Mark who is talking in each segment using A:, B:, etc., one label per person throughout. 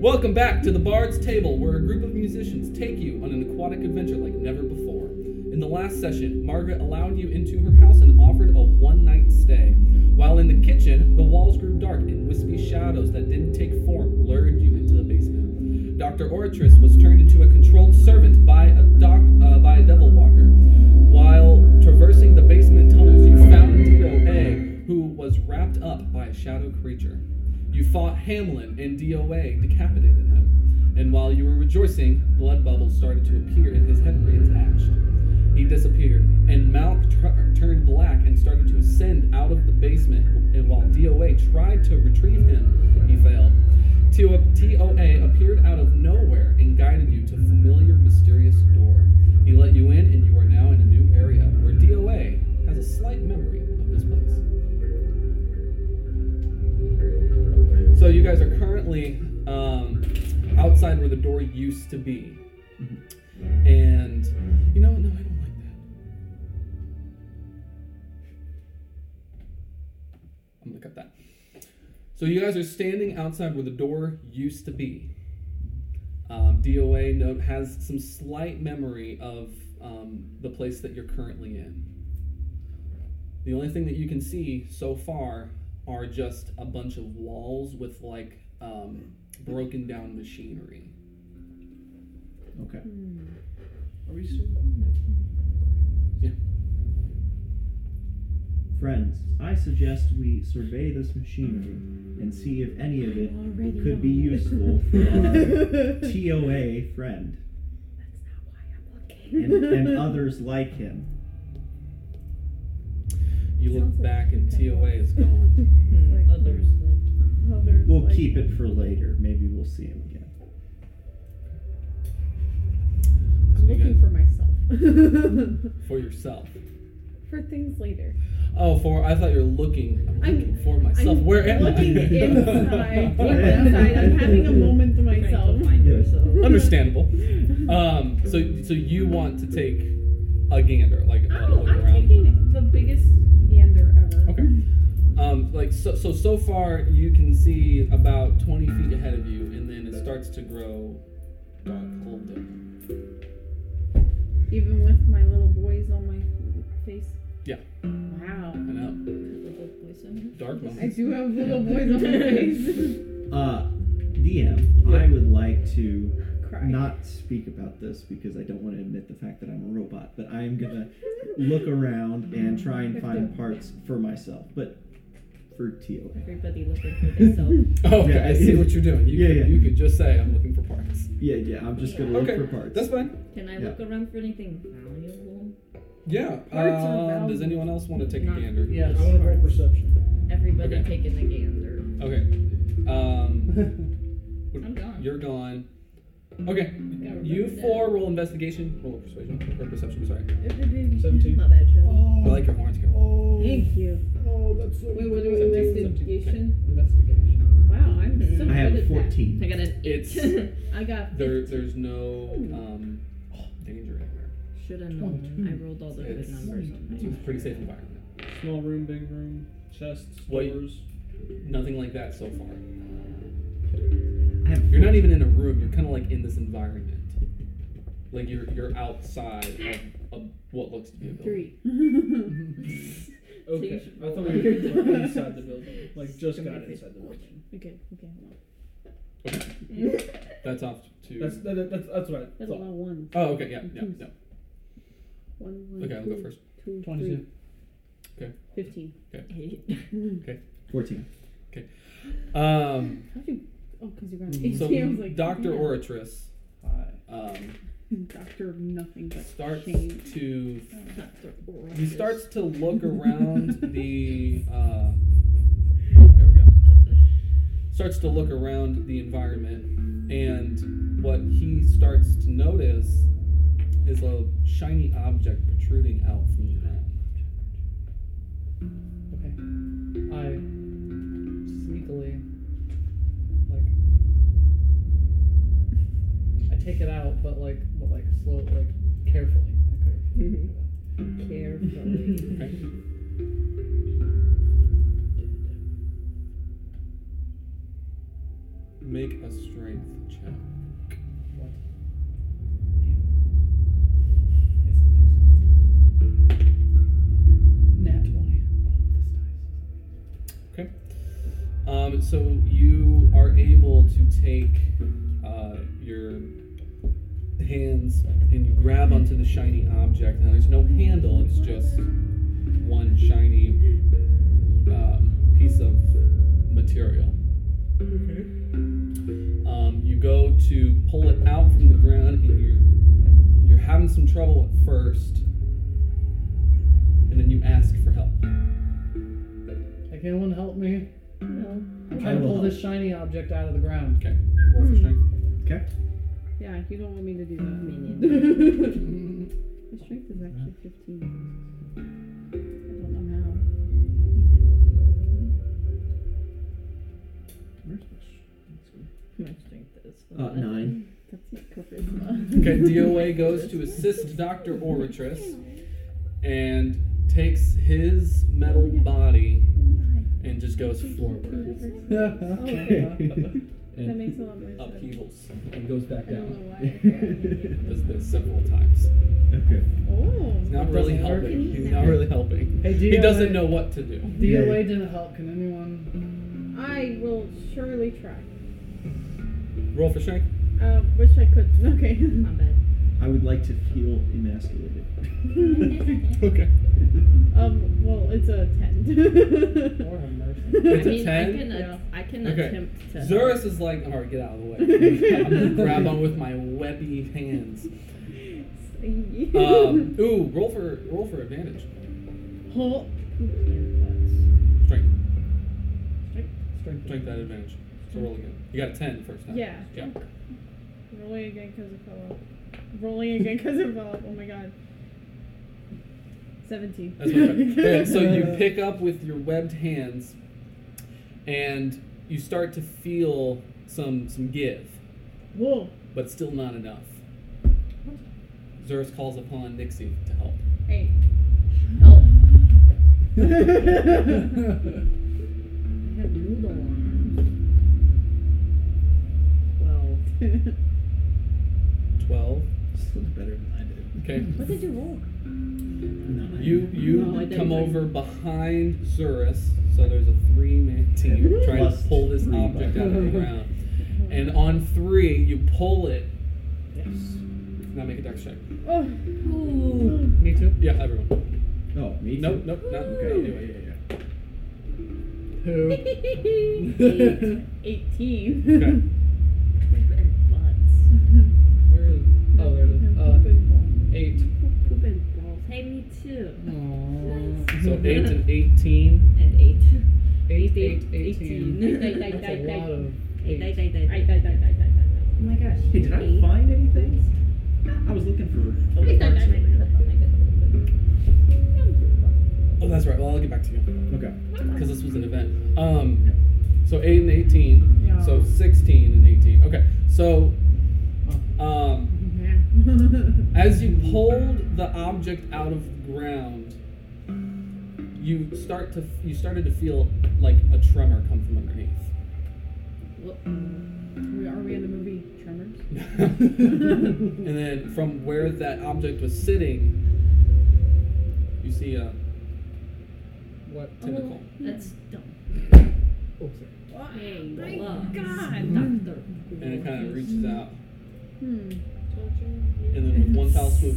A: Welcome back to the Bard's Table, where a group of musicians take you on an aquatic adventure like never before. In the last session, Margaret allowed you into her house and offered a one night stay. While in the kitchen, the walls grew dark and wispy shadows that didn't take form lured you into the basement. Dr. Oratrice was turned into a controlled servant by a, doc, uh, by a devil walker. While traversing the basement tunnels, you found DOA, who was wrapped up by a shadow creature. You fought Hamlin, and DOA decapitated him. And while you were rejoicing, blood bubbles started to appear and his head reattached. He disappeared, and Malk tr- turned black and started to ascend out of the basement. And while DOA tried to retrieve him, he failed. TO- TOA appeared out of nowhere and guided you to a familiar, mysterious door. He let you in, and you are now in a new area where DOA has a slight memory of this place. So you guys are currently um, outside where the door used to be, and you know, no, I don't like that. I'm gonna cut that. So you guys are standing outside where the door used to be. Um, DOA note has some slight memory of um, the place that you're currently in. The only thing that you can see so far are just a bunch of walls with like um, broken down machinery.
B: Okay.
C: Hmm.
D: Are we still?
B: Friends, I suggest we survey this machinery and see if any of it
C: Already
B: could be
C: on.
B: useful for uh, our TOA friend
C: That's not why I'm looking.
B: and, and others like him.
A: You
C: Sounds
A: look
C: like
A: back
C: you've
A: and
C: got
A: TOA is
C: one.
A: gone. Hmm.
C: Like- hmm,
D: Others like.
C: Others
B: We'll
C: like-
B: keep it for later. Maybe we'll see him again.
C: I'm looking for myself.
A: For yourself.
C: for things later.
A: Oh, for I thought you were looking. I'm
C: I'm-
A: looking for myself.
C: I'm
A: Where am
C: looking
A: I?
C: inside. Look inside. I'm having a moment to myself.
A: Understandable. Um, so so you want to take a gander, like a
C: Oh,
A: look
C: I'm
A: around.
C: taking the biggest gander ever.
A: Okay. Um, like so, so so far you can see about twenty feet ahead of you, and then it starts to grow dark a little bit.
C: Even with my little boys on my face.
A: Yeah.
C: Wow.
A: I know, dark
C: I
A: moments.
C: do have little boys on my face.
B: Uh, DM, I
A: Yeah.
B: would like to
C: Cry.
B: not speak about this because I don't want to admit the fact that I'm a robot, but I'm gonna look around and try and find parts for myself, but for TOA.
D: Everybody looking for themselves.
A: Oh, okay,
B: Yeah,
A: I see what you're doing. You
B: yeah,
A: could,
B: yeah.
A: you could just say I'm looking for parts.
B: Yeah, yeah, I'm just gonna look
A: Okay,
B: for parts.
A: That's fine.
D: Can I
B: Yeah.
D: look around for anything valuable?
A: Yeah.
C: Parts
A: um,
C: are
A: does
C: valuable.
A: anyone else want to take
D: Not-
A: a gander?
E: I want to roll perception.
D: Everybody
A: Okay.
D: taking a gander.
A: Okay. Um,
D: I'm gone.
A: you're gone. Okay. You four roll investigation. Roll persuasion or perception. Sorry.
E: Seventeen.
D: My bad, Joe.
E: Oh,
A: I like your horns. Go.
E: oh,
C: Thank you.
E: oh, that's so.
C: Wait, what do we
A: Something,
C: investigation?
E: Investigation.
C: Wow, I'm so
D: Mhm.
C: good
B: I have
C: at
B: 14.
D: I got an eight.
A: It's-
D: Should
C: that. I got
A: There, there's no um, danger anywhere.
D: have known. I rolled all the good
A: It's-
D: numbers
A: It's
D: on
A: a pretty safe environment.
E: Small room, big room, chests,
A: Wait.
E: doors.
A: Nothing like that so far.
B: I have
A: You're not even in a room. You're kind of like in this environment. Like you're you're outside of, of what looks to be a building.
C: three.
E: Okay.
D: should
E: I thought
D: roll.
E: we were like, inside the building. Like just got inside the building.
C: okay, okay, hold
A: That's off to.
E: That's that, that- that's that's what I
C: That's a lot
E: thought.
C: of ones.
A: oh, okay. Yeah. Yeah. No.
C: One, one,
A: Okay. I'll
C: two,
A: go first.
C: two,
E: Twenty-two.
C: three.
A: Okay.
C: Fifteen.
D: it.
B: 14.
A: Um.
C: How'd you? Oh, because you're
E: Mm.
C: going to
A: So,
C: I was like,
A: Doctor
C: yeah.
A: Oratrice,
E: Hi.
A: um,
C: Doctor of nothing but
A: starts
C: shame.
A: to
D: Eight.
A: he starts to look around the uh, there we go starts to look around the environment and what he starts to notice is a shiny object protruding out from the ground
E: Okay. I sneakily like I take it out, but like but like slow like carefully. I could
D: Carefully.
A: okay Make a strength check.
E: What?
A: Yes, it makes sense.
E: Nat Oh, 20.
A: Okay. Um, so you are able to take uh, your hands and you grab onto the shiny object. Now there's no handle; it's just one shiny um, piece of material.
E: Okay.
A: Um, you go to pull it out from the ground, and you you're having some trouble at first, and then you ask for help.
E: Like, anyone help me?
D: No.
E: I'm trying
B: I
E: to
B: will
E: pull this
B: help.
E: shiny object out of the ground.
A: Okay, roll for
D: Hmm.
A: strength.
B: Okay.
C: Yeah, you don't want me to do
D: Me
C: that. My strength is actually
D: I
C: 15.
D: don't know how.
B: Where's my sh-
D: My strength is.
B: Uh, nine.
C: That's not
A: Okay,
C: charisma.
A: DOA goes to assist Dr. Oratress and takes his metal body and just goes forward
B: Okay.
C: That
A: and
C: makes a lot more sense.
A: upheavals and goes back
C: I don't
A: down.
C: know why.
A: Does this several times.
B: okay.
A: It's
C: Oh.
A: not really
E: Doesn't work.
A: helping. He's not really helping.
E: Hey,
A: He
E: DOA
A: doesn't know what to do.
E: DOA didn't help. Can anyone?
C: I will surely try.
A: Roll for strength.
C: Uh, wish I could. Okay.
D: My bad.
B: I would like to feel emasculated.
A: Okay.
C: um. Well, it's a ten.
E: Lord have mercy.
A: It's
D: I
A: a
D: mean, I
A: 10?
D: can, uh, I can
A: Okay.
D: attempt to.
A: Zerus is like, alright, get out of the way. I'm gonna grab on with my webby hands. Um, ooh, roll for roll for advantage.
C: Whole-
A: Strength.
E: Strength.
A: Strength at advantage. So roll again. You got a 10 the first time.
C: Yeah.
A: Yeah.
C: Rolling again because it fell off. Rolling again because it fell off. Oh my god. Seventeen.
A: That's what I meant. Okay, so you pick up with your webbed hands, and you start to feel some some give,
C: Whoa.
A: but still not enough. Zerus calls upon Nixie to help.
C: Hey.
D: Help. I have noodle arms. Twelve.
A: Twelve.
B: This looks better than I did.
A: Okay.
D: What did you roll?
B: Nine.
A: You you
D: No, I didn't
A: come
D: like-
A: over behind Zerus, so there's a three man team
B: Yeah,
A: trying to
B: plus
A: pull this
B: three,
A: object
B: but-
A: out of the ground. And on three, you pull it. Now make a dex check.
C: oh.
D: Ooh.
A: Me too. Yeah, everyone.
B: Oh, me?
A: Nope,
B: too?
A: nope, not
B: Okay.
A: anyway.
B: Yeah, yeah, yeah.
E: Who?
C: Eighteen.
A: Okay.
D: Poop and butts.
E: Where is? Oh, there it is. Uh, eight.
D: Poop and balls. Hey, me too.
E: Aww.
A: So eight and eighteen.
D: And eight.
E: Eight,
D: Eight,
E: eight, eighteen.
D: eighteen.
E: That's a lot of
D: Eight, eight,
E: eight.
D: eight, eight,
C: I
D: eight.
C: died, died, died, died,
D: Oh my gosh.
B: Hey, did I
D: eight.
B: find anything? I was looking for
D: Oh,
B: parts earlier.
A: Oh, that's right. Well, I'll get back to you
B: Okay.
A: because this was an event. Um, so eight and eighteen.
C: Yeah.
A: So sixteen and eighteen. Okay. So,
D: Oh.
A: um,
C: died.
A: as you pulled the object out of the ground, you start to you started to feel like a tremor come from
C: We- Are we in the movie Tremors?
A: underneath, and then from where that object was sitting, you see a
E: What?
A: tentacle.
D: Oh, That's dumb.
E: Oh, sorry.
D: Hey,
C: my
D: loves.
C: God.
D: Doctor.
A: And it kind of reaches out,
C: Hmm.
A: and then with one foul swoop,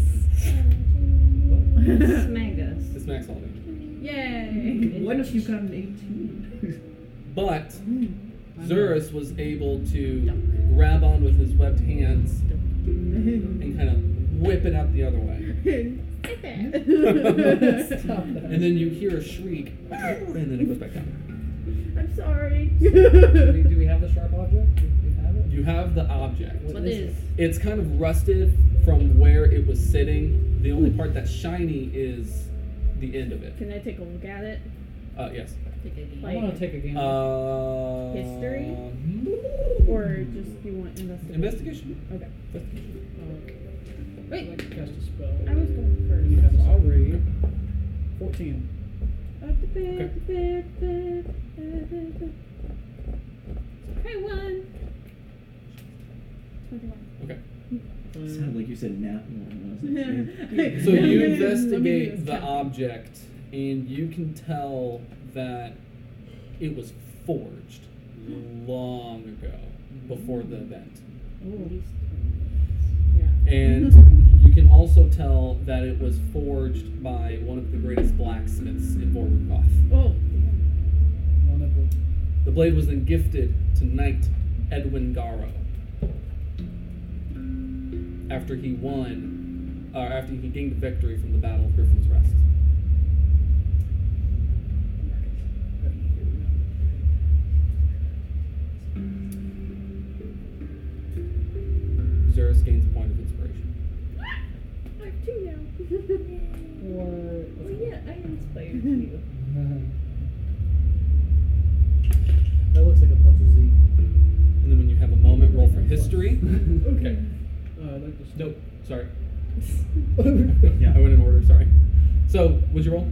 D: Smag us.
A: it smacks all of you.
C: Yay.
B: What if you got an 18?
A: But
E: I'm
A: Zerus was able to
D: Dunk.
A: grab on with his webbed hands
D: Dunk.
A: and kind of whip it out the other way.
C: Sit there.
E: Stop that.
A: And then you hear a shriek, and then it goes back down.
C: I'm sorry.
E: Do we, do we have the sharp object? Do we have it?
A: You have the object.
D: What is?
A: It's kind of rusted from where it was sitting. The only part that's shiny is the end of it.
C: Can I take a look at it?
A: Uh, yes.
D: Take a game.
E: I want to take a game.
A: Uh, hmm.
C: History? Or just you want investigation?
A: Investigation.
C: Okay.
E: I'd
C: Wait,
E: Oh, like to cast a spell.
C: I was
E: You
C: going
E: have sorry. Fourteen.
C: first. Up the bed, the bed, the bed, the bed, the bed. Okay, one. 21.
B: It sounded like you said nat one. I was like, eh.
A: So
C: Let me
A: you
C: do this
A: investigate the
C: count.
A: object, and you can tell that it was forged long ago, before the event.
C: Oh.
A: And you can also tell that it was forged by one of the greatest blacksmiths in Vorbakoff.
C: Oh, damn.
E: One of the
A: The blade was then gifted to Knight Edwin Garrow after he won, or after he gained the victory from the Battle of Griffin's Rest. Xerus gains a point of inspiration.
D: I have two now. well,
E: What?
D: yeah, I inspired you.
E: that looks like a bunch of Z.
A: And then when you have a moment, roll for history.
E: okay. Uh, I'd like to
A: Nope, sorry.
E: start-
B: Yeah.
A: I went in order, sorry. So, what'd you roll?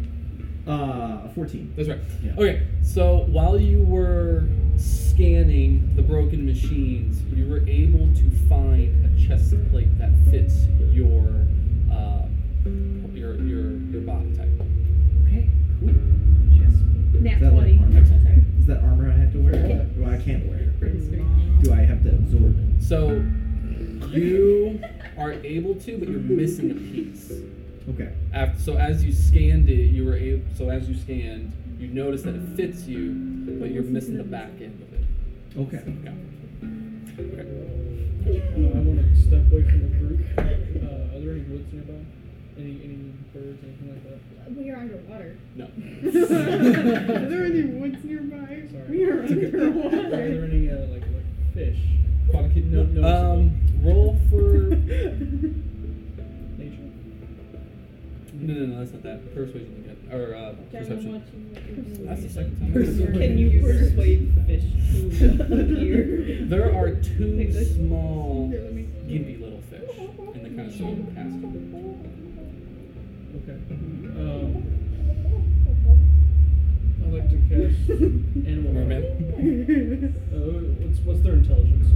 B: Uh, 14.
A: That's right.
B: Yeah.
A: Okay, so while you were scanning the broken machines, you were able to find a chest plate that fits your uh, your your your body type.
B: Okay, cool.
D: Nat
B: Is that, like,
D: 20.
B: armor?
A: Excellent.
B: Is that armor I have to wear?
D: Yeah.
B: Well, I can't wear it.
D: Pretty straight.
B: Do I have to absorb it?
A: So you are able to, but you're missing a piece.
B: Okay.
A: After, so as you scanned it, you were able. So as you scanned, you noticed that it fits you, but you're missing the back end of it.
B: Okay.
A: Yeah.
E: Uh, I want to step away from the group. Uh, are there any woods nearby? Any any birds, anything like that?
F: We are underwater.
A: No.
C: Are there any woods nearby?
E: Sorry.
C: We are
E: It's okay. Are there
C: underwater.
E: any uh, like like fish?
A: Aquatic-
E: No- noticeable.
A: um, roll for
E: Nature.
A: No, no, no, that's not that. Persuasion again. Or uh, perception. That's the
D: Perception.
A: second time.
F: Can you persuade fish to appear?
A: There are two
F: English?
A: small,
C: Here, let me-
A: gimpy little fish, and they're kind of swimming past you.
E: Okay. Um, I'd like to cast animal.
A: Merman.
E: Uh, what's what's their intelligence?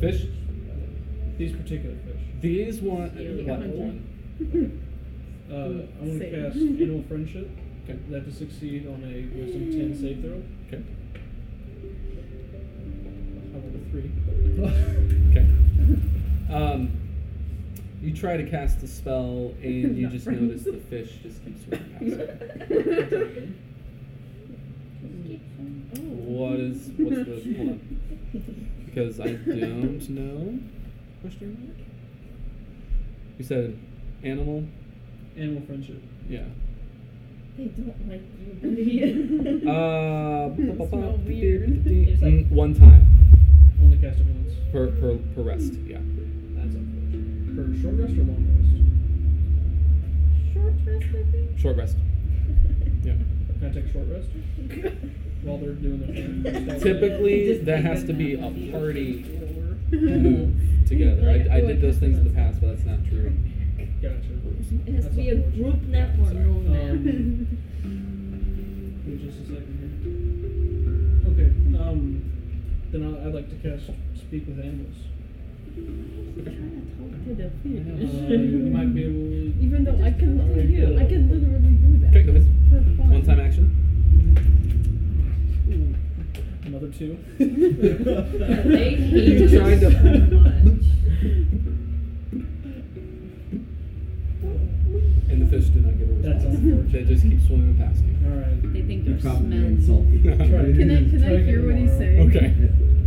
A: Fish.
E: These particular fish.
A: These one.
D: Yeah,
A: black
D: hundred.
A: one.
E: Uh, I want to
D: Same.
E: cast animal friendship.
A: Okay.
E: That to succeed on a wisdom ten save throw.
A: Okay.
E: I rolled a three.
A: Okay. Um, you try to cast the spell, and you
C: Not
A: just
C: friends.
A: notice the fish just keeps swimming past. you. What is what's the hold on? Because I don't know. Question mark. You said animal.
E: Animal friendship.
A: Yeah.
D: They don't like you.
A: Uh,
D: That's
A: ba-ba-ba,
D: real
A: dee-
D: weird.
A: dee- dee-
D: It's like-
A: mm, one time
E: Only cast it once.
A: per, per per rest. Yeah.
E: That's unfortunate. For short rest or long
D: Short rest, I think.
A: Short rest. Yeah.
E: rest? Can I take a short rest while they're doing their thing?
A: Typically,
F: Just
A: that
F: leave
A: has
F: it
A: to be
F: now.
A: a party move together. I, I did those things in the past, but that's not true.
E: Gotcha.
D: It has
E: That's
D: to be a
E: unfortunate.
D: group nap or
A: Sorry.
D: no nap.
E: Um, wait just a second here. Okay. Um, then I- I'd like to cast speak with animals.
D: He's trying to talk to
E: Uh,
D: the
E: you might be able.
D: Even though I can
E: Alright,
D: you, I
E: cool.
D: can literally do that
A: Okay, go ahead.
D: for fun.
A: One time action.
E: Ooh, another two.
D: They hate
A: You tried
D: you
A: to-
D: so
A: And the fish did not give a
E: That's
A: response.
E: unfortunate.
A: They just keep swimming past you.
E: All right.
F: They think
B: You're
F: they're
B: probably
F: smelly.
B: insulted.
E: Try-
C: Can I can I
E: Try
C: hear what he's
E: tomorrow.
C: saying?
A: Okay.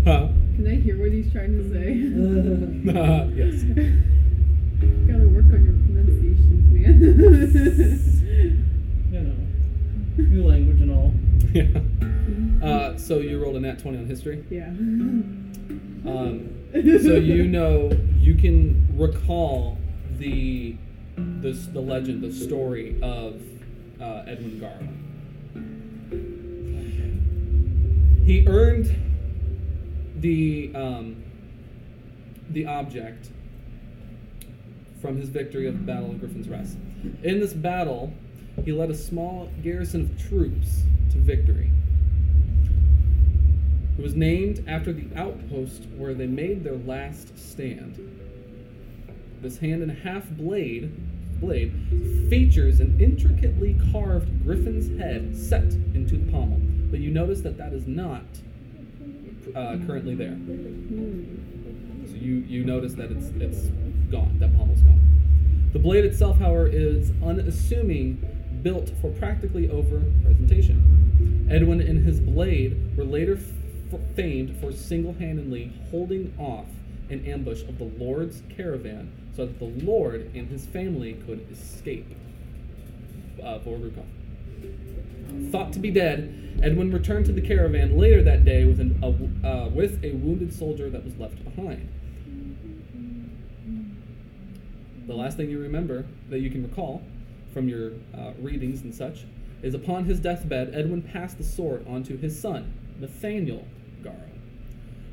A: Huh?
C: Can I hear what he's trying to say?
A: yes.
C: Gotta work on your pronunciations, man.
E: You know, new language and all.
A: Yeah. Uh, so you rolled a nat 20 on history.
C: yeah.
A: Um, so you know you can recall the the, the legend, the story of uh, Edwin Garrow. He earned the um, the object from his victory of the Battle of Griffin's Rest. In this battle, he led a small garrison of troops to victory. It was named after the outpost where they made their last stand. This hand and a half blade blade features an intricately carved griffin's head set into the pommel, but you notice that that is not uh, currently there. So you you notice that it's it's gone. That pommel's gone. The blade itself, however, is unassuming, built for practically over presentation. Edwin and his blade were later f- famed for single-handedly holding off an ambush of the Lord's caravan, so that the Lord and his family could escape. Uh, for Rukov. Thought to be dead, Edwin returned to the caravan later that day with, an, a, uh, with a wounded soldier that was left behind. The last thing you remember that you can recall from your uh, readings and such is upon his deathbed, Edwin passed the sword on to his son, Nathaniel Garrow,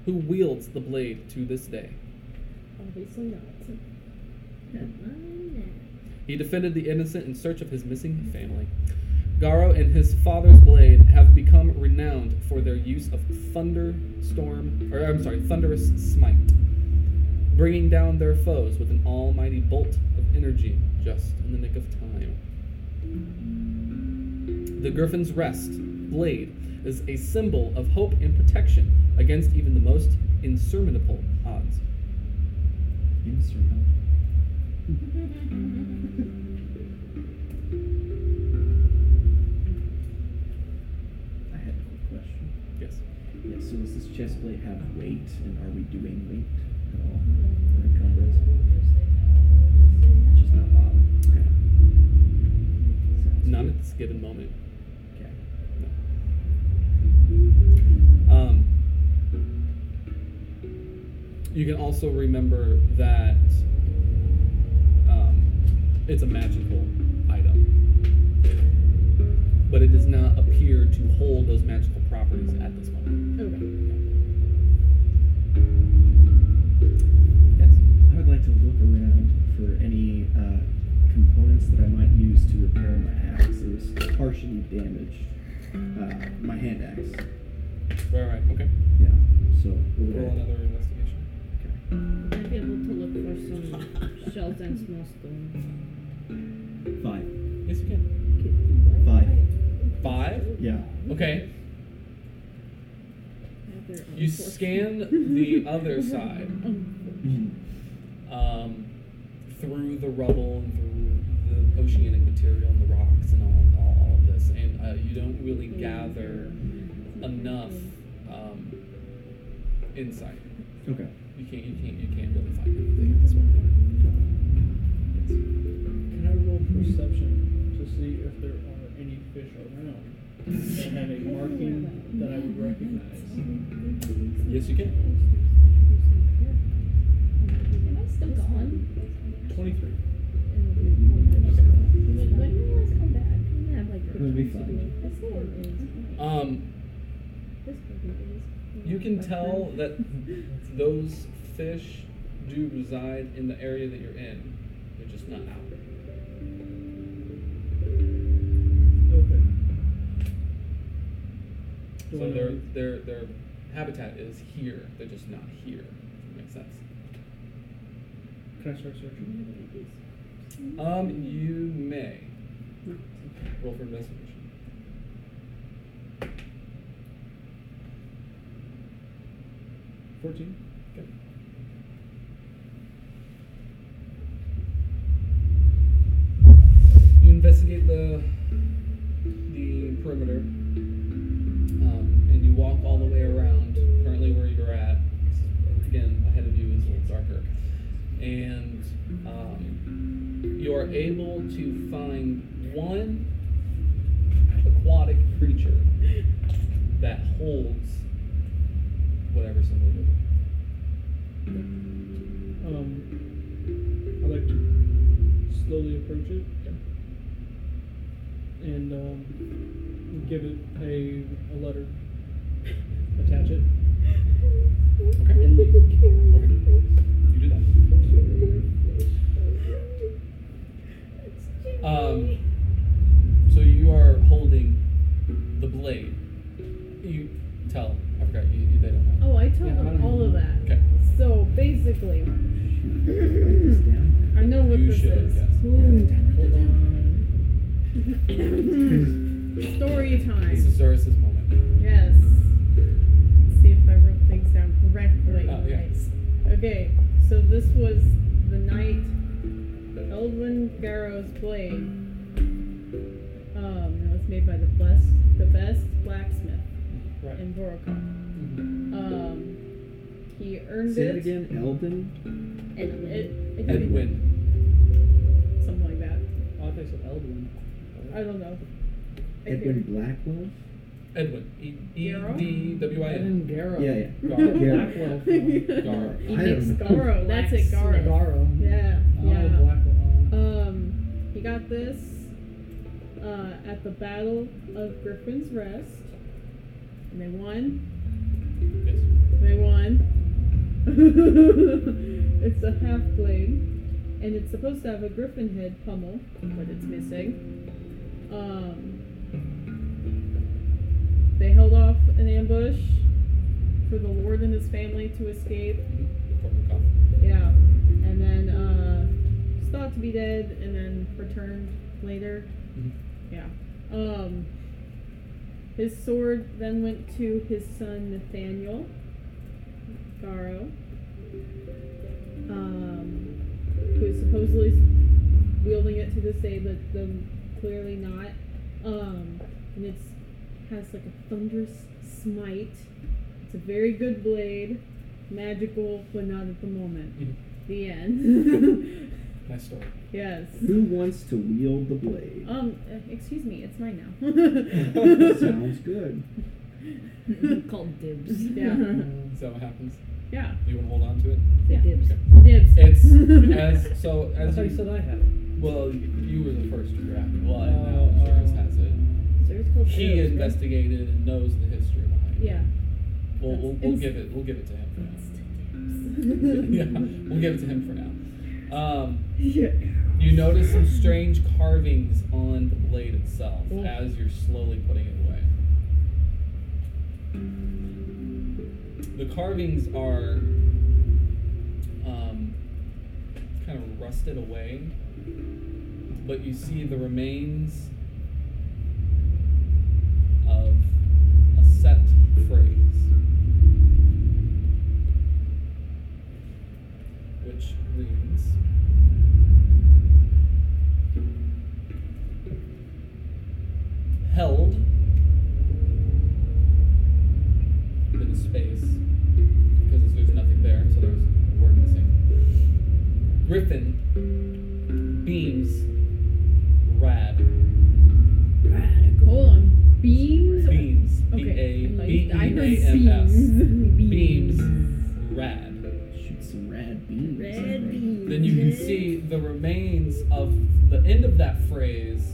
A: who wields the blade to this day.
D: Obviously not. Come on
A: He defended the innocent in search of his missing family. Garo and his father's blade have become renowned for their use of thunderstorm, or I'm sorry, thunderous smite, bringing down their foes with an almighty bolt of energy just in the nick of time. The Griffin's Rest blade is a symbol of hope and protection against even the most insurmountable odds.
B: Insurmountable. I had a quick question.
A: Yes.
B: Yeah, so does this chest plate have weight, and are we doing weight at all? Or encumbrance? Just not bother. Okay. Sounds
A: None
B: good.
A: at this given moment.
B: Okay.
A: Um, you can also remember that um, it's a magical item, but it does not appear to hold those magical properties at this moment.
D: now. Okay.
A: Yes.
B: I would like to look around for any uh, components that I might use to repair my axe. It was partially damaged. Uh, my hand axe.
A: All right. Okay.
B: Yeah. So what
A: Roll
B: would I?
A: another investigation.
B: Okay.
D: I'd be able to look for some shells and small stones.
B: Five.
A: Yes, you can.
B: Five.
A: Five.
B: Yeah.
A: Okay.
D: Have their own
A: You
D: fortune.
A: scan the other side. Mm-hmm.
B: Mhm.
A: um, through the rubble and through the oceanic material and the rocks and all, all, all of this, and uh, you don't really gather enough um, insight.
B: Okay.
A: You can't, you can't, you can't really find anything at this moment. Yes.
E: Can I roll perception to see if there are any fish around that have a marking that I would recognize?
A: Yes, you can.
D: Am I still gone?
E: Twenty-three.
D: When when will I come back? I'm gonna have like.
B: It'll be fine.
D: This one is.
A: Um,
D: This one is.
A: you can tell that those fish do reside in the area that you're in. They're just not out.
E: Okay. Do
A: So
E: I know
A: their
E: if-
A: their their habitat is here. They're just not here. If that makes sense.
E: Can I start searching?
A: Um, you may roll for investigation.
E: Fourteen.
A: Okay. You investigate the the perimeter, um, and you walk all the way around. Currently, where you're at, again ahead of you is a little darker, and um, you are able to find one aquatic creature that holds whatever symbol it is.
E: Um, I like to slowly approach it and um, give it a, a letter, attach it.
A: Okay.
E: And
A: You do that. Um, so you are holding the blade. You tell. I forgot. You, you
C: Oh, quickly.
B: Shoot. Write this down.
C: I know what
A: You
C: this
A: should have
C: is.
A: guessed.
C: Ooh.
B: Hold
F: on.
C: Story
A: This is
C: time.
A: Zoris's moment.
C: Yes. Let's see if I wrote things down correctly.
A: Oh, yeah.
C: Okay, so this was the night Elwin Garrow's blade um, was made by the best, the best blacksmith
E: Right.
C: in Vorokon.
E: Mhm.
C: Um, he earned
B: Say
C: it.
B: it again. Elden.
D: Edwin.
C: It, it,
A: Edwin.
C: Something like that.
E: Oh, I think it's Eldwin.
C: I don't know. I
B: Edwin
C: think-
B: Blackwell.
A: Edwin. E E
C: Garrow?
A: D W I N.
E: Evan Garrow.
B: Yeah, yeah.
E: Garrow.
B: Yeah.
E: Blackwell from-
A: Gar.
B: I
D: He
B: don't
D: makes
B: know.
C: Garo, that's it, Garo.
E: Garrow.
C: Yeah,
E: Oh,
C: yeah.
E: Blackwell. Oh.
C: Um, he got this uh, at the Battle of Griffin's Rest, and they won.
A: Yes.
C: They won. it's a half blade, and it's supposed to have a griffin head pummel, but it's missing. Um, they held off an ambush for the Lord and his family to escape.
A: Mhm. Former cop.
C: Yeah, and then uh, was thought to be dead, and then returned later.
A: Mhm.
C: Yeah. Um, his sword then went to his son Nathaniel Garo, um, who is supposedly wielding it to this day, but then clearly not. Um, and it's has like a thunderous smite. It's a very good blade, magical, but not at the moment.
A: Mhm.
C: The end.
A: Nice story.
C: yes.
B: Who wants to wield the blade?
C: Um, uh, excuse me, it's mine
B: Sounds
C: now.
B: good.
D: Called dibs.
C: Yeah.
A: Is that what happens?
C: yeah,
A: Do you want to hold on to it?
D: Say
C: Yeah.
D: dibs.
A: Okay.
C: dibs.
A: It's as so
E: I
A: as
E: thought
A: you
E: you said I had it.
A: Well, you were the first to grab it. Well, and
E: Oh,
A: now Circus
E: oh.
A: has it.
D: So it's called
A: He
D: dibs.
A: investigated and knows the history behind it.
C: Yeah.
A: We'll, we'll, we'll give it. We'll give it to him for now. yeah, we'll give it to him for now. Um, you notice some strange carvings on the blade itself
E: Oh.
A: as you're slowly putting it away. The carvings are um, kind of rusted away, but you see the remains of a set phrase. which reads held in a space because there's nothing there so there's a word missing griffin beams rad
C: Hold on. Beams.
A: beams b
C: Okay.
A: a
C: I thought
A: b
C: you- I heard
A: e a m s
C: beams.
A: beams rad
B: Shoot some rad beams.
D: Red beans.
A: then you can see the remains of the end of that phrase,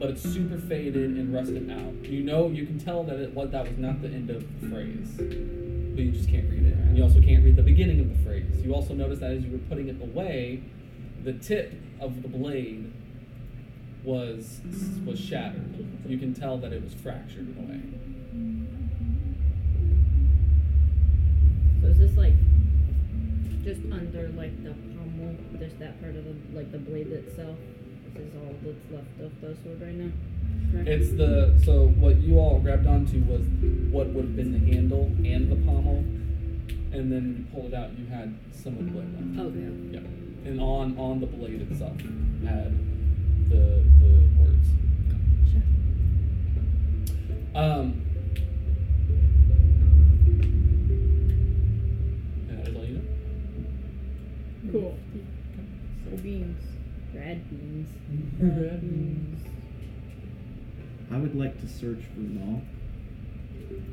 A: but it's super faded and rusted out. You know, you can tell that it what that was not the end of the phrase, but you just can't read it. And you also can't read the beginning of the phrase. You also notice that as you were putting it away, the tip of the blade was was shattered. You can tell that it was fractured in a way.
D: So is this like just under like the pommel? Just that part of the like the blade itself. This is all that's left of the sword right now.
G: Mm-hmm.
D: Correct?
A: It's the so what you all grabbed onto was what would have been the handle and the pommel, and then when you pulled it out, you had some of the blade left.
D: Okay.
A: Yep. And on on the blade itself had the the words. Um. and That is all you know.
C: Cool.
D: So beans. Red beans.
E: Red beans.
B: I would like to search for Maul.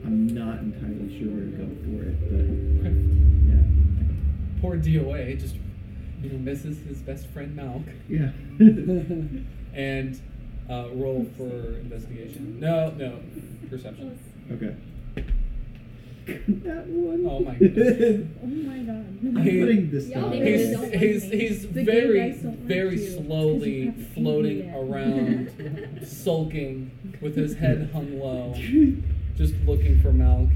B: I'm not entirely sure where to go for it, but Mm-hmm. yeah.
A: Poor DOA just you know misses his best friend Malk.
B: Yeah.
A: and uh, roll for investigation. No, no, perception.
B: okay. that one.
A: Oh my goodness.
C: Oh my god.
B: I'm putting this
D: Y'all
B: down.
D: think
A: He's
D: They don't like
A: he's,
D: me.
A: he's
C: The gay
A: very
C: guys don't like
A: very
C: you. It's 'cause you
A: slowly
C: have to eat
A: floating
C: it.
A: around, sulking with his head hung low, just looking for Malk.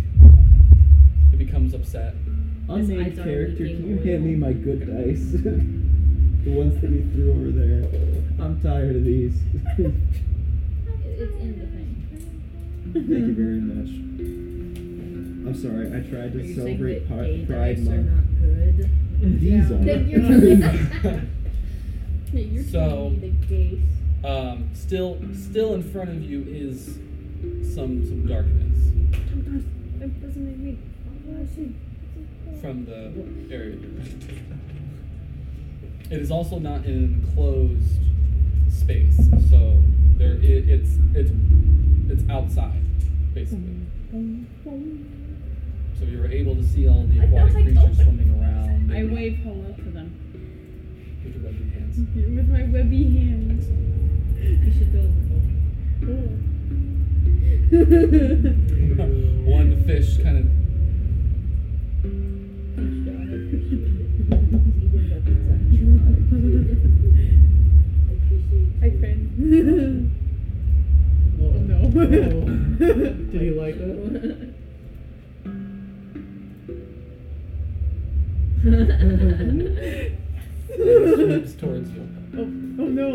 A: He becomes upset.
B: Unnamed
D: eyes are
B: character,
D: leaking
B: can you hand me
D: oil.
B: my good dice? the ones that you threw over there. I'm tired of these. Thank
D: It's in the thing.
B: you very much. I'm sorry, I tried
D: Are
B: to
D: you saying
B: celebrate
D: that
B: pi-
D: gay
B: Pride
D: dice are
B: Month.
D: not good?
B: These
C: Yeah.
B: are.
D: Then you're-
C: Yeah, you're
A: So-
C: telling me the gays.
A: Um, still, still in front of you is some some darkness
F: That doesn't make me.
A: from the area. It is also not in an enclosed space, so there it, it's it's it's outside, basically.
F: Mm-hmm.
A: So you were able to see all the
F: I felt
A: aquatic
F: like
A: creatures
F: open-
A: swimming around.
F: I
A: and-
F: wave hello to them.
A: With your webby hands.
C: With my webby hands.
D: You should go.
A: One fish kind of
C: Hi, friend.
E: Whoa.
C: Oh, no.
E: Whoa. Did he like that?
A: swoops towards you,
C: oh, oh no. Oh.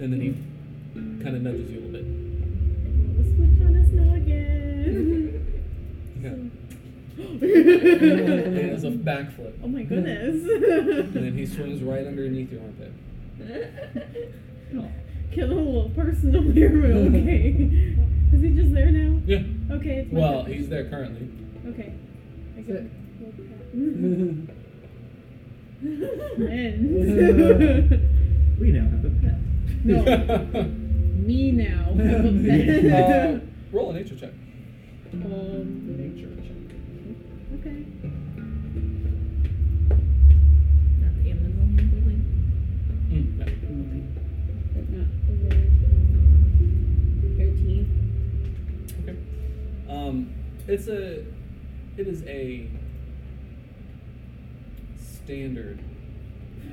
A: and then he kind of nudges you a little bit.
C: Switch on us now again.
A: Yeah. And it is a
C: oh
A: backflip,
C: my goodness.
A: and then he swims right underneath your armpit.
C: Kill a little person over here, but okay. Is he just there now?
A: Yeah.
C: Okay, it's my
A: Well,
C: turn.
A: he's there currently.
C: Okay. I
E: Sick.
C: can
B: We now have a pet.
C: No, me now.
A: uh,
C: Uh,
A: roll a nature check.
C: um,
A: Nature check.
C: okay.
D: Not the animal handling.
C: Hmm.
A: Mm, yeah.
F: Thirteen.
A: Okay. Um, it's a, it is a standard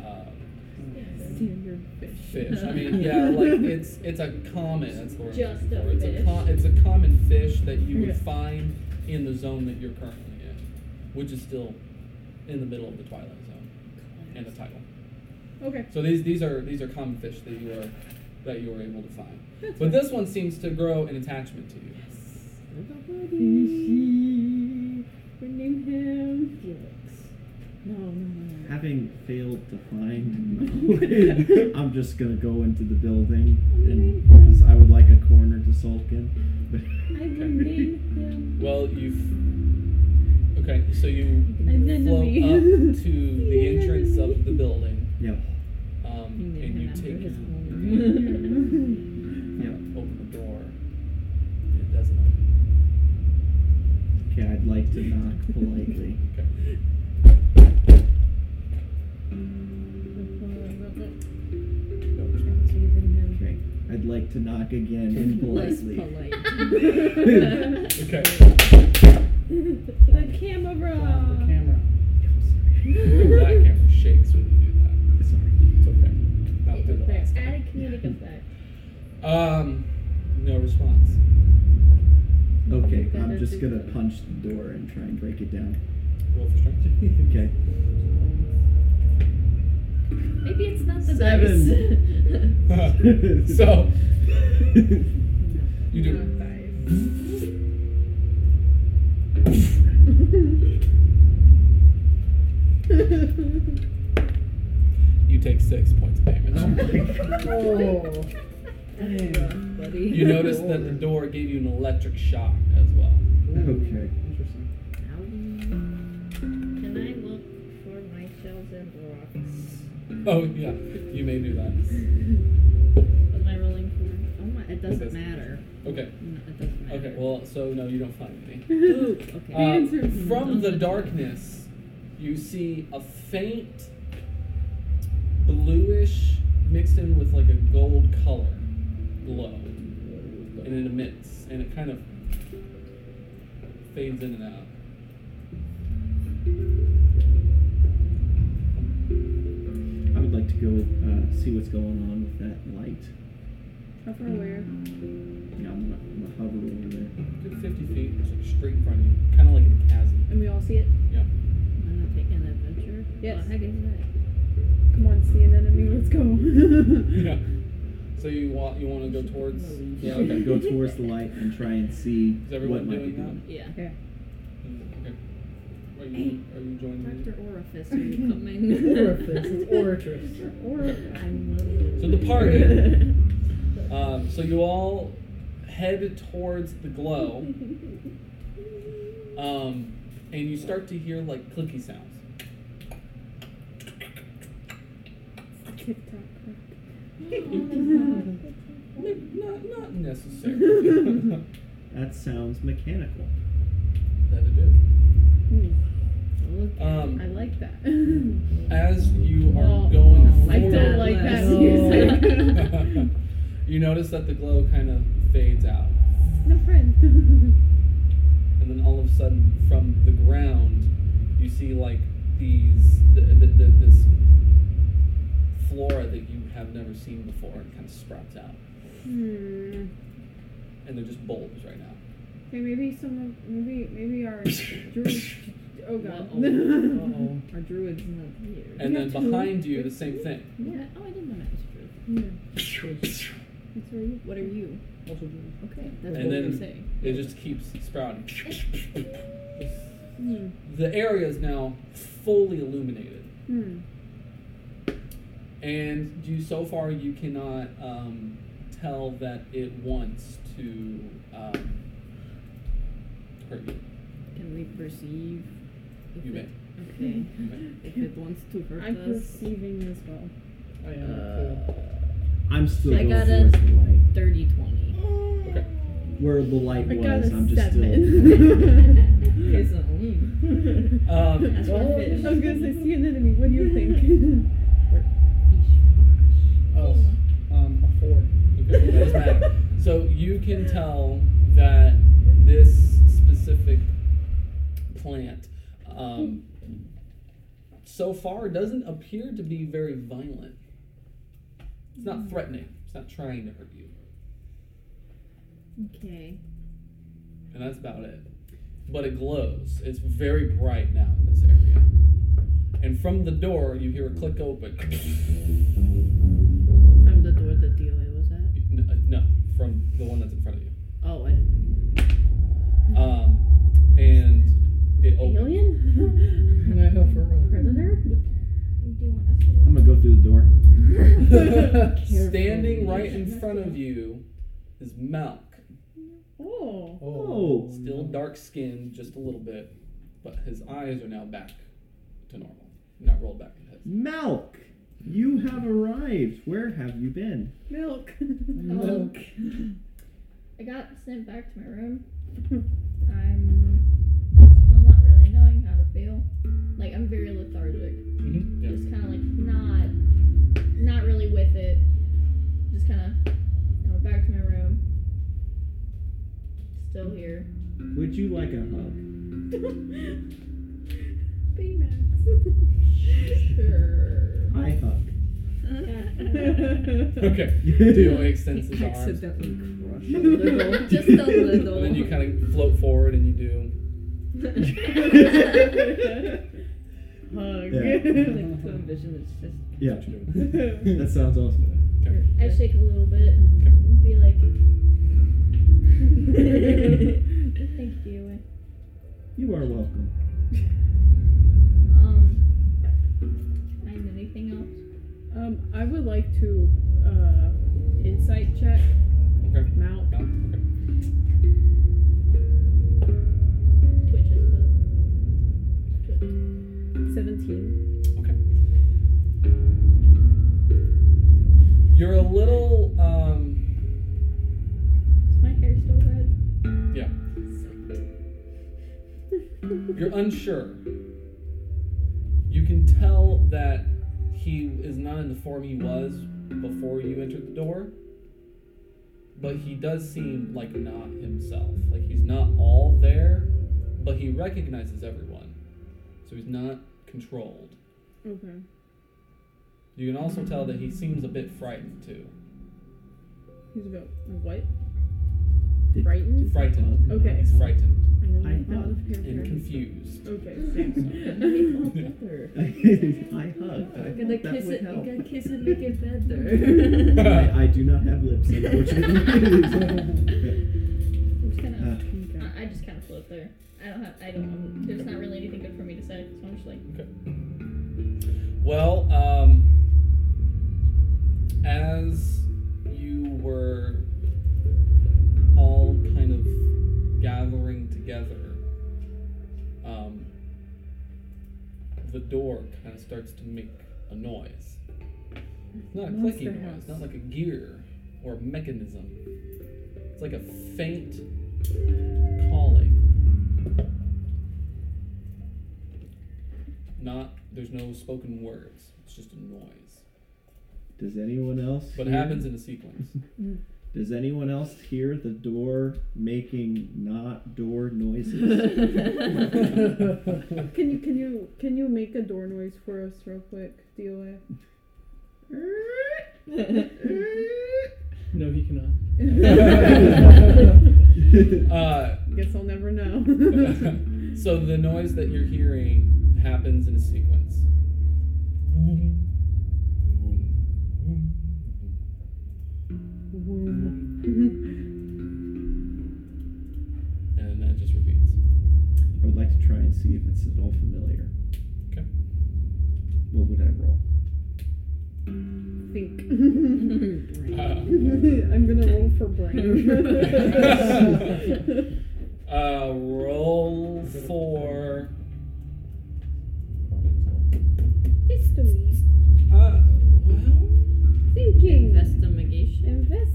A: uh,
C: Standard fish.
A: fish. I mean, yeah, like it's it's a common. That's the word. I'm
D: Just a
A: looking for. it's a
D: fish.
A: com- it's a common fish that you would
C: Yeah.
A: find in the zone that you're currently in, which is still in the middle of the twilight zone and the tidal.
C: Okay.
A: So these these are these are common fish that you are that you are able to find.
C: That's
A: But this one seems to grow an attachment to you.
C: Fishy. Rename him Felix. No, no, no, no.
B: Having failed to find, I'm just gonna go into the building and because I would like a corner to sulk in.
C: I will name him.
A: Well, you've okay. So you
C: And then
A: float
C: we.
A: up to the entrance of the building,
B: yep.
A: um,
D: You named
A: and you
D: him after
A: take
D: his
A: you
B: Yep.
A: open the door. It doesn't open.
B: Okay, I'd like to knock politely.
A: Okay. No response.
B: Okay. I'd like to knock again and
D: Less
B: politely.
D: polite.
A: Okay.
C: the camera.
E: Wow, the camera.
A: that camera shakes when you do that.
B: Sorry.
A: It's okay. Not through the last.
D: Add a comedic effect.
A: Um, no response.
B: Okay, I'm just gonna punch the door and try and break it down.
A: Roll for strength.
B: Okay.
D: Maybe it's not the
B: Seven.
D: dice.
A: so you do. You take six points of damage.
B: Oh my god.
E: Oh. Damn.
D: buddy.
A: You notice that the door gave you an electric shock as well.
B: Okay.
E: Interesting.
D: Can I look for my shells and rocks?
A: Oh yeah, you may do that.
D: Am I rolling for? Oh my! It doesn't matter.
A: Okay.
D: No, it doesn't matter.
A: Okay. Well, so no, you don't find any.
D: Ooh, okay.
A: Uh,
C: Answer
A: from the darkness, you see a faint bluish mixed in with like a gold color glow, and it emits, and it kind of fades in and out.
B: I would like to go uh, see what's going on with that light.
C: How far away are
B: Yeah, I'm gonna, I'm gonna hover over there.
A: Good 50 feet, it's like straight in front of you, kind of like in a chasm.
C: And we all see it?
D: I'm gonna take an adventure.
C: Yes.
D: Oh, heck is that?
C: Come on, see an enemy, let's go.
A: Yeah. So you want you want to go towards? Yeah.
B: I'm gonna
A: Okay.
B: go towards the light and try and see
A: Is
B: what
A: everyone
B: might be
A: doing
B: doing.
A: that?
D: Yeah.
A: Okay. Are you are you joining? me?
D: Doctor Orifice, are you coming?
F: Orifice, it's oratress.
D: I love
A: So the party. Um, so you all head towards the glow, um, and you start to hear like clicky sounds.
C: Tick tock.
A: Not not necessarily.
B: That sounds mechanical.
A: That'd do.
D: Look,
A: Um,
C: Hmm. I like that.
A: As you are
C: Oh,
A: going
C: I
A: forward,
C: don't like that
F: No.
C: music.
A: you notice that the glow kind of fades out,
C: no friend.
A: and then all of a sudden, from the ground, you see like these the, the, the, this flora that you have never seen before. It kind of sprouts out,
C: hmm.
A: and they're just bulbs right now.
C: Okay, maybe some of, maybe maybe our druid. Oh god.
D: Uh-oh. Uh-oh.
F: Our druid's not here.
A: And
C: You
A: then
C: have two?
A: behind you, the same thing.
D: yeah. Oh, I didn't know that was true.
C: Yeah,
A: It
C: that's right.
D: What are you?
E: Also, doing-
D: Okay, that's
A: And
D: what
A: then-
D: we're saying.
A: just keeps sprouting.
C: Hmm.
A: The area is now fully illuminated.
C: Hmm.
A: And you, so far, you cannot um, tell that it wants to um, hurt you.
D: Can we perceive? if
A: You may.
D: it- Okay.
A: You may.
D: if it wants to hurt
C: I'm
D: us.
C: perceiving as well.
E: I am.
B: Uh,
E: cool.
B: I'm still
D: I
B: going
D: got
B: towards
D: a-
B: the light.
D: 30 20.
A: Okay.
B: Where the light
C: I
B: was,
C: got a
B: I'm just
C: seven.
D: Okay, so. Mm.
A: Um,
D: That's
A: roll-
D: one fish.
C: I was gonna say, see an enemy. What do you think?
E: Oh, um, a four.
A: Okay, that is bad. So you can tell that this specific plant, um, so far, doesn't appear to be very violent. It's not threatening. It's not trying to hurt you,
D: Okay.
A: and that's about it. But it glows. It's very bright now in this area. And from the door, you hear a click open.
D: From the door the DOA was at?
A: N- uh, No, from the one that's in front of you.
D: Oh, I didn't.
A: Um, and it opens.
C: Alien?
E: I know for real.
C: Predator?
G: Do you want us to?
B: I'm gonna go through the door.
A: Standing right in front of you is Malk.
C: Oh.
B: Oh.
A: Still dark skinned, just a little bit, but his eyes are now back to normal. Not rolled back in his.
B: Malk, you have arrived. Where have you been?
C: Milk.
G: Milk. I got sent back to my room. I'm still not really knowing how to feel. Like I'm very lethargic.
A: Mm-hmm.
G: Just kind of like not, not really with it. Just kind of. I went back to my room. Still here.
B: Would you like a hug?
G: Sure.
B: I hug.
A: Okay. Dio extends his arms.
D: Accidentally crushed a little. Just a little.
A: And then you kind of float forward and you do.
C: Hug.
B: Yeah.
D: like to envision it's just.
B: Yeah,
A: What you doing?
B: that sounds awesome.
G: I shake a little bit and be like, "Thank you."
B: You are welcome.
G: Um, find anything else?
C: Um, I would like to uh, insight check
A: Okay.
C: Malk.
A: Malk, okay.
G: Twitches, but Twitch.
C: Seventeen.
A: You're a little. Um,
G: is my hair still red?
A: you're unsure. You can tell that he is not in the form he was before you entered the door, but he does seem like not himself. Like he's not all there, but he recognizes everyone. So he's not controlled.
C: Okay.
A: You can also tell that he seems a bit frightened too.
C: He's about what?
B: Did-
C: Frightened.
A: Frightened.
C: Okay.
A: He's frightened
C: I know.
B: I
C: I'm out
B: hug.
C: of character.
A: and confused.
C: Okay.
A: Yeah.
B: I hug. I
D: Gonna
B: hug. That
D: kiss
B: would
D: it.
B: help.
D: Gonna kiss it. Make it better.
B: I, I do not have lips, unfortunately.
G: I'm just kind
B: Uh,
G: of, I, I just kind of float there. I don't have, I don't, there's not really anything good for me to say, so I'm just like,
A: Well, um, as you were all kind of gathering together, um, the door kind of starts to make a noise. It's not a
C: Monster
A: clicking noise,
C: house.
A: not like a gear or a mechanism. It's like a faint calling. Not, there's no spoken words, it's just a noise.
B: Does anyone else?
A: But it
B: hear-
A: happens in a sequence.
C: Mm.
B: Does anyone else hear the door making not door noises?
A: Uh,
C: Can you can you can you make a door noise for us real quick, DOA?
E: No, he cannot.
A: uh,
C: Guess I'll never know.
A: so the noise that you're hearing happens in a sequence. And that just repeats.
B: I would like to try and see if it's at all familiar.
A: Okay.
B: What would I roll?
C: Think.
A: Uh,
C: I'm gonna roll for brain.
A: uh, roll for.
C: History.
A: Uh, well.
C: Thinking.
D: Investigation.
C: Invest.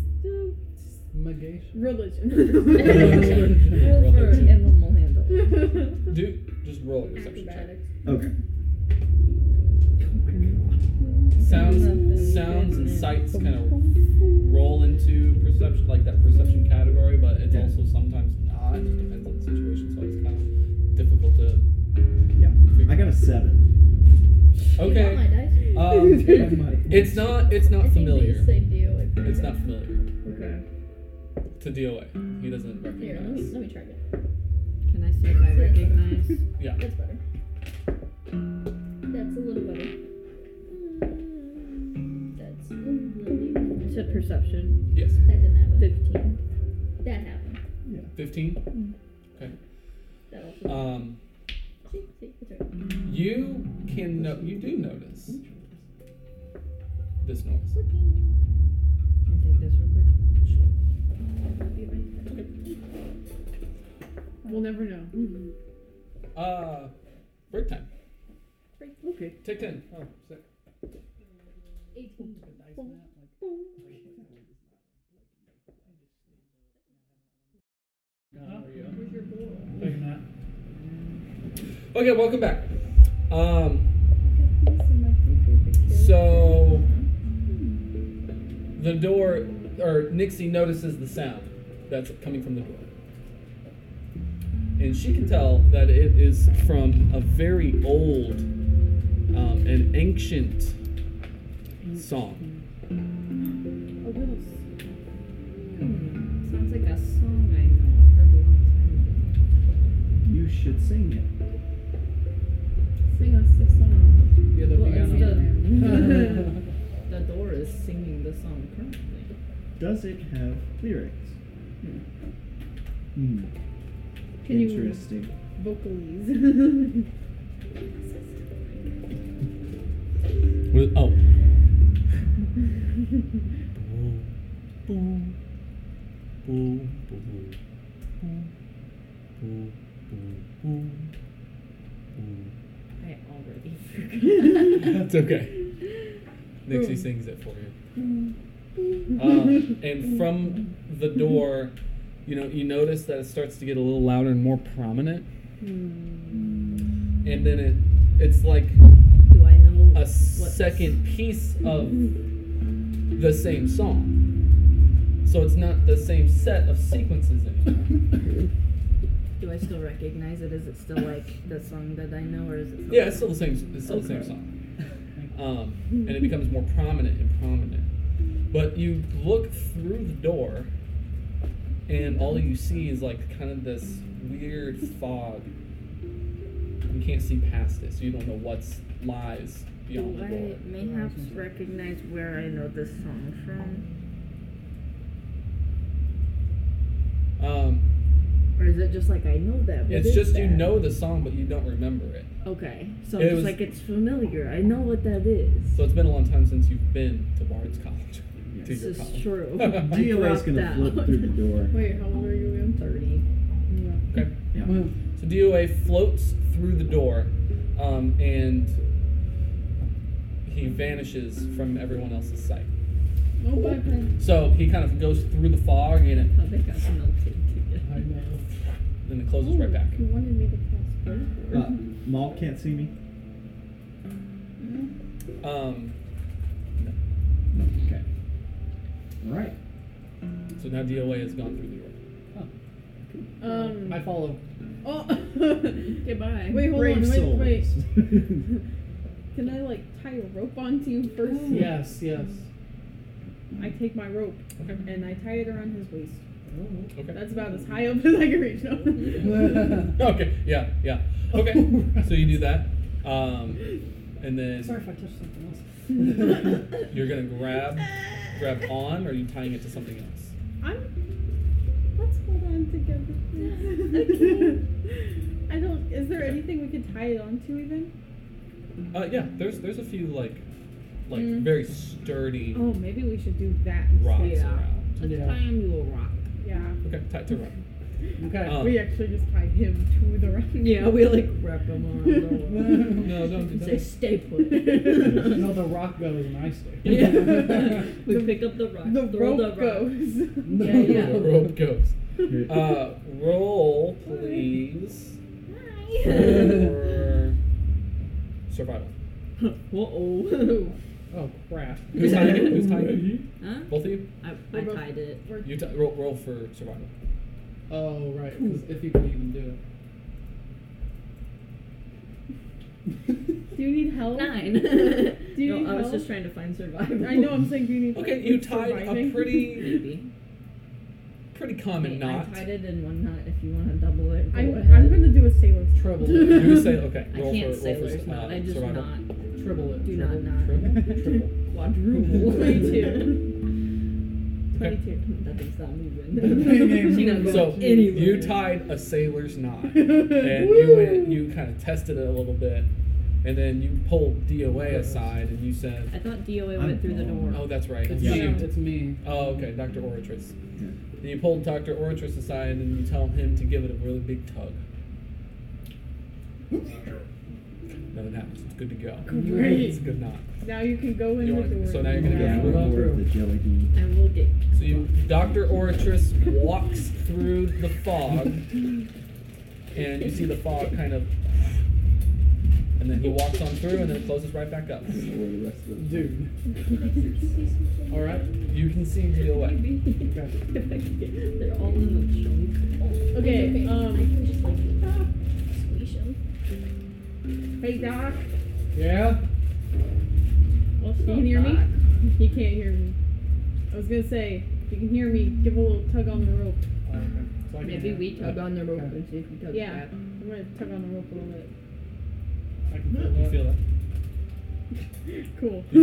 E: Magation.
C: Religion.
D: Roll for animal handle.
A: Do just roll a perception check.
G: acrobatics.
B: Okay. Oh my god.
A: Sounds, sounds, and sights kind of roll into perception, like that perception category, but it's
B: Yeah.
A: also sometimes not. It just depends on the situation, so it's kind of difficult to.
B: Yeah. I got a seven.
G: You want my
A: Okay.
G: dice?
A: Um,
B: I might-
A: it's not. It's
G: I
A: not
G: think
A: familiar.
G: these they do. if they're-
A: It's not familiar
C: Okay.
A: to DOA. He doesn't
G: Here, let me,
A: recognize.
G: let me try again.
D: Can I see if I recognize?
A: Yeah.
G: That's better. That's a little better. Mm, That's a little
D: To perception.
A: Yes.
G: That didn't happen.
D: Fifteen.
G: That happened.
A: Fifteen.
C: Mm.
G: That also.
A: Um,
G: see, see, it's right.
A: you can. No- you do notice this noise.
D: Can I take this real quick?
C: We'll never know.
D: Mm-hmm.
A: Uh, break time.
E: Okay.
A: Take ten.
E: Oh, sick.
G: Eighteen.
E: Huh?
G: Where's your bowl?
E: Taking that.
A: Okay, welcome back. Um.
G: This is my favorite character.
A: So the door, or Nixie notices the sound that's coming from the door, and she can tell that it is from a very old, um, an ancient song.
C: A little. s-
D: Hmm. Sounds like a song I know. I've heard a long
B: You should sing it.
C: Sing us the song.
E: You're the
D: Well, it's
E: piano.
D: time ago. The door is singing the song currently.
B: Does it have lyrics?
D: Hmm.
B: Hmm.
C: Can you-
B: Interesting.
C: Vocalese.
A: With, oh.
D: I already forgot.
A: It's okay. Nixie sings it for you. Um, and from the door, you know, you notice that it starts to get a little louder and more prominent,
D: Hmm.
A: and then it it's like
D: Do I know
A: a
D: what
A: second piece of the same song. So it's not the same set of sequences anymore.
D: Do I still recognize it? Is it still like the song that I know, or is it?
A: Yeah, it's still the same. It's still the same song, um, and it becomes more prominent and prominent. But you look through the door, and all you see is like kind of this weird fog. You can't see past it, so you don't know what's lies beyond the door.
D: I mayhaps recognize where I know this song from.
A: Um,
D: Or is it just like I know that? What
A: it's
D: is
A: just you
D: that?
A: know the song, but you don't remember it.
D: Okay, so
A: It
D: it's
A: was-
D: like it's familiar. I know what that is.
A: So it's been a long time since you've been to Bard's College. To
D: this
A: your
D: is
A: college.
D: true. I
A: DOA
B: DOA's
D: dropped
B: gonna
D: out.
B: flip through the door.
C: Wait, how old are you again?
F: Thirty.
A: Okay. Mm.
B: Yeah.
F: Wow.
A: So DOA floats through the door, um, and he vanishes from everyone else's sight.
C: Oh, bye, bye.
A: So he kind of goes through the fog and it,
D: How they got melted together.
E: I know.
A: and it closes right back.
C: Oh, You wanted me to pass first.
B: Uh, Malt can't see me.
A: Um,
B: No. Okay. All right.
A: so now DOA has gone through the door.
C: Um.
E: I follow.
C: Oh.
D: Goodbye.
C: wait, hold
B: Brave
C: on. Wait,
B: souls.
C: wait. Can I like tie a rope onto you first?
E: Yes, yes.
C: I take my rope
A: Okay.
C: and I tie it around his waist.
A: Okay.
C: That's about as high up as I can reach. No.
A: Okay. Yeah. Yeah. Okay. so you do that, um, and then
F: Sorry if I touched something else.
A: you're gonna grab grab on, or are you tying it to something else?
C: I'm. Let's hold on together. please. I don't. Is there anything we could tie it onto even?
A: Uh, yeah. There's there's a few like like
C: Mm.
A: very sturdy
C: Oh, maybe we should do that.
A: rocks
C: instead.
D: Yeah.
A: around.
D: Let's
E: Yeah.
D: tie him to a rock.
C: Yeah.
A: Okay. Tie it to a rock.
E: Okay.
A: Um,
C: we actually just tied him to the rock.
F: Yeah, we like wrap them on. the wall.
A: no, don't do
D: And say
A: that.
D: stay put.
E: no, the rock goes and I stay.
C: Yeah.
D: we pick up the rock.
C: The
D: throw
C: rope
D: the rock.
C: goes.
D: Yeah, yeah.
A: The rope goes.
B: Okay.
A: Uh, roll, please.
G: Hi.
A: for survival.
D: Uh oh.
C: Ooh.
E: Oh crap.
A: Who's tying it? Who's tying it?
D: huh?
A: Both of you.
D: I, I
C: We're both-
D: tied it.
C: we're-
A: You t- roll, roll for survival.
E: Oh right, 'cause if you can even do it.
C: Do you need help?
D: Nine.
C: Do you
D: no,
C: need
D: I was
C: help?
D: just trying to find survival.
C: I know. I'm saying do you need.
A: Okay,
C: help
A: you
C: with
A: tied a
C: surviving?
A: pretty
D: Maybe.
A: pretty common
D: Wait,
A: knot.
D: I tied it in one knot. If you want to double it, go
C: I'm,
D: ahead.
C: I'm gonna do a sailor's
E: Trouble.
A: You would say okay.
D: I
A: Roll
D: can't
A: for
D: say
A: roll
D: there's
A: for
D: not.
A: uh,
D: I just
A: survival.
D: not.
E: Triple it.
D: Do
E: triple,
D: not not.
A: Triple. triple.
D: Quadruple.
C: Twenty-two. Twenty-two.
D: That thing's not moving. she not
E: Twenty-two.
D: going
A: So
D: anywhere.
A: you tied a sailor's knot, and you went. You kind of tested it a little bit, and then you pulled DOA aside, and you
D: I
A: said,
D: thought DOA
B: I'm
D: went through the
B: gone.
D: door.
A: "Oh, that's right."
E: It's
A: you-
E: me.
C: Yeah.
E: It's me.
A: Oh, okay, Doctor Oratrice.
B: Yeah.
A: And you pull Doctor Oratrice aside, and you tell him to give it a really big tug. Nothing happens. It's good to go.
C: Great.
A: It's a good knot.
C: Now you can go in
A: You
C: the
A: wanna-
C: door.
A: so now you're gonna
B: Yeah,
A: go
B: we're
A: through.
B: more of the jelly bean.
D: I will get.
A: So you, Dr. Oratrice walks through the fog, and you see the fog kind of, and then he walks on through, and then it closes right back up.
B: I don't know where the rest of those-
E: Dude. All right.
A: You can see the away.
E: Okay.
D: If I can get- They're all in
C: Okay.
G: I
C: Um.
G: can just like squish him.
C: Hey, Doc.
E: Yeah.
D: the trunk.
C: You can hear me? He can't hear me. I was gonna say, if you can hear me, give a little tug on the rope.
E: Okay. So I can
D: Maybe
E: have-
D: we tug on the rope
E: Okay.
D: and see if we tug
C: Yeah.
D: back.
C: I'm gonna tug on the rope a little bit.
E: I can feel
A: You
E: that.
A: feel that? You
C: Cool.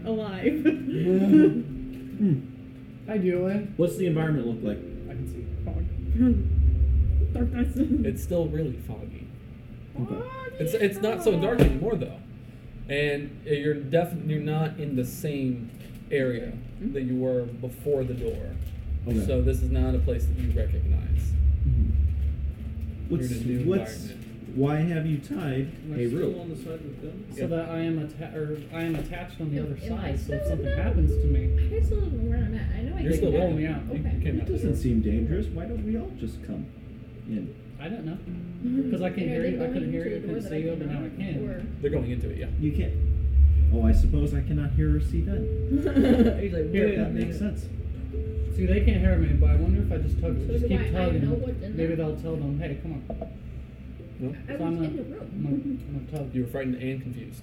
A: feel
C: Alive.
E: Hi, Dylan.
B: What's the environment look like?
E: I can see.
C: Fog. Darkness.
A: It's still really foggy.
B: Okay.
A: It's it's not so dark anymore though, and you're definitely you're not in the same area
E: Mm-hmm.
A: that you were before the door.
B: Okay.
A: So this is not a place that you recognize.
B: Mhm. What's
A: You're in a new
B: what's why have you tied
E: Am I
B: a
E: still
B: rope?
E: on the side with them? So
A: Yeah.
E: that I am atta- or I am attached on the
G: Am-
E: other
G: am I
E: side. So
G: still
E: if
G: on
E: something
G: that?
E: happens to me,
G: I still don't know where I'm at. I know I
A: You're
G: can
A: still
G: get
E: roll
A: rolling
E: me
G: out.
E: out. You
G: Okay.
A: came
B: It
A: out the door.
B: doesn't seem dangerous. Why don't we all just come in?
E: I don't know because I can
G: And are
E: hear
G: they
E: you. I
G: going
E: couldn't hear
G: to
E: you. I
G: the door
E: couldn't
G: that
E: see you, but now I
G: open,
E: can.
A: They're going into it, yeah.
B: You can't. Oh, I suppose I cannot hear or see that.
D: He's like,
E: Here,
D: wait a minute.
B: That makes sense.
E: See, they can't hear me, but I wonder if I just tug,
G: So
E: just
G: do
E: keep
G: I- I
E: tugging.
G: know what's in
E: Maybe
G: there?
E: they'll tell them, hey, come on.
G: I
E: So
G: was
E: I'm
G: in
E: a-
G: the room.
E: I'm gonna, I'm gonna tug.
A: You were frightened and confused.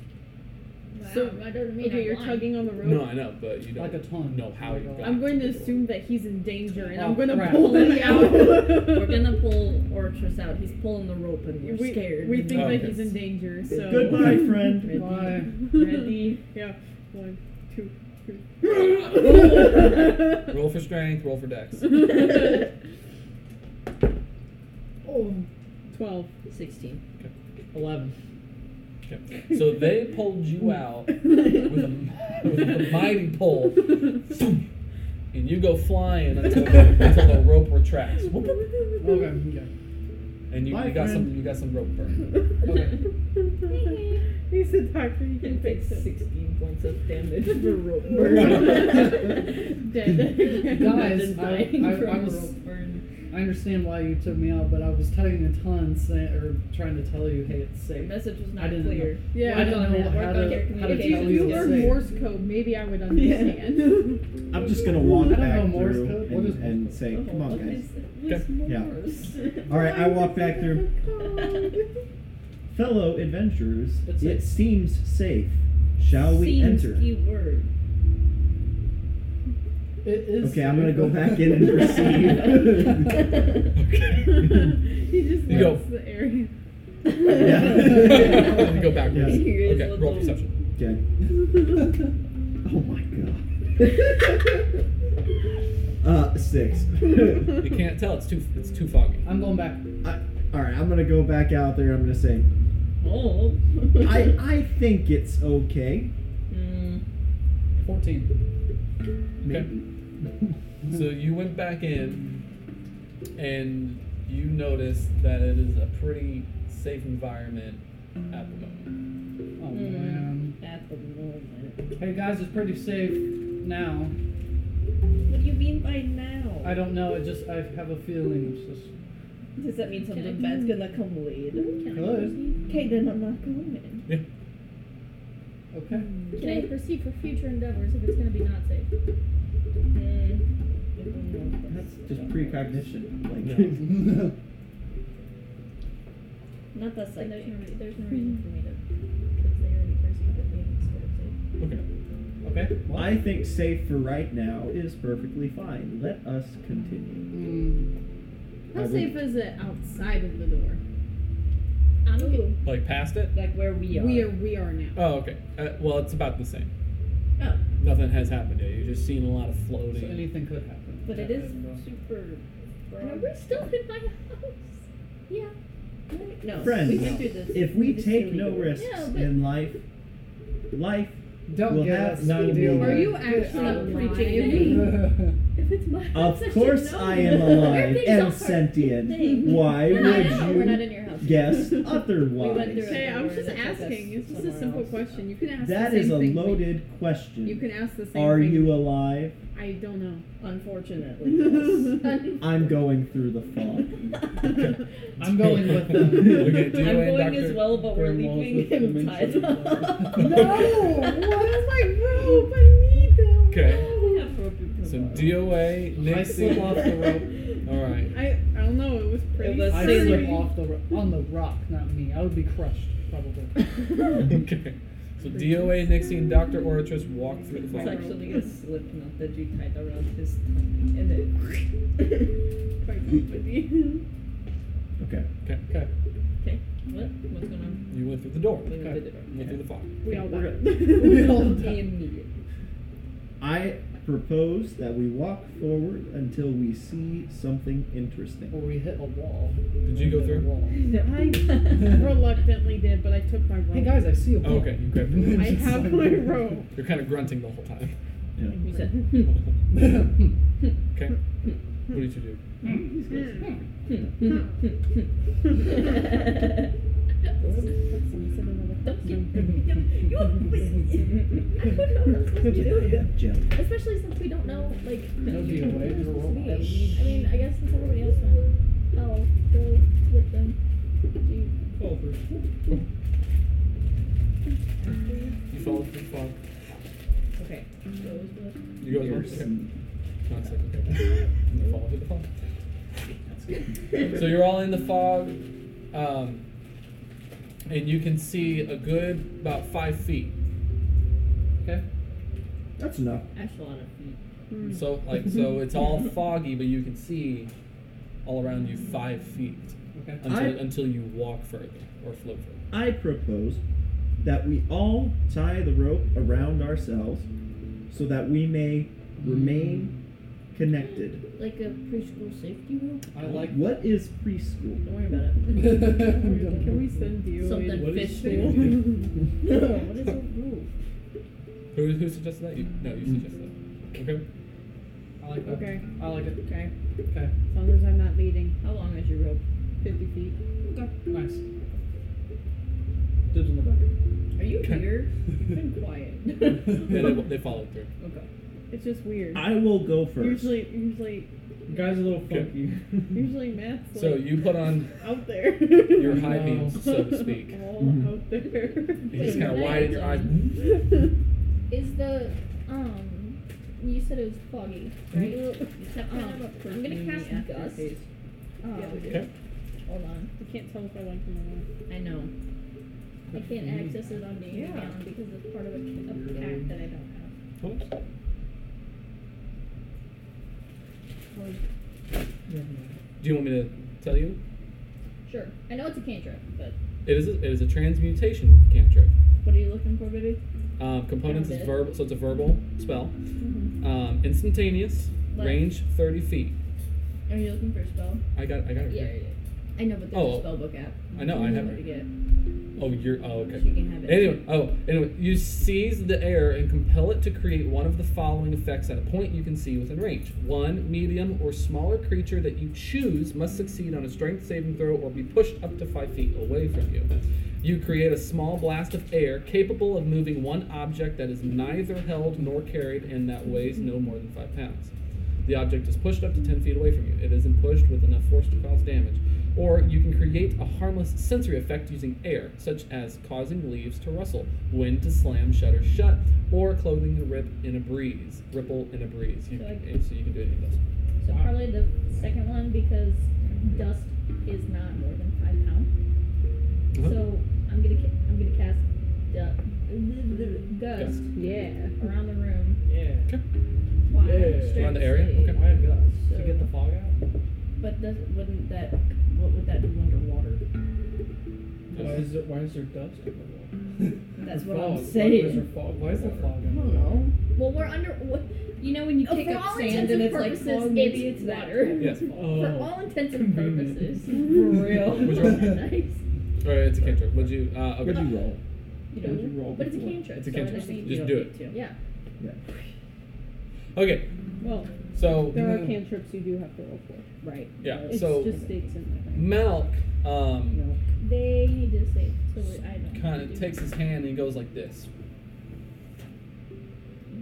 G: Wow,
C: So,
G: that doesn't mean
C: Okay,
G: I'm
C: you're
G: lying.
C: tugging on the rope.
A: No, I know, but you don't
E: Like a ton.
A: know how you
E: Like a-
A: got
C: I'm going to
A: the door.
C: assume that he's in danger, and
E: Oh,
C: I'm going to
E: crap.
C: pull him
D: Yeah.
C: out.
D: We're gonna pull Ortrus out. He's pulling the rope and we're
C: we,
D: scared.
C: we think
A: Oh, Okay.
C: that he's in danger, so.
B: Goodbye, friend.
D: Ready.
E: Why?
C: Ready? yeah. One, two, three.
A: Roll for strength, roll for dex.
C: Twelve.
D: 16.
E: Eleven.
A: Okay. So they pulled you out with a, with a mighty pull, Thump. and you go flying until the, until the rope retracts, Whoop, whoop.
E: Okay. Okay.
A: and you, you
E: My
A: got some
E: friend.
A: you got some rope burn.
E: Okay.
C: He said, "Doctor, you can fix it."
D: 16 points of damage for rope
C: burn. Dead.
E: Guys, I,
D: dying
E: I, I
D: from
E: was.
D: rope burn.
E: I understand why you took me out, but I was tugging a ton, saying, or trying to tell you, hey, it's
D: Your
E: safe.
D: message was
E: I
D: not
E: didn't
D: clear.
E: I don't know
D: Work
E: how
D: on
E: to-
D: your
E: how to
C: If you
E: tell
C: knew
E: you
C: were
E: it's
D: word
E: safe.
C: Morse code, maybe I would understand.
B: I'm just
C: Oh
B: gonna walk
E: I don't
B: back
E: know Morse
B: through
E: code. What
B: and,
E: is Morse
B: and
E: code?
B: say, "Come
D: Oh,
B: on, guys."
A: Okay.
B: Yeah. All right, I walk back through. Fellow adventurers,
E: That's
B: it
E: it.
B: seems safe. Shall we
D: Seems
B: enter?
D: keyword.
E: It is.
B: Okay, I'm gonna go back in and proceed.
C: he just
A: You go.
C: loves the area.
B: Yeah.
A: you go backwards.
B: Yeah.
D: Here is
A: Okay,
D: what
A: roll
D: the-
A: perception.
B: Okay. Oh my god. uh, six.
A: You can't tell; it's too it's too foggy.
E: I'm going back. Oh,
B: I, all right, I'm gonna go back out there. I'm gonna say,
D: Oh.
B: I I think it's okay.
C: Hmm.
D: Mm,
E: 14.
B: Maybe.
A: So you went back in, and you noticed that it is a pretty safe environment at the moment.
E: Oh,
D: Mm.
E: man.
D: at the moment.
E: Hey, guys, it's pretty safe now.
D: What do you mean by now?
E: I don't know, it just, I have a feeling it's just.
D: Does that mean something
G: Can I-
D: bad's gonna come later?
E: Good.
D: Okay, then I'm not going.
E: Okay.
C: Hmm.
G: Can I proceed for future endeavors if it's gonna be not safe?
E: Hmm.
B: That's just precognition. Like,
A: Mm.
D: Not that
G: Then there's
D: psychic.
G: no, re- there's no reason for me to, because they already perceived it being sort of safe.
A: Okay.
E: okay. well,
B: I think safe for right now is perfectly fine. Let us continue.
E: Mm,
B: I
C: How
B: would-
C: safe is it outside of the door?
G: I'm
D: Ooh.
G: good.
A: Like past it?
D: Like where we are.
C: We are we are now.
A: Oh, okay. Uh, well, it's about the same.
D: Oh.
A: Nothing has happened yet. You're just seeing a lot of floating.
E: so anything could happen.
D: But it is
E: And, uh,
D: super.
G: And are
D: broad.
G: we still in my house?
D: Yeah. No.
B: Friends,
D: we went through this.
B: If we
D: this
B: take
D: silly
B: no
D: door.
B: risks
G: Yeah, but-
B: in life, life.
E: Don't
B: We'll
E: get
B: have
E: us
B: none
E: to
B: of
E: deal
B: these.
E: with.
C: Are you
E: Get
C: actually
E: out of
C: preaching
E: line.
C: at
G: If it's my house,
B: Of
G: I should
B: course,
G: know.
B: I am
G: Where
B: alive
G: things are.
B: and sentient.
G: Things.
B: Why
G: Yeah, I
B: would
G: know,
B: you
G: We're not in your house.
B: guess
D: through
B: otherwise?
D: it.
C: Hey, I was just
D: Or that's
C: asking. It's just a
E: somewhere
C: simple
E: else.
C: question. You can ask.
B: That
C: the same
B: is a
C: thing.
B: loaded question.
C: You can ask the same.
B: Are
C: thing.
B: you alive?
C: I don't know.
D: Unfortunately. yes.
B: I'm going through the fog.
E: I'm going with them.
A: We're gonna do
D: I'm
A: it,
D: going
A: Dr.
D: as well, but we're
E: Grandma's
D: leaving
E: with
D: him
E: dementia.
D: tied up.
C: rope? I need them.
A: Okay.
D: Have rope tomorrow.
A: Some DOA,
E: I slip
A: Nixie.
E: off the rope.
A: All right.
C: I I don't know. It was pretty.
D: was
E: I
D: Scissor.
E: slip off the ro- on the rock, not me. I would be crushed probably.
A: Okay. So DOA, Nixie, and Dr. Oratrice walk through
D: It's
A: the fog.
D: actually a slip knot that you tied around his tongue, and it.
C: Quite comfy.
B: Okay.
E: Okay.
D: okay. What? What's going on?
A: You went through the door.
D: We
A: You
D: went through the door.
A: went through the fog.
C: we all
B: We're
E: We all
D: Okay, immediate.
B: I propose that we walk forward until we see something
E: Or
B: interesting.
E: we hit a wall.
A: Did you go
E: Hit a
A: through?
E: wall.
C: reluctantly did, but I took my rope.
E: Hey guys, I see a
A: Oh,
E: wall.
A: okay, you grabbed it.
C: I have my rope.
A: You're kind of grunting the whole time.
B: Yeah.
D: You said,
A: Okay. What did you do?
G: Especially
B: Jelly.
G: since we don't know, like,
E: No deal, wait, you're wrong.
G: I mean, I guess since everybody else went, I'll go with them.
E: Call for-
A: You followed through the fog.
D: Okay. Goes with-
A: You go as well?
B: Here's
A: Okay.
B: some-
A: Not sick, okay. You follow through the fog. So you're all in the fog, um, and you can see a good about five feet Okay.
B: That's enough.
D: That's a lot of feet.
C: Mm.
A: So like so it's all foggy, but you can see all around you five feet
E: Okay.
A: until
B: I-
A: until you walk further or float further.
B: I propose that we all tie the rope around ourselves so that we may remain connected.
D: Like a preschool safety rule?
E: I like
B: What is preschool?
D: Don't worry about
C: Can we send you?
D: Something
E: What is
D: fish
E: she
D: rule.
E: doing?
D: what is a rule?
A: Who, who suggested that? You no, you suggested that. Okay.
E: I like that.
C: Okay.
E: I like it.
D: Okay.
E: Okay.
C: As long as I'm not leading
D: How long is your rope?
C: 50 feet.
E: Nice. Dibs on the back.
D: Are you here? You've been quiet.
A: Yeah, they, they followed through.
D: okay.
C: It's just weird.
B: I will go first.
C: Usually, usually,
E: Guy's a little
A: Okay.
E: funky.
C: usually math's
A: So
C: like
A: you put on
C: out there.
A: your high
E: No.
A: beams, so to speak.
C: all
B: Mhm.
C: out there.
A: You just kind of
G: Wait,
A: widen your eyes.
G: Is the um? You said it was foggy, right?
D: Except
G: Um,
D: kind of a
G: I'm gonna
D: perfumy
G: cast
D: after
G: gust.
D: taste.
C: Um,
G: Yeah, we did.
A: Okay.
G: Hold on,
C: I can't tell if I like them
D: I know.
G: I can't access it on being
D: Yeah.
G: down because it's part of a, ca- a pack that I don't have.
A: Oops. Do you want me to tell you?
G: Sure, I know it's a cantrip, but
A: It is a, it is a transmutation cantrip.
G: what are you looking for, baby?
A: Um, components
G: Found
A: is
G: it.
A: verbal, so it's a verbal spell. Um, instantaneous,
G: What?
A: range thirty feet.
G: Are you looking for a spell?
A: I got I got it.
G: Yeah,
A: here.
G: yeah. I know, but there's
A: Oh,
G: a spellbook app.
A: I know, I
G: You
A: have
G: what
A: it.
G: to get.
A: Oh, you're oh okay.
D: She can have it.
A: Anyway, oh, anyway, you seize the air and compel it to create one of the following effects at a point you can see within range. One medium or smaller creature that you choose must succeed on a strength saving throw or be pushed up to five feet away from you. You create a small blast of air capable of moving one object that is neither held nor carried and that weighs no more than five pounds. The object is pushed up to 10 feet away from you. It isn't pushed with enough force to cause damage. Or you can create a harmless sensory effect using air, such as causing leaves to rustle, wind to slam shutter shut, or clothing to rip in a breeze, ripple in a breeze. You,
G: So I-
A: so you can do any of those.
G: So probably the second one because dust is not more than five pound.
A: Uh-huh.
G: So I'm gonna ca- I'm gonna cast du- gust
C: all. Yeah.
G: around the room.
E: Yeah.
G: Why?
E: Yeah.
A: Around the area? Okay.
E: Why have guts?
G: So-
E: To get the fog out?
D: But does wouldn't that what would that do underwater?
E: Why is there, why is there dust on the wall?
D: That's
E: Or
D: what I'm
E: fog. Why is there
D: saying.
E: fog? Why is there fog?
D: I
E: on the
D: don't
E: wall?
D: know.
G: Well, we're under. What, you know when you
D: Oh,
G: kick
D: for
G: up
D: all
G: sand
D: intents and
G: and it's like
D: purposes,
G: fog, maybe
D: it's
G: it's
D: water.
G: water.
A: Yes.
E: Oh.
G: For all intents and
E: Convenient.
G: purposes.
D: For real.
A: Would you All right, it's a cantrip. Would you? Uh,
B: What'd
A: okay.
B: you roll?
G: You
E: What'd you
G: know,
E: roll
G: but it's a
E: before?
G: cantrip.
A: It's a
G: so I
A: cantrip.
G: don't need-
A: Just
D: You
A: do
D: don't
A: it.
D: need to.
G: Yeah.
A: Okay.
C: Well,
A: So
C: there are
E: Yeah.
C: cantrips you do have to roll for.
D: Right.
A: Yeah,
C: It's
A: So-
C: just states in
A: Malk um,
D: No.
G: They need to save, so I don't.
A: kind
G: need
A: of
G: to.
A: takes his hand and he goes like this,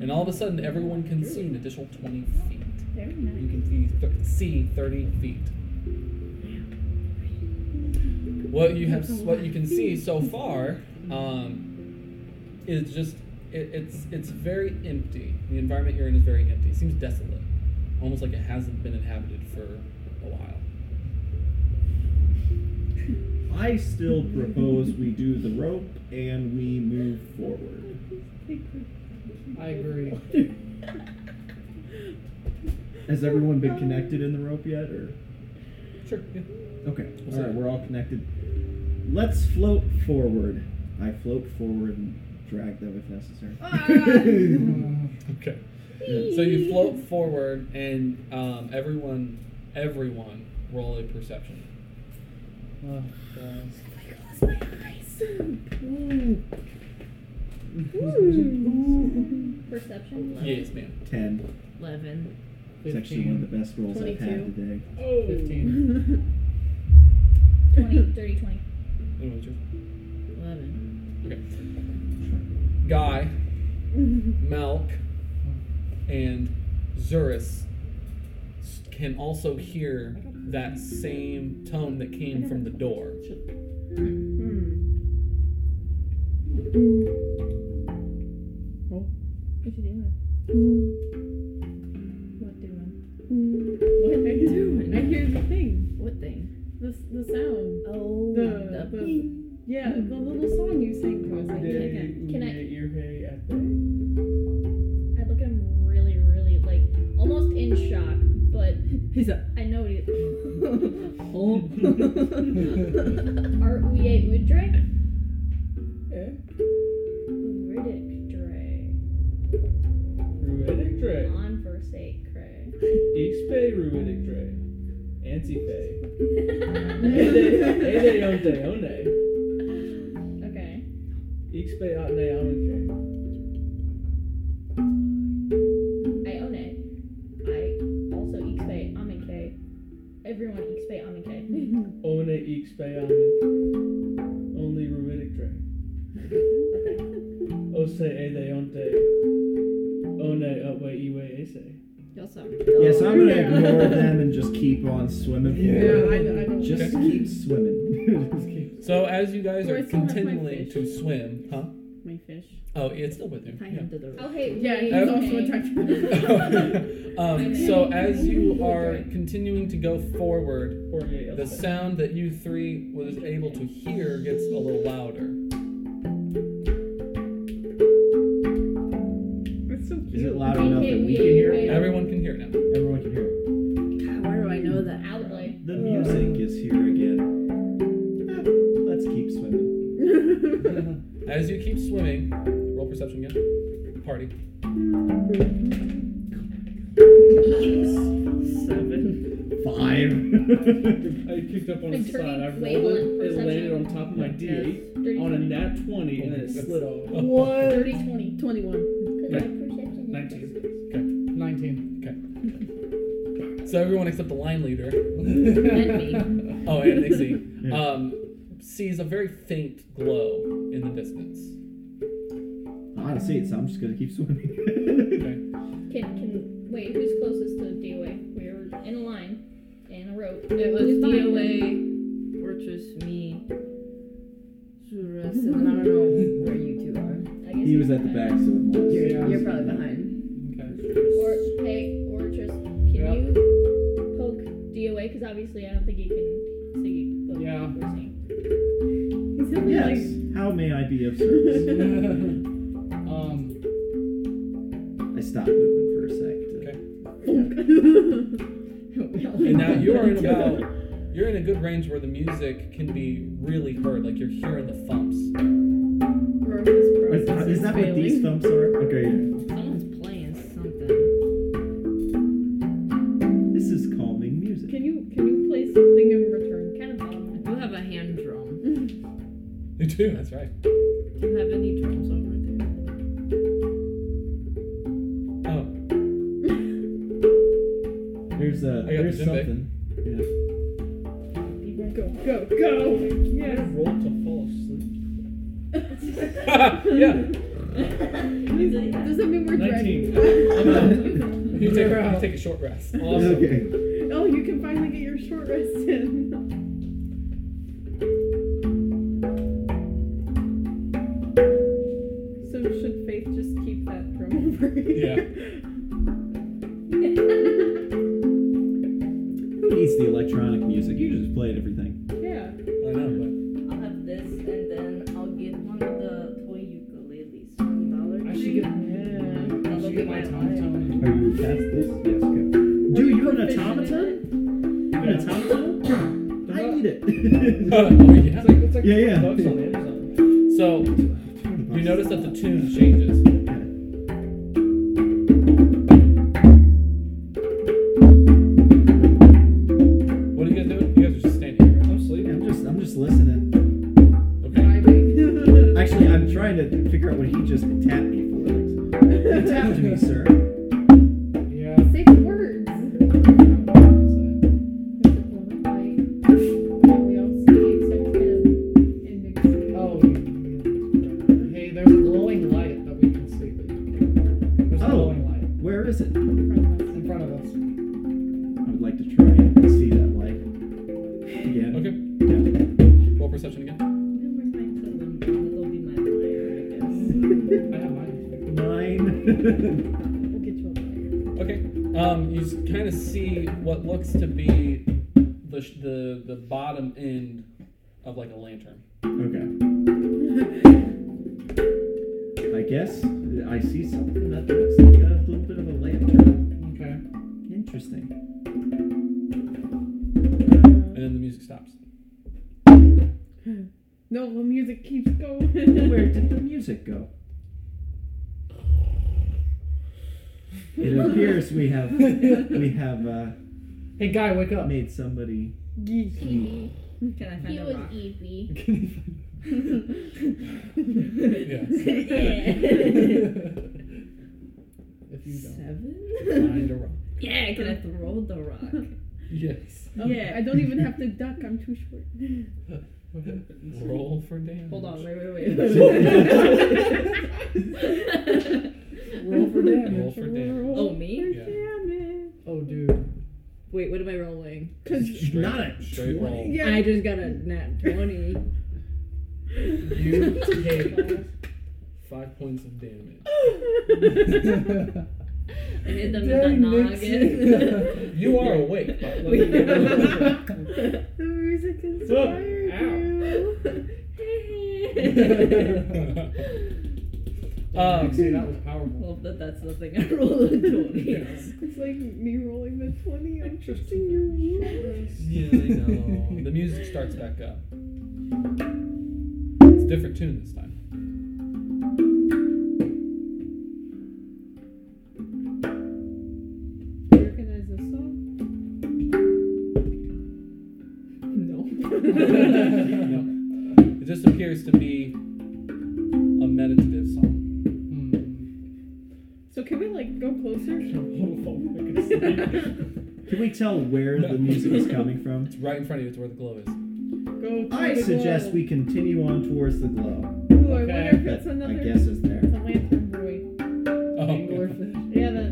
A: and all of a sudden everyone can see an additional twenty feet.
G: Very
A: You
G: nice.
A: can see, th- see 30 feet. What you have, what you can see so far, um, is just it, it's it's very empty. The environment you're in is very empty. It seems desolate, almost like it hasn't been inhabited for a while.
B: I still propose we do the rope and we move forward.
E: I agree. Uh,
B: Has everyone been connected in the rope yet, or?
A: Sure. Yeah.
B: Okay.
A: What's
B: All right,
A: that?
B: we're all connected. Let's float forward. I float forward and drag them if necessary.
E: Ah!
A: Okay. So you float
D: Oh
A: forward, and um, everyone, everyone, roll a perception.
E: Oh, God.
B: Hmm.
G: Perception.
A: Yes, ma'am.
B: Ten.
D: Eleven.
B: It's actually one of the best rolls I've had
C: 22.
B: today.
E: Oh. 15.
C: there.
G: 20, 30, 20.
A: Anyone, it's yours.
D: Eleven.
A: Guy, Malk, and Zurus s- can also hear that same tone that came from the door.
C: Hmm. Oh.
D: What you doing? What doing?
C: What
D: are you doing?
C: I hear the thing.
D: What thing?
C: The, s- the sound.
D: Oh.
C: The- the- Yeah, the little song you sang to us. I
E: Hey,
C: can't.
E: ooh,
G: Can I-
E: yeah, you're hey at the.
G: Art we ate with Drake.
A: Eh?
E: Yeah.
G: Riddick Dre.
E: Ruidic Dre.
G: On first eight cray.
E: Ixpe Ruidic Dre. Antife. Ede Onde One.
G: okay.
E: Ixpe Otne Amanke.
G: I own it. I also Ixpe Amenke. Everyone Ixpe Amenke.
E: One Ixpe Amanke. Only Ruidic Dre. Ose Ede Onde. One Otwe Iwe Ese.
D: Y'all suck.
B: Yes, I'm gonna
C: Yeah.
B: ignore them and just keep on swimming. forward.
E: I, I don't
B: Just keep swimming. Just keep-
A: So as you guys
C: Do I
A: are
C: still have my
A: continuing
C: fish?
A: to swim, huh?
C: My fish.
A: Oh, it's still with you.
D: Tie
A: yeah.
D: him to the
G: Oh
D: roof.
G: hey,
C: Yeah,
G: wait,
C: he's
A: Um,
C: also
G: okay.
A: um,
C: attacked.
A: so as you are continuing to go forward,
E: Jorge
A: the
E: Elsa.
A: sound that you three was able to hear gets a little louder.
C: That's so
B: Is
C: cute.
B: it loud
G: Wait,
B: enough
G: wait,
B: that we
G: wait,
B: can hear
G: wait.
B: it?
A: Everyone can hear now.
B: Everyone can hear it.
D: God, why do I know that?
G: Out like
B: The music is here again. Eh, Let's keep swimming.
A: As you keep swimming, roll perception again. Party.
F: Seven.
B: Five.
E: I kicked up on
G: A
E: its
G: dirty
E: side. I rolled
G: wavelength
E: it. It landed
G: perception.
E: on top of my D8
G: dirty
E: on a
G: 20.
E: nat 20, and then it slid off.
A: What?
G: dirty twenty.
C: 21.
G: Because my perception is
E: 19.
A: 19. Okay. So everyone except the line leader,
D: And
A: oh, and Nixie,
B: Yeah.
A: um, sees a very faint glow in the distance.
B: I don't see it, so I'm just gonna keep swimming.
G: Can can wait? Who's closest to DOA? We were in a line, in a rope.
D: It was
G: Who's
D: DOA, Fortress, me, Suras, and then I don't know where you two are.
G: I guess
B: He was
G: he's
B: at the
G: behind.
B: back, so it was.
D: You're, you're probably behind.
A: Okay.
G: Or hey, or just can
E: Yeah.
G: you poke DOA? Because obviously I don't think he can see what
E: Yeah.
G: we're seeing.
B: Yes. How may I be of service?
E: um,
B: I stopped moving for a sec. To...
A: Okay.
D: and
A: And now you are in about you're in a good range where the music can be really heard, like you're hearing the thumps.
B: Is, is that what these thumps are? Okay. yeah.
D: Someone's playing something.
B: This is calming music.
C: Can you can you play something in return?
G: Kind of bottom.
D: You have a hand drum.
A: You do, that's right.
D: Do you have any drums over there?
A: Oh,
B: There's a.
A: got the
B: There's
A: djembe.
B: something. Yeah.
C: Go, go, go!
E: I
C: Yes.
E: rolled to fall asleep.
A: yeah.
C: Does that mean we're dragging?
E: 19.
A: I'm out. You take,
E: You're
A: you
E: out.
A: take a short rest.
E: Awesome.
B: Okay.
C: Oh, you can finally get your short rest in. So should Faith just keep that drum over here?
B: Who needs the electronic music? You just played everything.
C: Yeah. Yeah.
A: I know,
F: I'll have this and then I'll get one of the toy ukuleles for $1.
E: I should get, I should get my automaton.
B: Are you past this? Yes. Okay. Dude, you have an automaton? You have an automaton? I need
A: but
B: it.
A: oh, yeah.
E: It's like, it's like
B: Yeah, yeah.
E: bucks on Amazon.
A: So you notice that the tune changes. What are you guys doing? You guys are just standing here.
E: I'm
B: Yeah,
E: sleeping.
B: I'm just. I'm just listening.
A: Right? Okay.
C: Driving.
B: Actually, I'm trying to figure out what he just tapped me for. Like, you tapped me, sir.
E: Yeah.
C: Say the words. We all see except him and Nixie.
E: Oh. Hey, there's a glowing light that we can see. There's
B: a Oh.
E: a
B: glowing
E: glowing light
B: Where is it? I
C: From
E: in front of us.
B: would like to try and see that light. Yeah.
A: Okay.
B: Yeah.
A: Roll perception again.
E: I have mine.
B: Mine.
C: We'll get you a lighter.
A: Okay. Um, you kind of see what looks to be the, sh- the the bottom end of like a lantern.
B: okay.
C: Uh,
B: I guess I see something that looks like a little bit of a lantern.
E: Okay.
B: Interesting.
A: And then the music stops.
C: still, the music keeps going.
B: Where did the music go? It appears we have we have uh,
E: Hey, guy, wake up.
B: made somebody.
C: Yeesh.
G: Evie.
F: Can I find
G: He
F: a
G: was
F: rock?
G: Evie.
A: if you don't
F: Seven?
A: find a rock.
F: yeah, can I throw the rock?
A: Yes.
C: Oh,
F: Yeah.
C: I don't even have to duck. I'm too short.
A: Roll for damage.
F: Hold on, wait, wait, wait. wait.
E: Roll for damage.
A: Roll for damage.
C: Roll
F: Oh, me?
C: for
A: Yeah.
C: damage.
E: Oh, dude.
F: Wait, what am I rolling?
C: 'Cause-
A: Straight-
B: Not a
A: straight roll.
B: 20.
C: yeah,
F: I just got a nat 20.
A: You take five points of damage.
F: I hit them
E: Dang,
F: in the noggin.
E: Nixon.
A: You are awake, by the
E: Wait.
A: way.
C: the music inspired
E: Ow.
C: you.
A: Um,
E: see, that was powerful.
F: Hope that that's the thing I rolled a 20.
C: It's like me rolling the 20. I'm trusting your rules.
A: Yeah, I know. the music starts back up. It's a different tune this time.
C: You recognize this song?
A: no. It just appears to be a meditative song.
E: Hmm.
C: So can we like go closer?
B: Can we tell where the music is coming from?
A: It's right in front of you, it's where the glow is.
C: Go. to
B: I
C: the
B: suggest
C: glow.
B: we continue on towards the glow.
C: Ooh, I
E: Okay.
C: wonder if
B: That I
C: it's another.
B: guess is there.
C: It's a lantern boy.
A: Oh.
C: Yeah, that.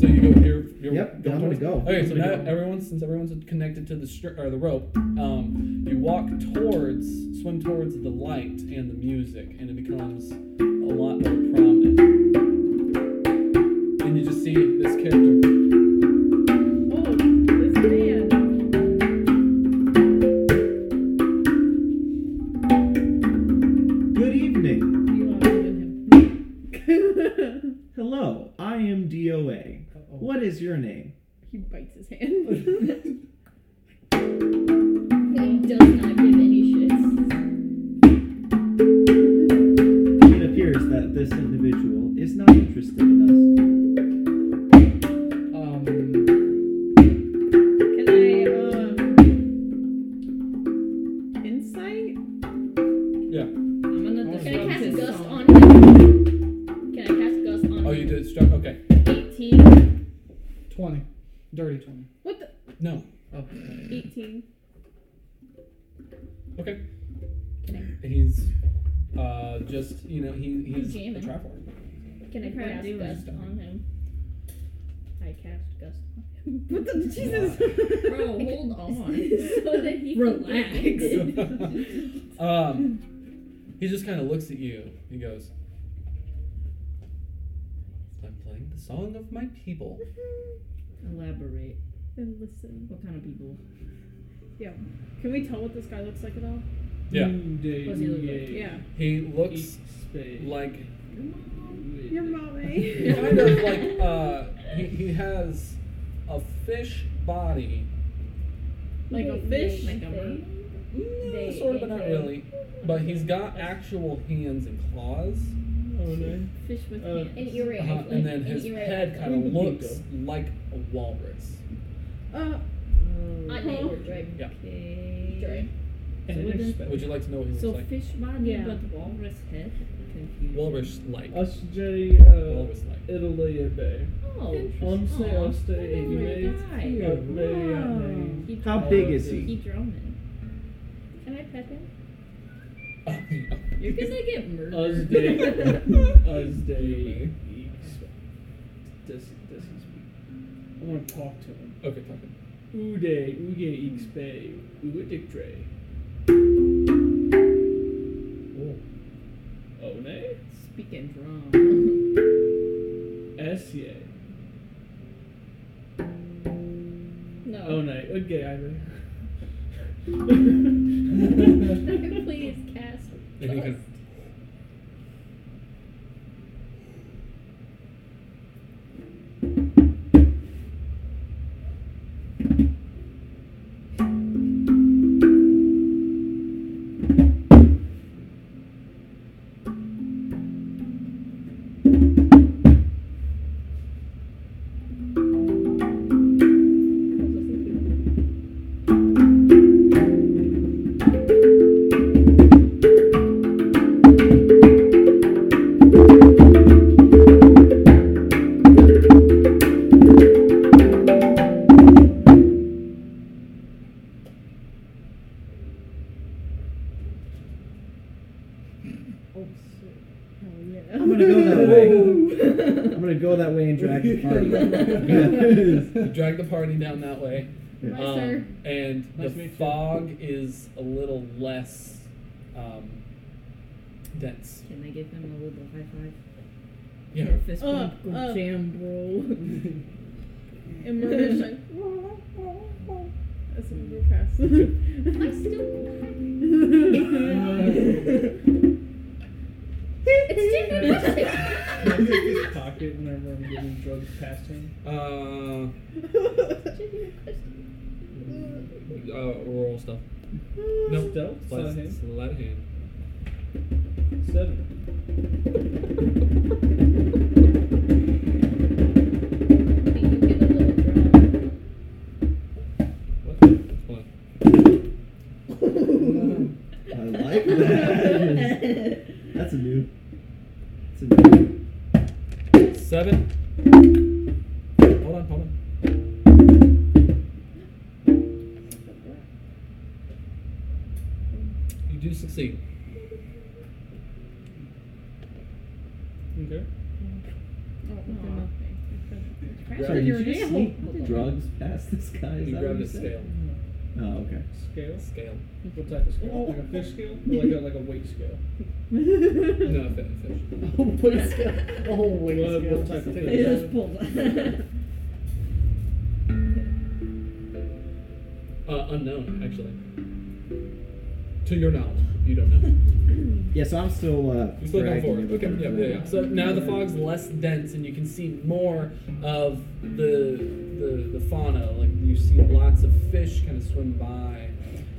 A: So you go here. You're
B: Yep, then I'm gonna go.
A: Okay, so
B: I'm
A: now
B: gonna go.
A: everyone, since everyone's connected to the str- or the rope, um, you walk towards, swim towards the light and the music, and it becomes a lot more prominent. And you just see this character.
C: Oh, this man.
B: Good evening.
C: You are him.
B: Hello, I am DOA.
E: oh,
B: What is your name?
C: he bites his hand.
G: He does not give any shits.
B: It appears that this individual is not interested in us.
E: Um,
C: Can I um insight?
A: Yeah.
F: I'm gonna
E: Can I
G: Can
F: disrupt
G: I cast
F: his
G: Gust
F: song.
G: on him? Can I cast Gust on him?
A: Oh, you did. Stru- okay.
G: 18.
E: 20. Dirty 20.
C: What the?
A: No.
E: Oh.
C: 18.
A: Okay. He's uh, just you know he he's
G: He's jamming.
A: a traveler.
G: Can I
F: What
G: cast
F: do I
G: Gust on him? I cast Gust on
C: What the? Jesus.
F: Bro, hold on.
G: him. so that he
F: Relax.
G: Can get it.
A: um, he just kind of looks at you. He goes, "I'm playing the song of my people."
F: Elaborate.
C: and listen.
F: What kind of people?
C: Can we tell what this guy looks like at all?
A: Yeah.
E: Day,
F: What's he look like?
C: Yeah.
A: He looks
E: Hmm. Looks spade.
A: like
C: Your mommy.
A: kind of like uh, he, he has a fish body,
C: Like a fish?
G: Like a bird?
A: Mm,
G: They-
A: sort of, but not
G: they-
A: really. But he's got actual hands and claws,
E: Oh, no.
C: Fish with
E: Uh,
C: hands.
G: An earring.
A: uh-huh,
G: like
A: and then
G: an
A: his
G: earring.
A: head kind
E: Ooh,
A: of looks
E: Nico.
A: like a walrus.
C: Uh,
G: Not naked, Ah, right?
F: Okay.
G: Drake.
E: And
F: wouldn't-
E: expect
A: Would you like to know what he looks
F: So
A: like?
F: fish body,
C: Yeah.
F: but walrus head. Confused.
A: Walrus like.
E: Us jetty, uh,
A: Walrus like.
E: Italy Bay.
F: Oh.
E: Um, say
F: Aw,
E: Oste
F: what a
E: Italy.
F: nice guy.
E: Uh, Bay, uh,
C: Wow.
E: Bay.
F: He
B: How
E: Uh,
B: big is
E: the-
B: he?
F: He drumming.
G: Can I pet him?
A: Oh,
F: You're gonna get
E: Us
F: murdered.
E: day. Us day. This, this is I want to talk to him.
A: okay, talking.
E: Ude, Uge X Bay, Uidic Dre. One,
F: Speaking drum.
E: Esye,
G: No.
B: Oh,
E: One, Udge Ibe.
G: Please cast.
A: And he kind of-
G: Gust.
C: yeah.
B: I'm gonna go that way. I'm gonna go that way and drag the party.
A: You drag the party down that way. Um,
B: Yeah.
C: Hi, sir.
A: And
E: Nice to
A: the
E: meet you.
A: fog is a little less um, dense.
D: Can I give him a little high five?
A: Yeah.
D: Or fist
C: Uh,
D: bump? Good
C: uh.
D: jam, bro.
C: And Murder's like, that's a little fast.
G: I still.
E: Can I take his pocket whenever I'm giving drugs past him?
A: Uh, uh, roll stuff. No, sleight
E: Stealth? Sleight of hand?
A: sleight of hand.
E: Seven.
G: You get a little drunk.
A: What? Hold on.
B: I like that. That's a new. That's a new.
A: Seven. Hold on, hold on. You do succeed.
E: Okay.
B: Sorry,
C: your
B: did you just
C: nail.
B: sneak drugs past this guy? Is
A: You
B: that what
A: grabbed
B: you
A: a
B: said?
A: scale.
B: Oh, okay.
E: Scale?
A: Scale.
E: What type of scale? Like a fish scale? Or like a, like a weight scale?
A: No, fish. fish.
D: Oh, wait.
E: What, what type of
D: It
E: fish?
D: just pulled. That's
A: Uh, unknown, actually. To your knowledge, you don't know.
B: Yeah, so I'm still. Uh,
A: You're still going
B: dragging
A: forward.
B: you,
A: Okay,
B: looking
A: yeah,
B: for
A: yeah,
B: that.
A: yeah. So now the fog's less dense, and you can see more of the the, the fauna. Like you see lots of fish kind of swim by.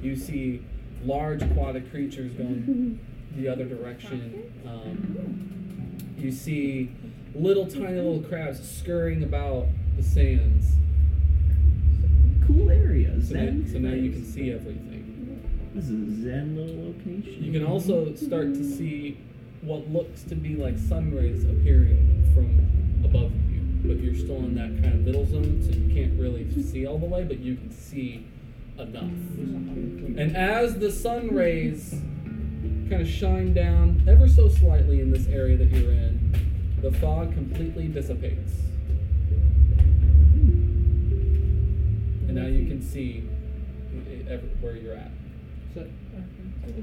A: You see large aquatic creatures going the other direction. Um, you see little tiny little crabs scurrying about the sands.
B: Cool areas.
A: So, now-
B: Zen.
A: so now you can see everything.
B: This is a zen little location.
A: You can also start to see what looks to be like sun rays appearing from above you, but you're still in that kind of middle zone, so you can't really see all the way, but you can see enough. And as the sun rays kind of shine down ever so slightly in this area that you're in, the fog completely dissipates. And now you can see i- i- ev- where you're at.
E: So,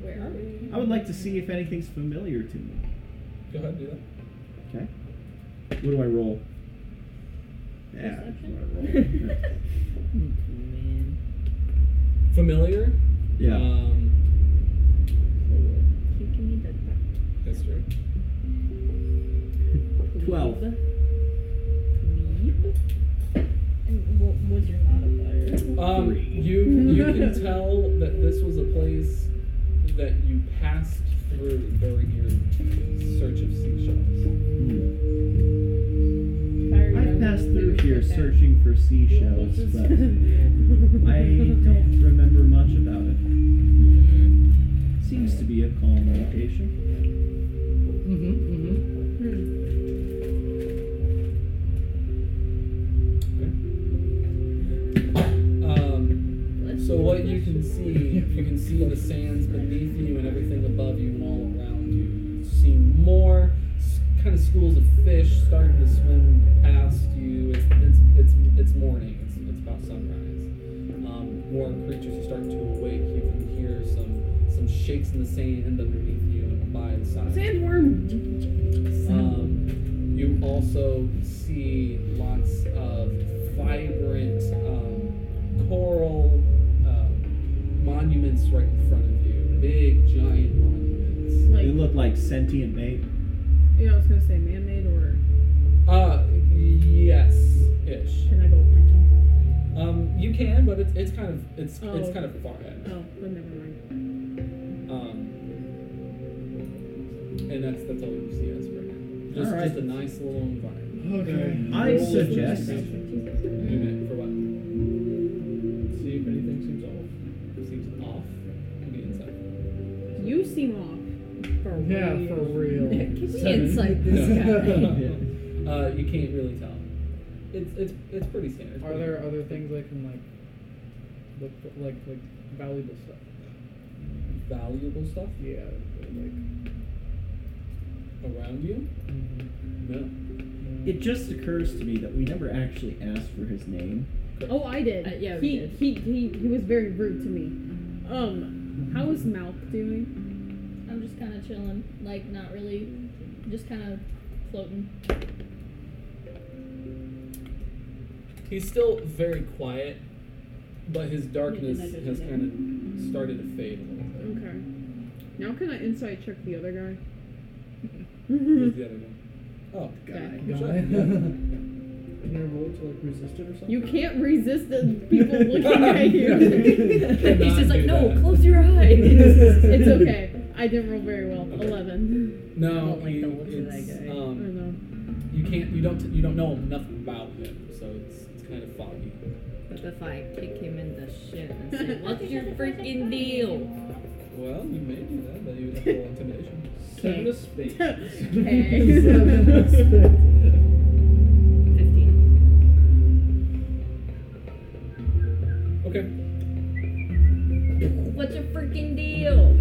G: Where are we?
B: I would like to see if anything's familiar to me.
A: Go ahead, do that.
B: Okay. What do I roll? Yeah. that's what I roll.
D: man.
A: Familiar?
B: yeah.
A: Um,
G: You give me the
A: history.
B: Twelve.
G: And what was your modifier?
A: Um,
B: Three.
A: you you can tell that this was a place that you passed through during your search of seashells.
B: Hmm.
C: I've
B: I've passed through here searching for seashells, but I don't remember much about it. Seems to be a calm location.
A: Mm-hmm.
B: Hmm.
A: Mm-hmm. Um, so what you can see, you can see the sands beneath you and everything above you and all around you. You see more kind of schools of fish starting to swim past you. It's it's it's, it's morning. It's, it's about sunrise. Um, more creatures are starting to awake. You can hear some some shakes in the sand underneath you and by the side.
C: Sandworm.
A: Um, you also see lots of vibrant um, coral uh, monuments right in front of you. Big, giant monuments.
B: They
C: Like,
B: look like sentient made.
C: yeah, I was gonna say man-made or
A: Uh, yes, ish.
C: can I go with
A: Um, you can, but it's, it's kind of it's it's
C: Oh.
A: kind of far ahead.
C: my toe? Oh, but never mind.
A: Um, and that's that's all you see us right now. Just,
B: All right.
A: just a nice little environment.
E: okay.
B: I suggest
A: Unit for what?
E: See if anything seems off.
A: Seems off on the inside.
C: You seem off.
D: For
E: Yeah, for real.
D: Can we
E: Seven.
D: inside this guy?
A: Uh, you can't really tell. It's it's it's pretty standard.
E: Are there uh, other things I can like look for, like like valuable stuff?
A: valuable stuff?
E: Yeah, like
A: around you.
E: Mm-hmm.
A: Yeah.
B: It just occurs to me that we never actually asked for his name.
C: Oh, I did.
D: Uh, yeah, we
C: he,
D: did.
C: he he he was very rude to me. Um, how is Malk doing?
G: I'm just kind of chilling, like not really, just kind of floating.
A: He's still very quiet, but his darkness
F: Maybe measure
A: has
F: the
A: kind of started to fade a little bit.
C: Okay. Now can I inside check the other guy?
D: Mm-hmm.
A: Who's the other one? Oh,
C: Okay.
A: sure.
E: Guy.
A: Yeah.
E: Can I roll to like resist it or something?
C: You can't resist the people looking at you.
D: He's just like,
A: do
D: no,
A: that."
D: close your eyes.
C: it's okay. I didn't roll very well.
A: Okay.
C: Eleven.
A: No,
D: I don't like
A: you,
D: the look of that
A: it's,
D: guy. Mm-hmm.
C: I
A: um,
C: know.
A: you can't. You don't. You don't know enough about him, so it's it's kind of foggy.
D: But if I kick him in the shit and say, what's your freaking deal?
A: Well, you may do that, but you would have to roll intimidation.
E: Seven of spades.
C: Okay.
D: 15.
A: Okay.
D: What's your freaking deal?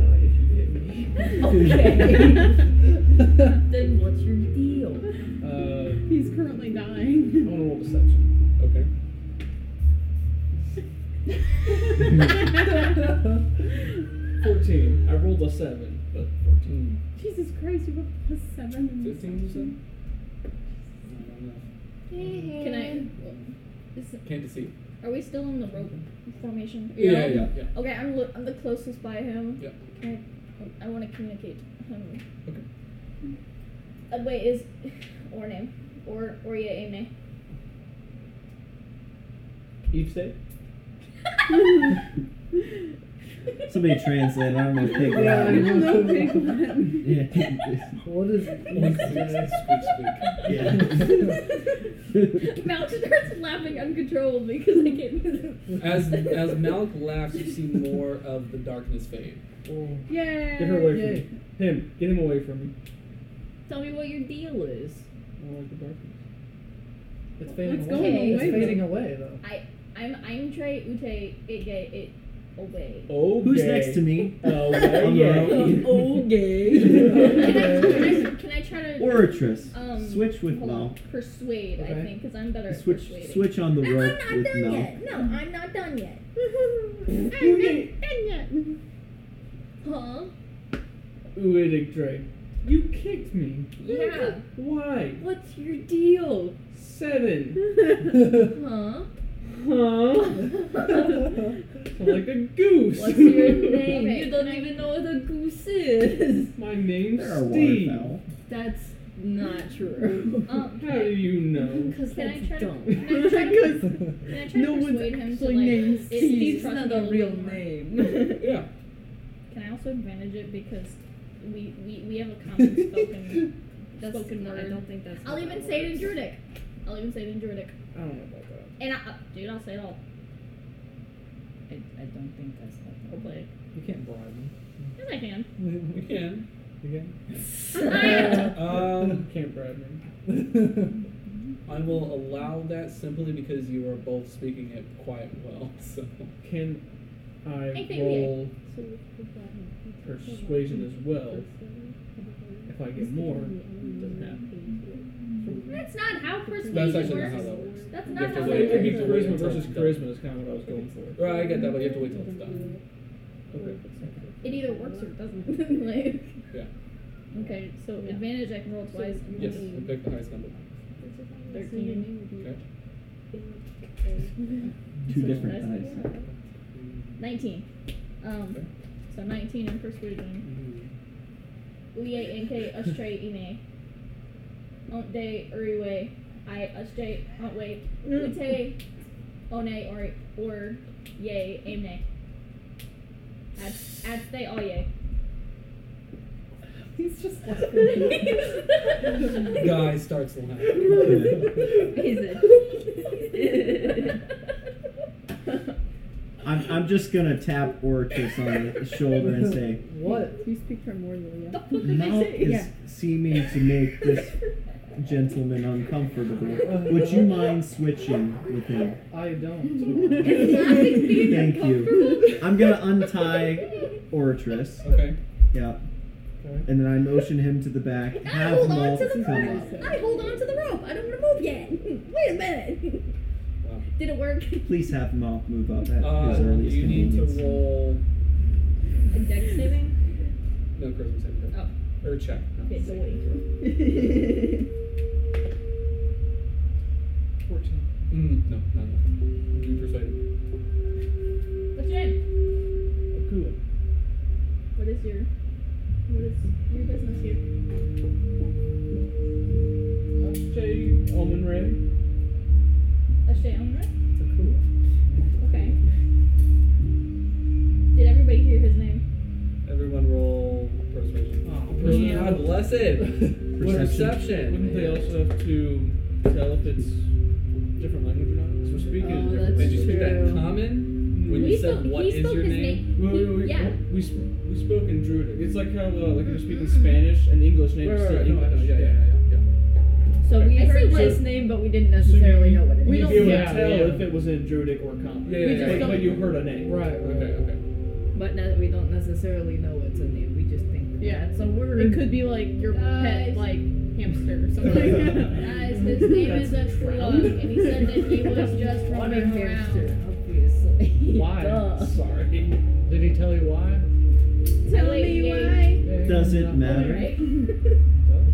E: Die Uh, if you hit me.
D: Okay. then what's your deal?
E: Uh,
C: He's currently
E: I
C: dying.
E: want to roll deception.
A: Okay.
E: Fourteen. I rolled a seven, but fourteen.
C: Jesus Christ, you have plus seven.
A: Fifteen, you said.
G: Can I? Is,
A: Can't deceive.
G: are we still in the rope formation?
A: Yeah, yeah, yeah.
G: Okay, I'm, lo- I'm the closest by him.
A: Yeah.
G: Can I, I want to communicate to him.
A: Okay.
G: Uh, wait, is or name or or yeah, a name?
E: Each day.
B: Somebody translate. I don't know. Pig
C: I don't
B: Latin.
C: know, big one.
B: Yeah.
H: What is
A: What's this?
G: Mount starts laughing uncontrollably because I can't.
A: As as Malik laughs, you see more of the darkness fade.
C: Yay.
E: Get Oh, her away
H: Yay.
E: from me. Him. Get him away from me.
D: Tell me what your deal is.
E: I don't like the darkness. It's fading
C: It's
E: away.
C: going
G: Okay.
H: It's
C: away.
H: fading away though.
G: I I'm I'm Trey Ute Ige it obey.
E: Okay.
B: Who's next to me?
E: Oh,
B: On the
E: yeah.
B: rope?
E: Okay.
G: Can I, can I can I try to
B: Oratress.
G: um
B: switch with
G: hold on,
B: Mal.
G: persuade? I
E: Okay.
G: think because I'm better at
B: Switch
G: persuading.
B: switch on the
G: No,
B: rope
G: I'm
B: with
G: not done
B: Mal.
G: yet. No, I'm not done yet.
C: I'm not
E: Okay.
C: done yet.
G: Huh?
E: Uidig Drake. You kicked me.
G: Yeah.
E: Why?
D: What's your deal?
E: Seven.
G: Huh?
E: Huh? like a goose.
D: What's your name?
G: Okay.
D: You don't even know what a goose is.
E: My name's
B: There are
E: Steve.
B: waterfowl.
D: That's not true.
G: Um,
E: How do you know?
D: Because
G: Can I
D: that's
G: try to-
D: dumb.
G: Can I try
C: Because
G: to- can I try to
D: Oh,
C: No one's
G: persuade him to
C: actually
G: like?
C: named
G: it-
C: Steve.
D: Steve's
G: trust
D: not
G: me
D: a
G: little
D: real
G: more?
D: name.
A: Yeah.
G: Can I also advantage it because we we, we have a common spoken
D: That's,
G: spoken
D: not-
G: word?
D: I don't think that's.
G: I'll
D: how
G: even
D: that
G: say it in
D: works.
G: Druidic. I'll even say it in Druidic.
E: I don't know about that.
G: And I, uh, dude, I'll say it all.
D: I, I don't think that's. how
G: I'll
D: that works.
G: play.
E: You can't bribe me.
G: Yes, I can.
A: You can.
H: Again.
A: Um,
E: You can't bribe me.
A: I will allow that simply because you are both speaking it quite well. So
E: Can I
G: I think
E: roll persuasion as well? If I get more, it doesn't happen.
G: That's not how persuasion
A: that's
G: works.
A: actually not how that works.
G: That's
A: You
G: not
A: have to
G: how
A: wait-
G: that
E: It'd be
A: you have to
G: works.
A: wait until
E: charisma versus
A: it's done.
E: charisma is kind of what I was going for.
A: Right, I get that, but you have to wait till it's done.
E: Okay.
G: It either works or it doesn't. like,
A: Yeah.
G: okay, so advantage I can roll twice.
A: Yes, you pick the highest number. Okay.
B: Two
G: So
B: different
G: that's-
B: eyes.
G: 19.
A: Okay. Mm-hmm.
G: Um, so 19 in persuasion. Uye Inke Ustre Ine. Ont de Uriwe. I Ustre Ontwe. Ute One or or Ye Amne. Ad ad stay all ye.
C: He's just like
A: Guy starts laughing.
D: He's a-
B: I'm, I'm just gonna tap Oratress on the shoulder and say,
H: What?
C: You speak primordially.
G: The
C: Yeah.
G: fuck did they
B: Mal
G: say?
B: is seeming to make this gentleman uncomfortable. Would you mind switching with him?
H: I don't.
D: It's not like being
B: Thank you.
D: uncomfortable.
B: I'm gonna untie Oratress.
A: Okay.
B: Yep.
E: Alright.
B: and then I motion him to the back.
I: I
B: Have
I: hold on
B: Malt
I: to the
B: come up.
I: rope. I hold on to the rope. I don't want to move yet. Wait a minute.
A: Wow.
I: Did it work?
B: Please have Malt move up at
A: Uh,
B: his earliest
A: you need to
B: convenience.
A: roll
G: A deck saving? Oh.
A: no charisma saving throw. or check. no,
G: Okay, so
A: save.
G: wait.
E: 14.
A: Mm, no, not enough. You persuaded.
G: What's your name?
E: Akua.
G: What is your what is your business here?
E: J. Omen Ray.
G: Ashtay Elmer?
E: Akua.
G: Okay. Did everybody hear his name?
A: Everyone roll persuasion.
E: Oh,
A: Persuasion, God bless it.
E: Wouldn't they
A: Perception.
E: also have to tell if it's different language or not? Because we're speaking
F: Oh,
E: a
F: that's
E: different
A: Did
E: language.
A: you speak that
F: True.
A: common? When
G: we
A: you said,
G: spoke,
A: "What
G: he
A: is
G: spoke
A: your
G: his
A: name?"
E: Wait, wait,
G: He-
E: wait,
G: yeah.
E: We, sp- we spoke in Druidic. It's like how uh, like you're speaking
G: Mm-hmm.
E: Spanish and English names.
A: Right,
E: to
A: right, right, no, I know,
E: English.
A: yeah, yeah, yeah, yeah,
D: So we
G: I
D: heard
G: see what-
D: his name, but we didn't necessarily know what it is.
E: We
C: don't
E: don't
C: care.
E: tell
H: Yeah.
E: if it was in Druidic or Common.
A: Yeah, yeah, We yeah, just
E: But,
A: yeah.
E: but you heard a name.
H: Right, right.
A: Okay, okay.
D: But ne- we don't necessarily know what's a name. We just think
C: Yeah.
D: that's a word.
C: It could be like your
G: Guys.
C: pet, like hamster or something.
G: Guys, his name is Ashua, and he said that he was just
D: What a
G: running
D: hamster,
G: around.
D: obviously.
H: Why?
D: Duh.
E: Sorry.
H: Did he tell you why?
G: Tell
C: Tell
G: me
C: me
G: why.
C: why.
B: Does it matter?
G: Alright.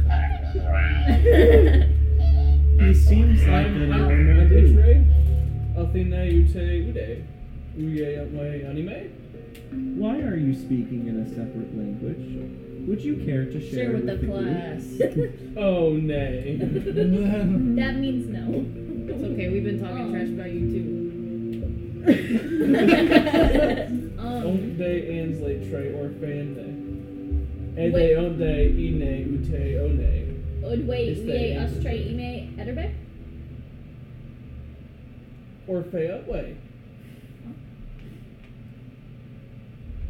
B: He seems like a
E: I'm
B: normal dude.
E: Ray. Athena Ute Ude. Uye Yamwe Anime.
B: Why are you speaking in a separate language? Would you care to share,
D: Share with the
B: group?
D: class.
E: Oh, nay.
G: That means no.
D: It's okay. We've been talking
G: Oh.
D: trash about you too.
G: Um,
E: Onde Ansley Trey or Fande.
G: Wait.
E: Ede Onde Ine Ute One.
G: would wait,
E: Is
G: we
E: that-
G: us try email Ederbe?
E: Orfea Way.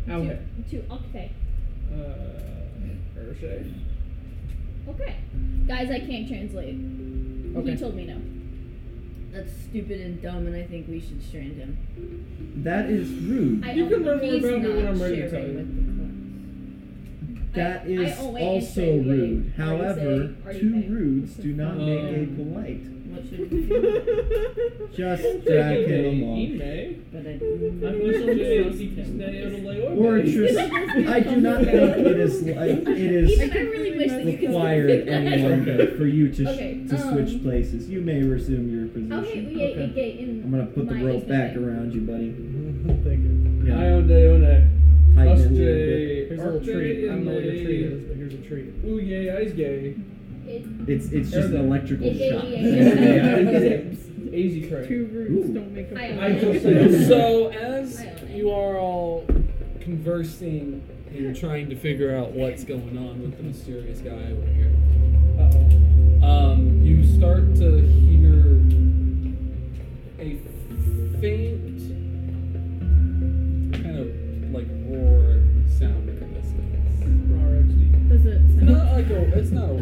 E: Auhe.
G: To Octay.
E: Uh, Urshay.
G: Okay. Guys, I can't translate. He told me no.
D: That's stupid and dumb, and I think we should strand him.
B: That is rude.
G: I
E: You can learn more
D: He's
E: about me when
D: not
E: I'm ready to tell
D: sharing
E: you.
D: with
B: That
G: I-
B: is
G: I always
B: also
G: say what I
B: rude.
G: already
B: However,
G: say, already
B: two
G: say.
B: rudes do not make a
A: Uh,
B: polite.
D: the class. What should we do?
B: Just uh, drag him
E: E,
B: along.
E: Ine.
D: But I
E: I'm oh,
B: Or just, I do not think it is like it is
G: Ethan, I really wish that you could
B: required any longer for you to, sh-
G: Okay,
B: to switch
G: um,
B: places. You may resume your position.
G: Okay, we ate a gate in.
B: I'm gonna put the
G: my
B: rope back
G: basement.
B: around you, buddy.
H: Thank
B: Yeah.
E: Ione.
B: Tighten it a little bit.
E: Usjay.
H: Here's a little treat. I don't know what your treat is, but here's a treat.
E: Ooh, yay, eyes gay.
G: It,
B: It's it's just an electrical
G: It- it-
B: shock.
E: it- Easy cray.
C: Two roots
B: Ooh.
C: don't make a
G: I-
C: bird.
E: I just said-
A: So as you are all conversing and trying to figure out what's going on with the mysterious guy over here,
E: Uh-oh.
A: um, you start to hear a faint kind of like roar sound in the distance.
E: RXD.
C: Does it
A: It's
C: sound,
A: not like a it's not a roar.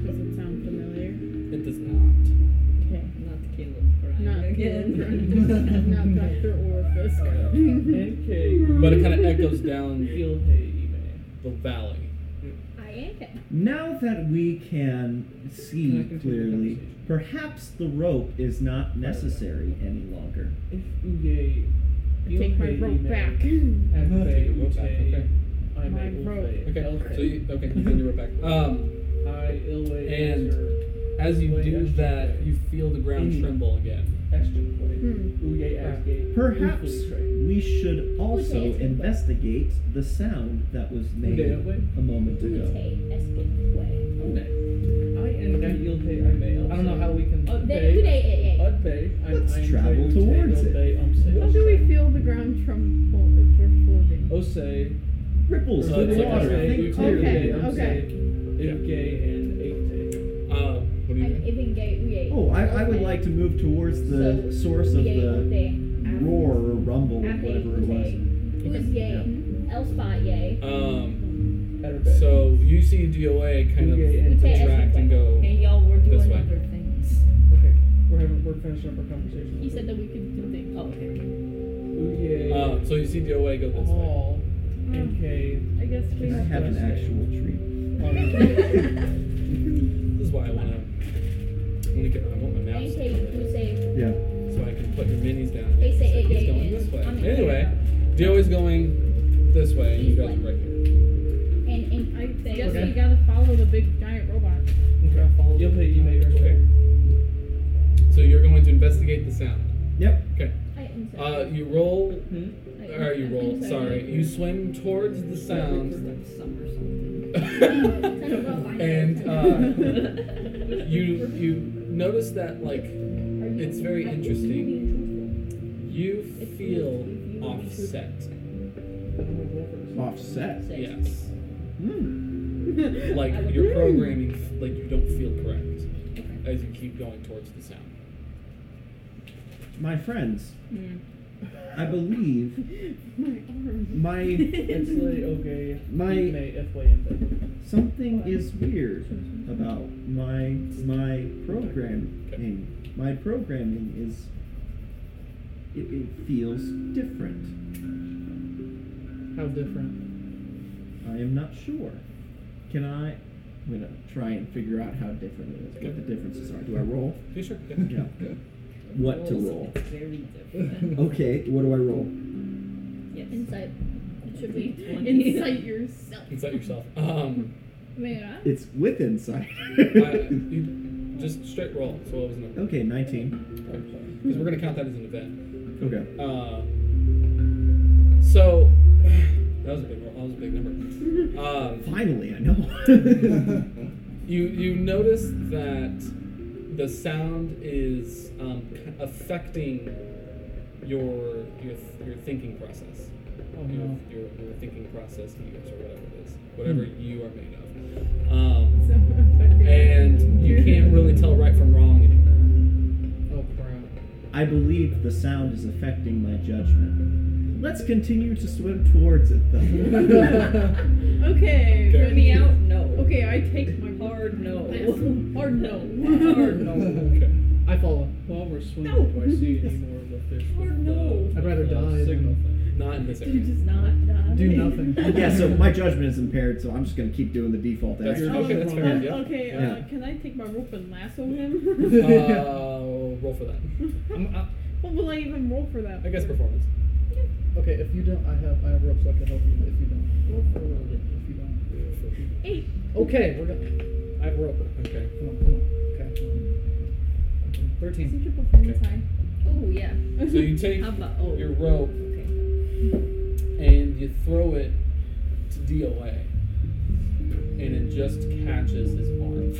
C: does it sound familiar?
G: Uh,
A: It does not.
C: Okay.
D: Not the Caleb crying
C: Not
D: again.
C: Not Dr. Orifice.
E: NK.
A: But it kind of echoes down
E: E. Feel hey, man.
A: the valley.
G: I ain't it.
B: Now that we can
E: Can I
B: see
E: continue the
B: clearly,
E: conversation?
B: perhaps the rope is not necessary any longer.
E: If Uge.
C: I take my rope back.
E: Okay,
A: Take your rope back, okay.
E: okay. I'm
C: My rope.
A: Okay. So you, okay, you send your rope back. Um,
E: I illway
A: And- As you do that, you feel the ground tremble again.
C: Hmm.
E: Uge as gay.
B: Perhaps we should also
G: Okay, it's good.
B: investigate the sound that was made a moment ago.
G: Ute escape way.
E: I am that Ilhe I may.
H: I don't know how we can.
G: Oh,
E: Ute.
G: they- who they- eh,
E: Oh,
G: eh.
E: Udbe. I'm-
B: Let's
E: I'm
B: travel
E: Ute,
B: towards it.
E: Ilhe, Umse,
C: How do we feel the ground tremble if we're floating?
E: Oh, Ose.
B: Ripples
E: uh,
A: So
B: through
A: it's
B: the
A: like
B: water.
A: a-
B: Think
C: okay,
B: clearly.
C: okay.
E: and Ikte.
A: Uh, what do you
G: I'm
A: think?
G: even gay. we ate.
B: Oh, I, I would like to move towards the source of
G: We ate all
B: the
G: day.
B: roar or rumble,
G: Ate,
B: whatever it
G: Ute.
B: was.
G: Who's yay? L spot yay.
A: Um,
E: Utbe.
A: so you see DOA kind of
E: Uge.
A: contract and go.
D: Hey y'all, we're
A: This
D: doing
A: way.
D: other things.
E: Okay, we're having we're finishing up our conversation.
G: He said that we could do things.
D: Oh, okay.
E: Uye.
A: Um,
G: Oh.
A: Uh, so you see DOA go this way.
H: All
E: Okay.
G: I guess we
E: Can
B: I
G: have.
B: have an actual tree.
A: This is why I wanna. I wanna get. I want my maps to
G: AK,
A: come in
G: you say,
B: Yeah.
A: so I can put your minis down.
G: They say
A: So
G: it,
A: he's
G: yeah,
A: going
G: yeah.
A: this way.
G: I'm in
A: Anyway, Dio's going this way, and you
G: He's
A: guys are
G: like-
A: right here.
G: and, and
C: I
G: Thank
C: guess
H: you.
C: we gotta follow the big giant robot.
A: Okay.
E: You'll pay. You may your
A: Okay. So you're going to investigate the sound.
B: Yep.
A: Okay.
G: I inside.
A: Uh, you roll.
G: I,
A: Or you
G: I'm
A: roll.
G: inside.
A: Sorry. You swim towards the sound. and uh, you you notice that like it's very interesting. You feel offset.
B: Offset.
A: Yes.
B: Hmm.
A: Like your programming, like you don't feel correct as you keep going towards the sound.
B: My friends, I believe my
E: It's like okay.
B: My-
E: you may F way in bed.
B: something is weird about my my programming. My programming is it, it feels different.
H: How different?
B: I am not sure. Can I? I'm gonna try and figure out how different it is. What the differences are. Do I roll?
A: Yeah, sure.
B: Yeah. What to roll?
F: Very different.
B: Okay. What do I roll?
F: yes.
G: Inside. It should be.
C: Incite yourself.
A: Inside yourself. Um,
G: Maybe not.
B: It's with insight.
A: I, you just straight roll. So what was the number?
B: okay. Nineteen.
A: Because we're gonna count that as an event.
B: Okay.
A: Uh, so that was a big roll. That was a big number. Um,
B: Finally, I know.
A: You you notice that the sound is um, k- affecting your your your thinking process,
H: Oh
A: your,
H: no. Hmm.
A: your, your thinking process, gears or whatever it is, whatever you are made of, um, and you can't really tell right from wrong anymore.
H: Oh crap.
B: I believe the sound is affecting my judgment. Let's continue to swim towards it, though.
C: Okay.
A: Okay.
C: Vinny out.
F: No.
C: Okay, I take my
F: Hard no.
C: pass. Hard
F: Hard
C: no.
F: no.
A: Okay.
H: I follow. While we're swimming, do I see any more of the fish?
F: Hard
H: with
F: no.
H: the-
A: I'd
H: rather
A: the
H: die
A: signal
H: than-
A: thing. Not in this
F: You
A: area.
F: just not die.
H: the- Do nothing.
B: yeah, so my judgment is impaired, so I'm just gonna keep doing the default
A: That's
B: action.
A: your- okay, that's fair.
C: Um,
A: Yeah.
C: Okay,
B: Yeah.
C: uh, can I take my rope and lasso him?
A: Uh, roll for that.
H: I'm, I,
C: what will I even roll for that?
A: I guess
C: for?
A: performance.
H: okay, if you don't, I have I have ropes so I can help you. If you don't, if you don't.
C: Eight.
H: Okay, we're done. I have a rope.
A: Okay.
H: Come on, come on. Okay. come on. Thirteen.
C: Isn't your performance
A: Okay.
C: high?
D: Oh yeah.
A: So you take
F: How about oh
A: your rope
F: okay.
A: and you throw it to DOA, and it just catches his arm.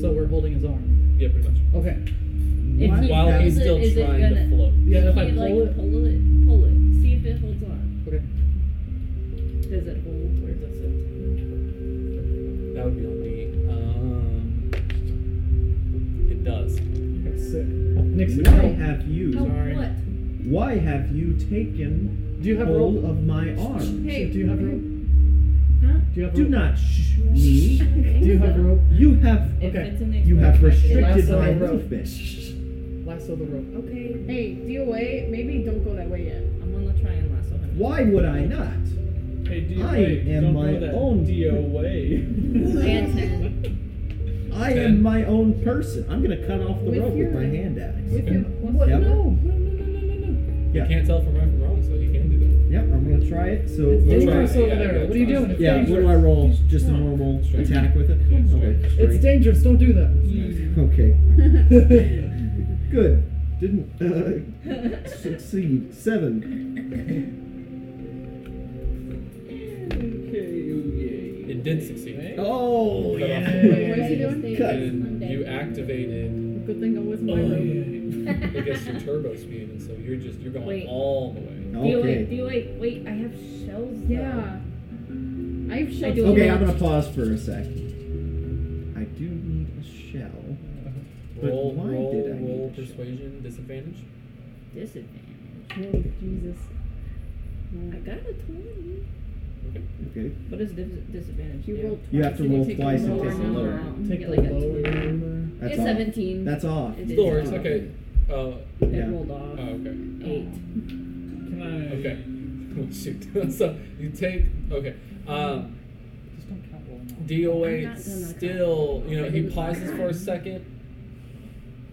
H: So we're holding his arm.
A: Yeah, pretty much.
H: Okay.
D: If
B: What?
D: he
A: While
D: pulls
A: he's
D: it,
A: still
D: is it
A: trying to
D: gonna-
A: float.
H: Yeah, if I
D: you,
H: pull
D: like,
H: it.
D: Pull it. Pull it. See if it holds on.
H: Okay.
D: Does it hold or does it?
A: That would be on me. Um, it does.
H: Sick. Nixon.
B: Why have you?
D: Oh,
H: sorry.
D: what?
B: Why have you taken
H: Do you have
B: hold
H: rope?
B: of my arm?
H: Hey. Do you have rope?
D: Huh?
H: Do you have
B: Do
H: rope?
B: not shh me.
H: Do you have rope?
B: You have
F: If
H: Okay.
F: it's an
B: you have restricted
H: Lasso
B: my
H: rope.
B: movement.
H: Lasso the rope.
F: Okay,
C: Hey, DOA, maybe don't go that way yet.
F: I'm gonna try and lasso him.
B: Why would I not?
E: Hey, do
B: I
E: wait,
B: am
E: don't
B: my
E: throw that
B: own-
E: Do away.
D: Anton.
B: I
A: Ten.
B: am my own person. I'm gonna cut off the
C: With
B: rope
C: your-
B: with my hand axe.
C: With your plus
B: Yep.
C: no, no, no,
A: You
B: Yeah.
A: can't tell from right from wrong, so you can do that.
B: Yep, I'm gonna try it. So
H: It's
B: what do I-
H: dangerous
A: Yeah,
H: over
A: yeah,
H: there.
A: yeah,
H: what are you
A: trust
H: doing?
A: me.
H: It's
B: Yeah, what
H: dangerous.
B: do I roll? Just a normal
A: Straight.
B: attack with it?
A: Yeah, straight.
B: Okay.
H: It's
B: straight.
H: dangerous. Don't do that.
B: Okay. Good. Didn't uh, succeed. Seven.
E: Okay,
A: It did succeed.
B: Oh,
A: Cut off
B: yeah.
C: What is he doing?
A: And you activated,
C: Good thing I wasn't
A: oh,
C: my rope.
A: I guess, your turbo speed, and so you're just you're going
D: Wait.
A: all the way.
D: Do it.
B: Okay.
D: Do it. Wait. I have shells. though.
C: Yeah. I have
D: I
C: shut
D: do a
B: Okay, I'm
D: lot.
B: gonna pause for a sec. I do need a shell. But
A: Roll,
B: why
A: roll,
B: did I need
A: roll
B: to show-
A: persuasion disadvantage.
D: Disadvantage.
C: Oh, Jesus.
D: I got a twenty.
B: Okay.
D: What does dis- disadvantage?
C: You
D: do?
C: rolled twice.
B: You have to
C: and
B: roll
C: take a
B: twice and
C: lower
B: take the
C: number.
B: lower.
H: Take
D: Yeah,
H: the
D: like a-
H: lower number.
B: That's
D: it's
B: off.
D: seventeen.
B: That's off.
D: It
A: Still works.
D: is off.
A: Okay. Uh,
D: It
B: Yeah.
D: rolled
A: oh,
D: off.
A: okay.
D: Eight.
E: Can I?
A: Okay. Oh, shoot. so you take okay. Um,
H: Just don't count rolling off.
D: I'm not
A: DOA
D: gonna
A: still, you know,
D: Okay,
A: he
D: this is my
A: pauses for a
D: turn.
A: second,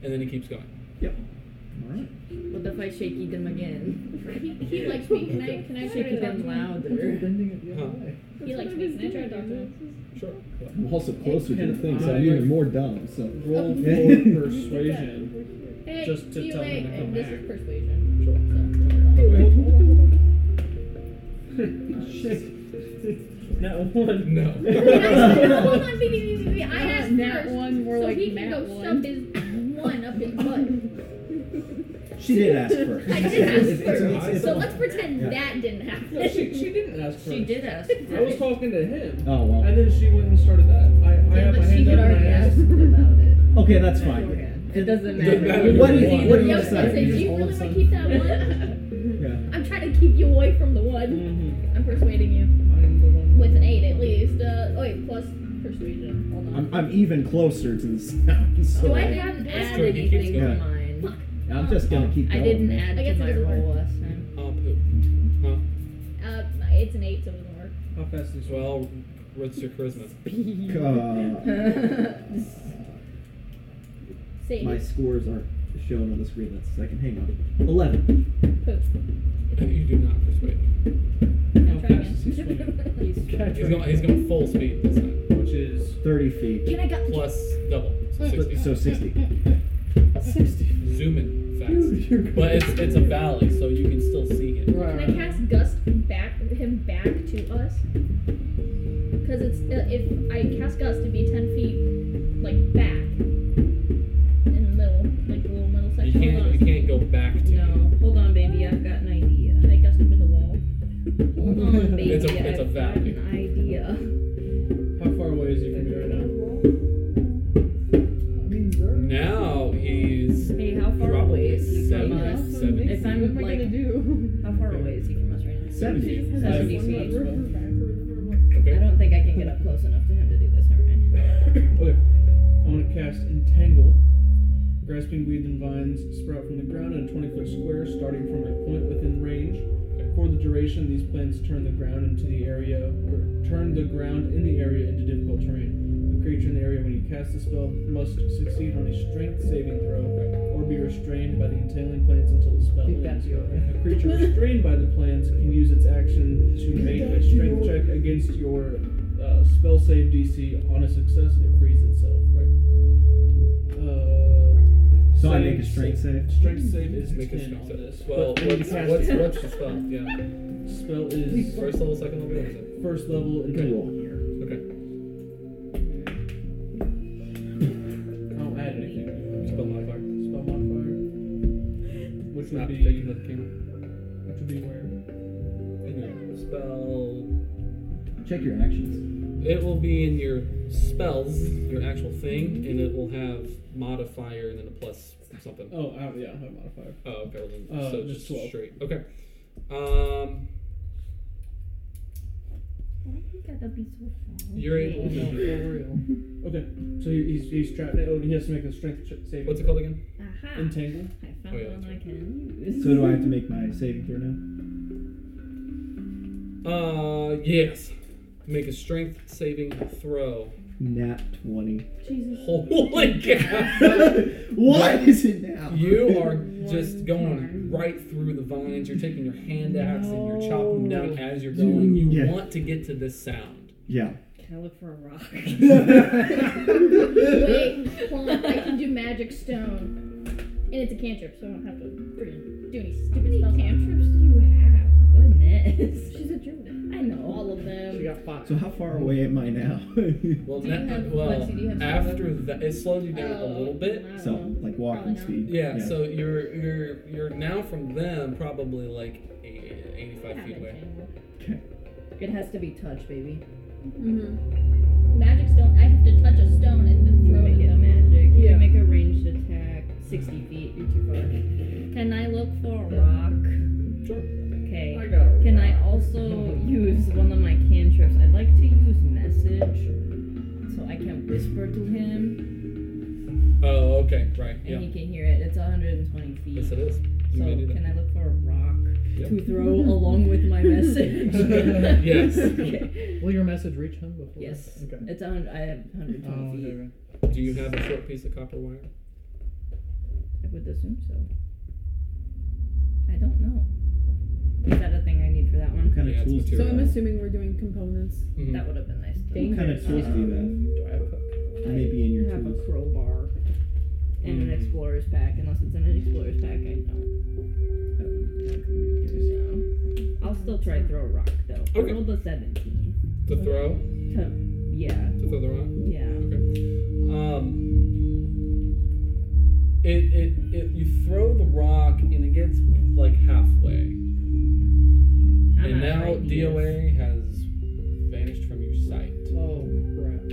A: and then he keeps going.
B: Yep. All right.
D: What if I shaky them again?
G: He, he likes me. Can I? Can I try
D: Shaky
G: to dodge
D: them
G: him?
D: louder.
H: Bending it the
A: Huh.
H: other way.
G: He likes me. Can I try to dodge him?
A: Sure. What?
B: I'm also closer to
E: Can
B: the thing, so
E: I-
B: I'm even more dumb. So
E: Roll for
B: Yeah.
E: persuasion.
G: Hey,
E: Just to
G: DOA,
E: tell him to
G: and
E: come
G: this
E: back.
G: is persuasion.
A: Sure.
G: So,
E: Shit. Not one.
A: No.
G: hold on, be, be, be, be. I
C: Not
G: asked
C: nat
G: first,
C: one, we're
G: so
C: like
G: he can
C: nat
G: go
C: one.
G: shove his one up his butt.
B: she did ask first.
G: I did
B: It's-
G: ask
B: it's- it's-
A: first.
B: it's-
G: So let's pretend
B: Yeah.
G: that didn't happen.
E: No, she, she didn't ask first.
D: She did ask.
E: I was talking to him,
B: Oh well.
E: and then she went and started that. I, I
D: Yeah,
E: have my
D: but she
E: hand
D: had
E: up and
D: already
E: I
D: asked
E: asked.
D: about it.
B: Okay, that's fine.
D: beforehand. It doesn't matter.
A: matter.
B: What do you- what do you
G: Yeah, I was gonna
B: decide?
G: say,
B: You
G: do
B: just
G: you
B: all of a
G: really want to
B: sudden-
G: keep that one?
B: Yeah.
G: I'm trying to keep you away from the one.
E: Mhm.
G: I'm persuading you.
E: I'm the one.
G: With an eight at least. Uh, oh wait, plus persuasion. Hold on.
B: I'm, I'm even closer to the sound. So
D: Do I
B: I,
D: haven't add
A: true, he keeps
D: anything to
B: going.
D: mine?
B: am just gonna keep
D: I
B: going.
D: didn't
B: man.
D: add
G: I
D: to
G: guess it
D: my
G: doesn't
D: roll last time.
A: Oh, poop.
G: Uh, it's an eight, so it doesn't work.
E: How fast is well?
A: Well, what's your charisma?
B: Uh,
G: Say
B: my scores aren't shown on the screen. That's a second. Hang on. Eleven.
G: poop.
A: You do not persuade. him.
E: How
G: try
E: fast is he swinging?
A: He's going. He's going full speed this time,
E: Which is
B: Thirty feet.
I: Can I go?
A: plus double, so sixty.
B: So sixty. Sixty.
A: Zoom in fast. But it's it's a valley, so you can still see him.
G: Can I cast Gust back him back to us? Because it's uh, if I cast Gust, it'd be ten feet, like back in the middle, like the little middle
A: You
G: section.
A: can't. You
G: Hold on.
A: can't go back to.
I: No, hold on, baby. I've got an idea.
G: Should I Gust him in the wall?
I: Hold on, baby.
A: It's a- it's a
I: I've got
A: valley.
I: an idea.
E: how far away is he from you right now?
A: Now he's
I: Hey, how far away
A: probably
I: is he from
A: seven,
I: us?
A: seven.
I: If I'm,
C: what am I
I: like-
C: gonna do?
I: How far away is he from us right now?
B: Seventy.
I: That's
E: Five.
I: what he
E: One
I: said. I
A: Okay.
I: don't think I can get up close enough to him to do this. Never mind.
E: Okay. I want to cast Entangle. Grasping weeds and vines sprout from the ground in a 20 foot square, starting from a point within range. For the duration, these plants turn the ground into the area, or turn the ground in the area into difficult terrain. The creature in the area when you cast the spell must succeed on a strength saving throw or be restrained by the entangling plants until the spell ends. A creature restrained by the plants can use its action to make a strength check against your uh, spell save DC. On a success, it frees itself. Right. Uh,
B: So I
E: save-
B: make a strength save.
E: Strength save is
A: Make a
E: 10
A: strength
E: on
A: check.
E: this.
A: Well,
E: but when you
A: what's,
E: cast
A: what's,
E: it,
A: what's the spell? Yeah.
E: spell is
A: First level, second level. What is it?
E: first level
B: You can
E: and
B: roll here.
A: Okay.
E: I don't add anything.
A: Spell modifier.
E: Spell modifier, which would
A: Not
E: be
A: taking the camera.
E: which would be where
A: In your spell.
B: Check your actions.
A: It will be in your spells, your actual thing, and it will have modifier and then a plus something.
E: oh I don't, yeah I don't have a modifier.
A: Oh, okay. Well, then,
E: Uh,
A: so
E: just
A: just
E: 12.
A: straight. Okay. Um,
D: Why you gotta be so far?
A: you're able to.
E: Okay, so he- he's he's trapped. now. Oh, he has to make a strength ch- save.
A: What's it called again?
I: Aha!
E: Entangle.
I: I found
A: Oh, yeah,
I: one
A: that's
I: I can use.
B: So do I have to make my saving throw now?
A: Uh, yes. Make a strength saving throw.
B: Nat twenty.
A: Holy cow!
B: what is it now?
A: You are just going right through the vines. You're taking your hand axe and you're chopping them down as you're going. You
B: Yeah.
A: want to get to this sound.
B: Yeah.
I: Can I look for a rock?
G: Wait, hold on. I can do magic stone, and it's a cantrip, so I don't have to
I: How
G: do any
I: many
G: stupid spells.
I: cantrips do you have? Goodness.
G: She's a druid.
I: I know.
G: All of them.
H: She got five.
B: so how far away am I now?
A: Well,
D: Do you
A: ne-
D: have-
A: well
D: Lexi, do you have
A: after that, it slowed you down a
G: Oh,
A: little bit.
G: I don't
B: so
I: Um,
G: know.
B: like
G: Probably
B: walking
G: not.
B: speed.
A: Yeah, so you're you're you're now from them probably like eight-
G: Mm-hmm.
A: 85 feet away.
I: It has to be touch, baby.
C: Mm-hmm.
G: Magic stone. I have to touch a stone and then
I: You
G: throw
I: make
G: it.
I: it magic. You
C: Yeah.
I: can make a ranged attack. 60 feet. You're too far. Can I look for a rock?
A: Sure.
I: Okay.
E: I got it.
I: Can I also use one of my cantrips? I'd like to use message so I can whisper to him
A: Oh, okay, right.
I: and
A: Yeah.
I: he can hear it. It's 120 feet.
A: Yes, it is. You
I: so
A: may do that.
I: can I look for a rock?
A: Yep.
I: to throw along with my message.
A: Yes.
I: Okay.
H: Will your message reach him before?
I: Yes.
H: Okay.
I: It's on. I have
A: um,
I: 120
H: Oh, okay,
I: feet.
H: okay.
A: Do you have a short piece of copper wire?
I: I would assume so. I don't know. Is that a thing I need for that one?
B: What kind
A: Yeah,
B: of
A: it's
B: tools do you
C: So I'm
B: have?
C: assuming we're doing components.
A: Mhm.
I: That would have been nice. though.
B: What kind of tools do you have?
A: Do I have hook?
B: Maybe in
I: Um, I
B: your
I: have
B: tools.
I: a crowbar and an
A: Mm.
I: explorer's pack. Unless it's in an explorer's pack, I don't
B: That would likely be the case.
I: know. I'll still try throw a rock though.
A: Okay.
I: I rolled a 17.
A: To throw?
I: To, yeah,
A: To throw the rock?
I: yeah.
A: Um, it, it, it, you throw the rock and it gets like halfway.
I: I'm
A: and
I: out of
A: now
I: ideas.
A: DOA has vanished from your sight.
E: Oh crap!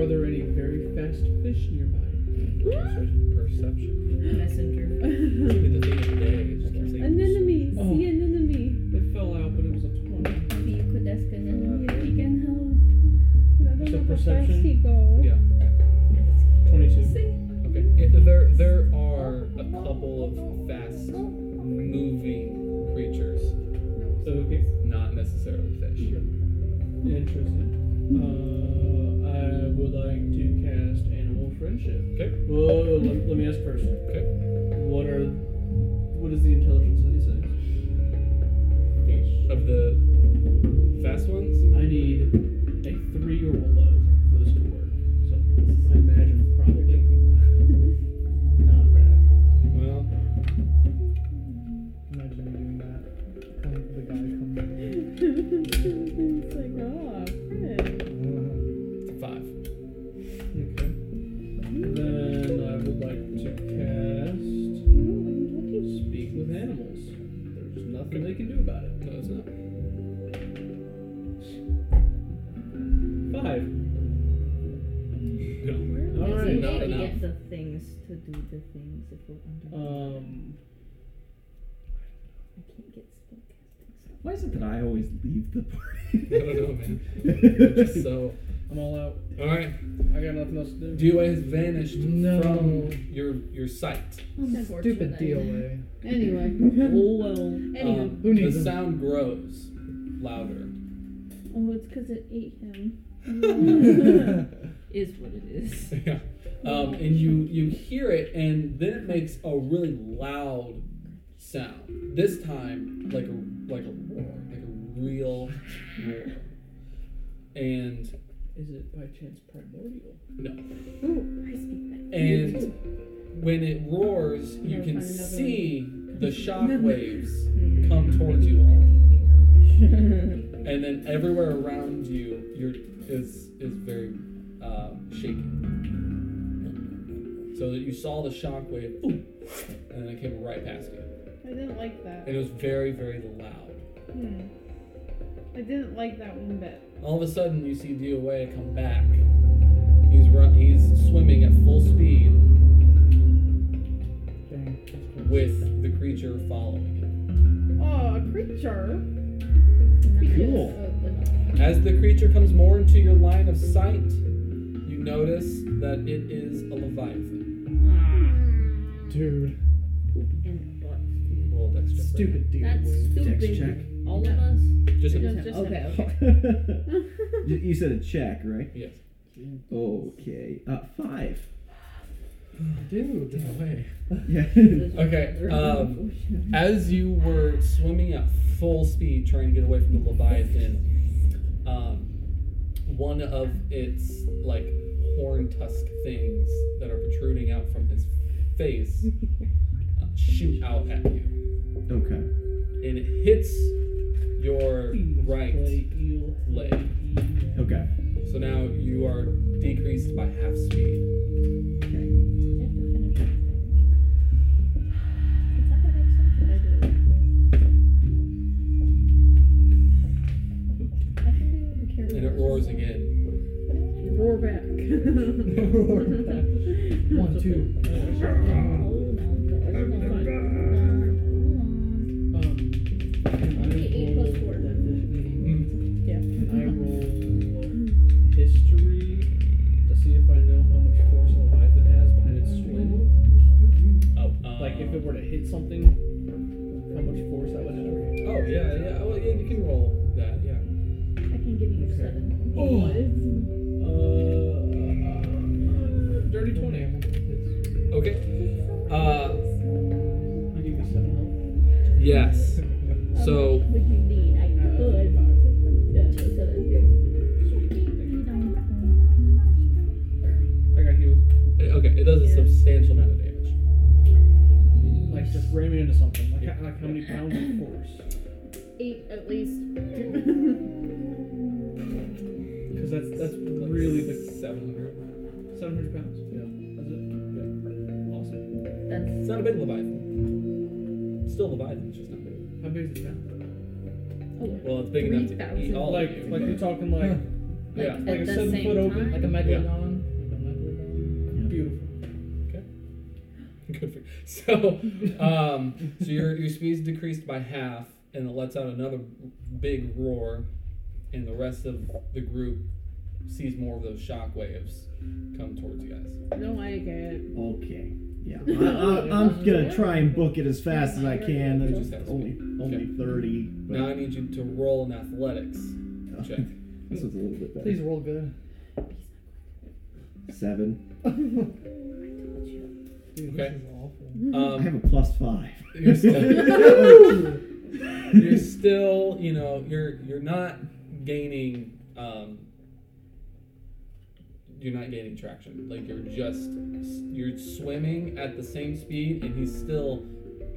E: Are there any very fast fish nearby?
A: Perception.
I: messenger.
A: It's gonna be the thing of the day. It just keeps saying-
C: Anemone,
E: Oh.
C: see anemone.
E: It fell out, but it was a twenty.
G: Maybe you could ask an enemy if he can help.
C: I don't
E: It's a
C: know how fast
E: perception.
C: he go.
A: Yeah.
E: Twenty-two.
A: Okay. Yeah, there, there are a couple of fast
G: "Oh,
A: moving creatures,
E: Okay.
A: not necessarily fish.
E: Interesting. Uh, I would like to cast animal friendship.
A: 'Kay.
E: Whoa, whoa, whoa, let, let me ask first.
A: 'Kay.
E: What are, what is the intelligence of these things?
I: Fish.
A: Of the fast ones,
E: I need a three or below for this to work. So I imagine probably not that.
A: well,
H: Imagine me doing that. Come, the guy comes over.
C: it's like, oh, friend.
A: it's a five.
E: Okay. Then I would like to cast speak with animals. There's nothing they can do about it.
A: No, it's not.
E: Five.
A: No.
E: All
I: See,
E: right.
A: not
I: maybe
A: enough.
I: get the things to do the things if we're
G: Oh.
I: under.
E: Um.
I: I can't get spellcasting.
B: Why is it that I always leave the party?
A: I don't know, man. Just so.
E: I'm all out.
A: All right.
E: I got nothing else to do.
A: DOA has vanished
H: No.
A: from your your sight.
H: Stupid DOA.
C: Anyway.
I: Oh well.
C: Anyway.
A: Um,
H: Who needs
A: the
H: him?
A: sound grows louder.
C: oh, it's because it ate him.
I: Is what it is.
A: yeah. Um, and you you hear it, and then it makes a really loud sound. This time, like a like a roar, like a real roar. And
E: Is it by chance primordial?
C: Ooh, I speak that.
A: and when it roars, you can see the shock waves
H: Hmm.
A: come towards you all. and then everywhere around you your is is very uh, shaking so that you saw the shockwave boom, and then it came right past you
C: I didn't like that.
A: and it was very very loud
C: Hmm. I didn't like that one bit.
A: all of a sudden you see doa come back he's run he's swimming at full speed
H: Dang.
A: with the creature following him
C: Oh, a creature.
G: Oh,
B: Cool.
A: As the creature comes more into your line of sight, you notice that it is a leviathan. Hmm.
I: Ah,
H: Dude.
I: and butts.
A: Roll dex check.
H: Stupid
I: That's
H: DOA.
I: stupid.
B: Dex check.
I: All of
C: Yeah.
I: us.
A: Just
C: No,
I: Just
C: just
I: okay. okay.
B: you, you said a check, right?
A: yes.
B: Okay. Uh, five.
A: Dude, away.
B: Yeah.
A: Okay. Um, as you were swimming at full speed trying to get away from the leviathan, um, one of its like horn tusk things that are protruding out from his face uh, shoot out at you.
B: okay.
A: and it hits your right
E: Play E eel.
A: leg.
B: Okay.
A: So now you are decreased by half speed.
B: Okay.
A: And it roars again.
C: Roar back.
H: One, two.
E: Um, can I
G: Eight
E: roll
G: plus four.
E: that vision?
C: Yeah.
E: Can I roll history to see if I know how much force a leviathan has behind its swim?
A: Oh, um,
E: Like if it were to hit something, how much force that would have?
A: Oh,
G: I can give you
E: Okay.
G: seven.
E: Oh.
C: What is-
E: Uh, uh, dirty 20. It's-
A: Okay. Uh,
E: I give you 7 health.
A: yes. So
G: Would you need? I
E: Uh,
G: could. Yeah, so seven.
E: I got healed.
A: It- Okay, it does a substantial amount of damage.
E: Like, just ram it into something. Like, how- like how many pounds of force?
C: Eight at least.
E: Because that's that's
A: Like
E: really the
A: 700.
E: 700 pounds. Yeah. That's it. Yeah. Awesome.
I: That's
A: It's not a big Leviathan. Still Leviathan, it's just not big.
E: How big is it now?
A: Well, it's big enough to eat
I: 3,000.
A: all
E: Like,
A: of you.
E: like you're talking like
I: like
A: yeah.
I: at
E: like a
I: the
E: seven
I: same
E: foot open,
I: time.
E: like
I: Like
E: a
I: a
A: megalodon?
E: beautiful.
A: Good for so, um, so your your speed's decreased by half, and it lets out another big roar, and the rest of the group sees more of those shock waves come towards you guys.
C: Don't like it.
B: Okay. Yeah, I, I, I'm gonna try and book it as fast as I can. That's just only only thirty.
A: Now I
B: But
A: need you to roll an athletics check.
B: this was a little bit better.
H: Please roll good.
B: Seven.
H: Dude,
A: Okay.
H: this is awful.
B: I have
A: Um,
B: a plus five.
A: you're still,
B: Ooh.
A: you're still, you know, you're you're not gaining, um, you're not gaining traction. Like you're just you're swimming at the same speed, and he's still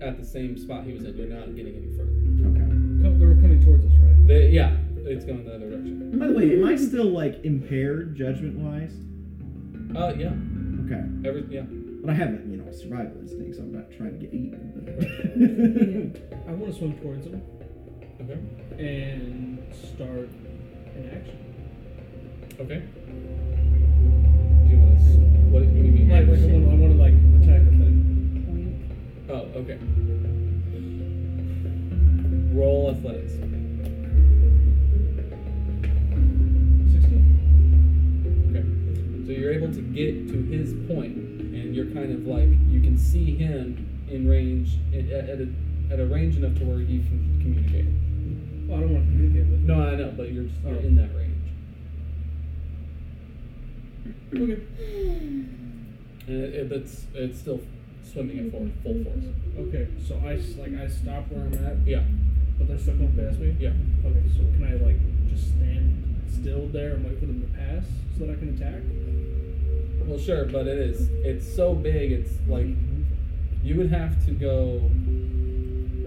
A: at the same spot he was in. You're not getting any further.
B: okay.
I: Mm-hmm.
E: Come, they were coming towards us, right?
A: They, yeah, it's going the other direction.
B: By the way, am I still like impaired judgment wise?
A: Uh, yeah,
B: Okay.
A: every yeah.
B: But I haven't, you know, survival instinct, so I'm not trying to get eaten. But
E: I want to swim towards them
A: Okay,
E: and start an action.
A: okay. Do you want to? What, what do you mean?
E: Like, like I want to, I want to like attack the thing.
A: Oh, okay. Roll athletics.
E: 16.
A: Okay. So you're able to get to his point, and you're kind of like you can see him in range at, at, at a at a range enough to where you can communicate.
E: Well, Oh, I don't want to communicate with.
A: No, I know, but you're just you're
E: Oh.
A: in that range.
E: Okay.
A: And it, it, it's it's still swimming at full full force.
E: Okay. So I s- like I stop where I'm at,
A: Yeah,
E: but they're still coming past me.
A: yeah.
E: Okay. So can I like just stand still there and wait for them to pass so that I can attack?
A: Well, sure, but it is it's so big. It's like you would have to go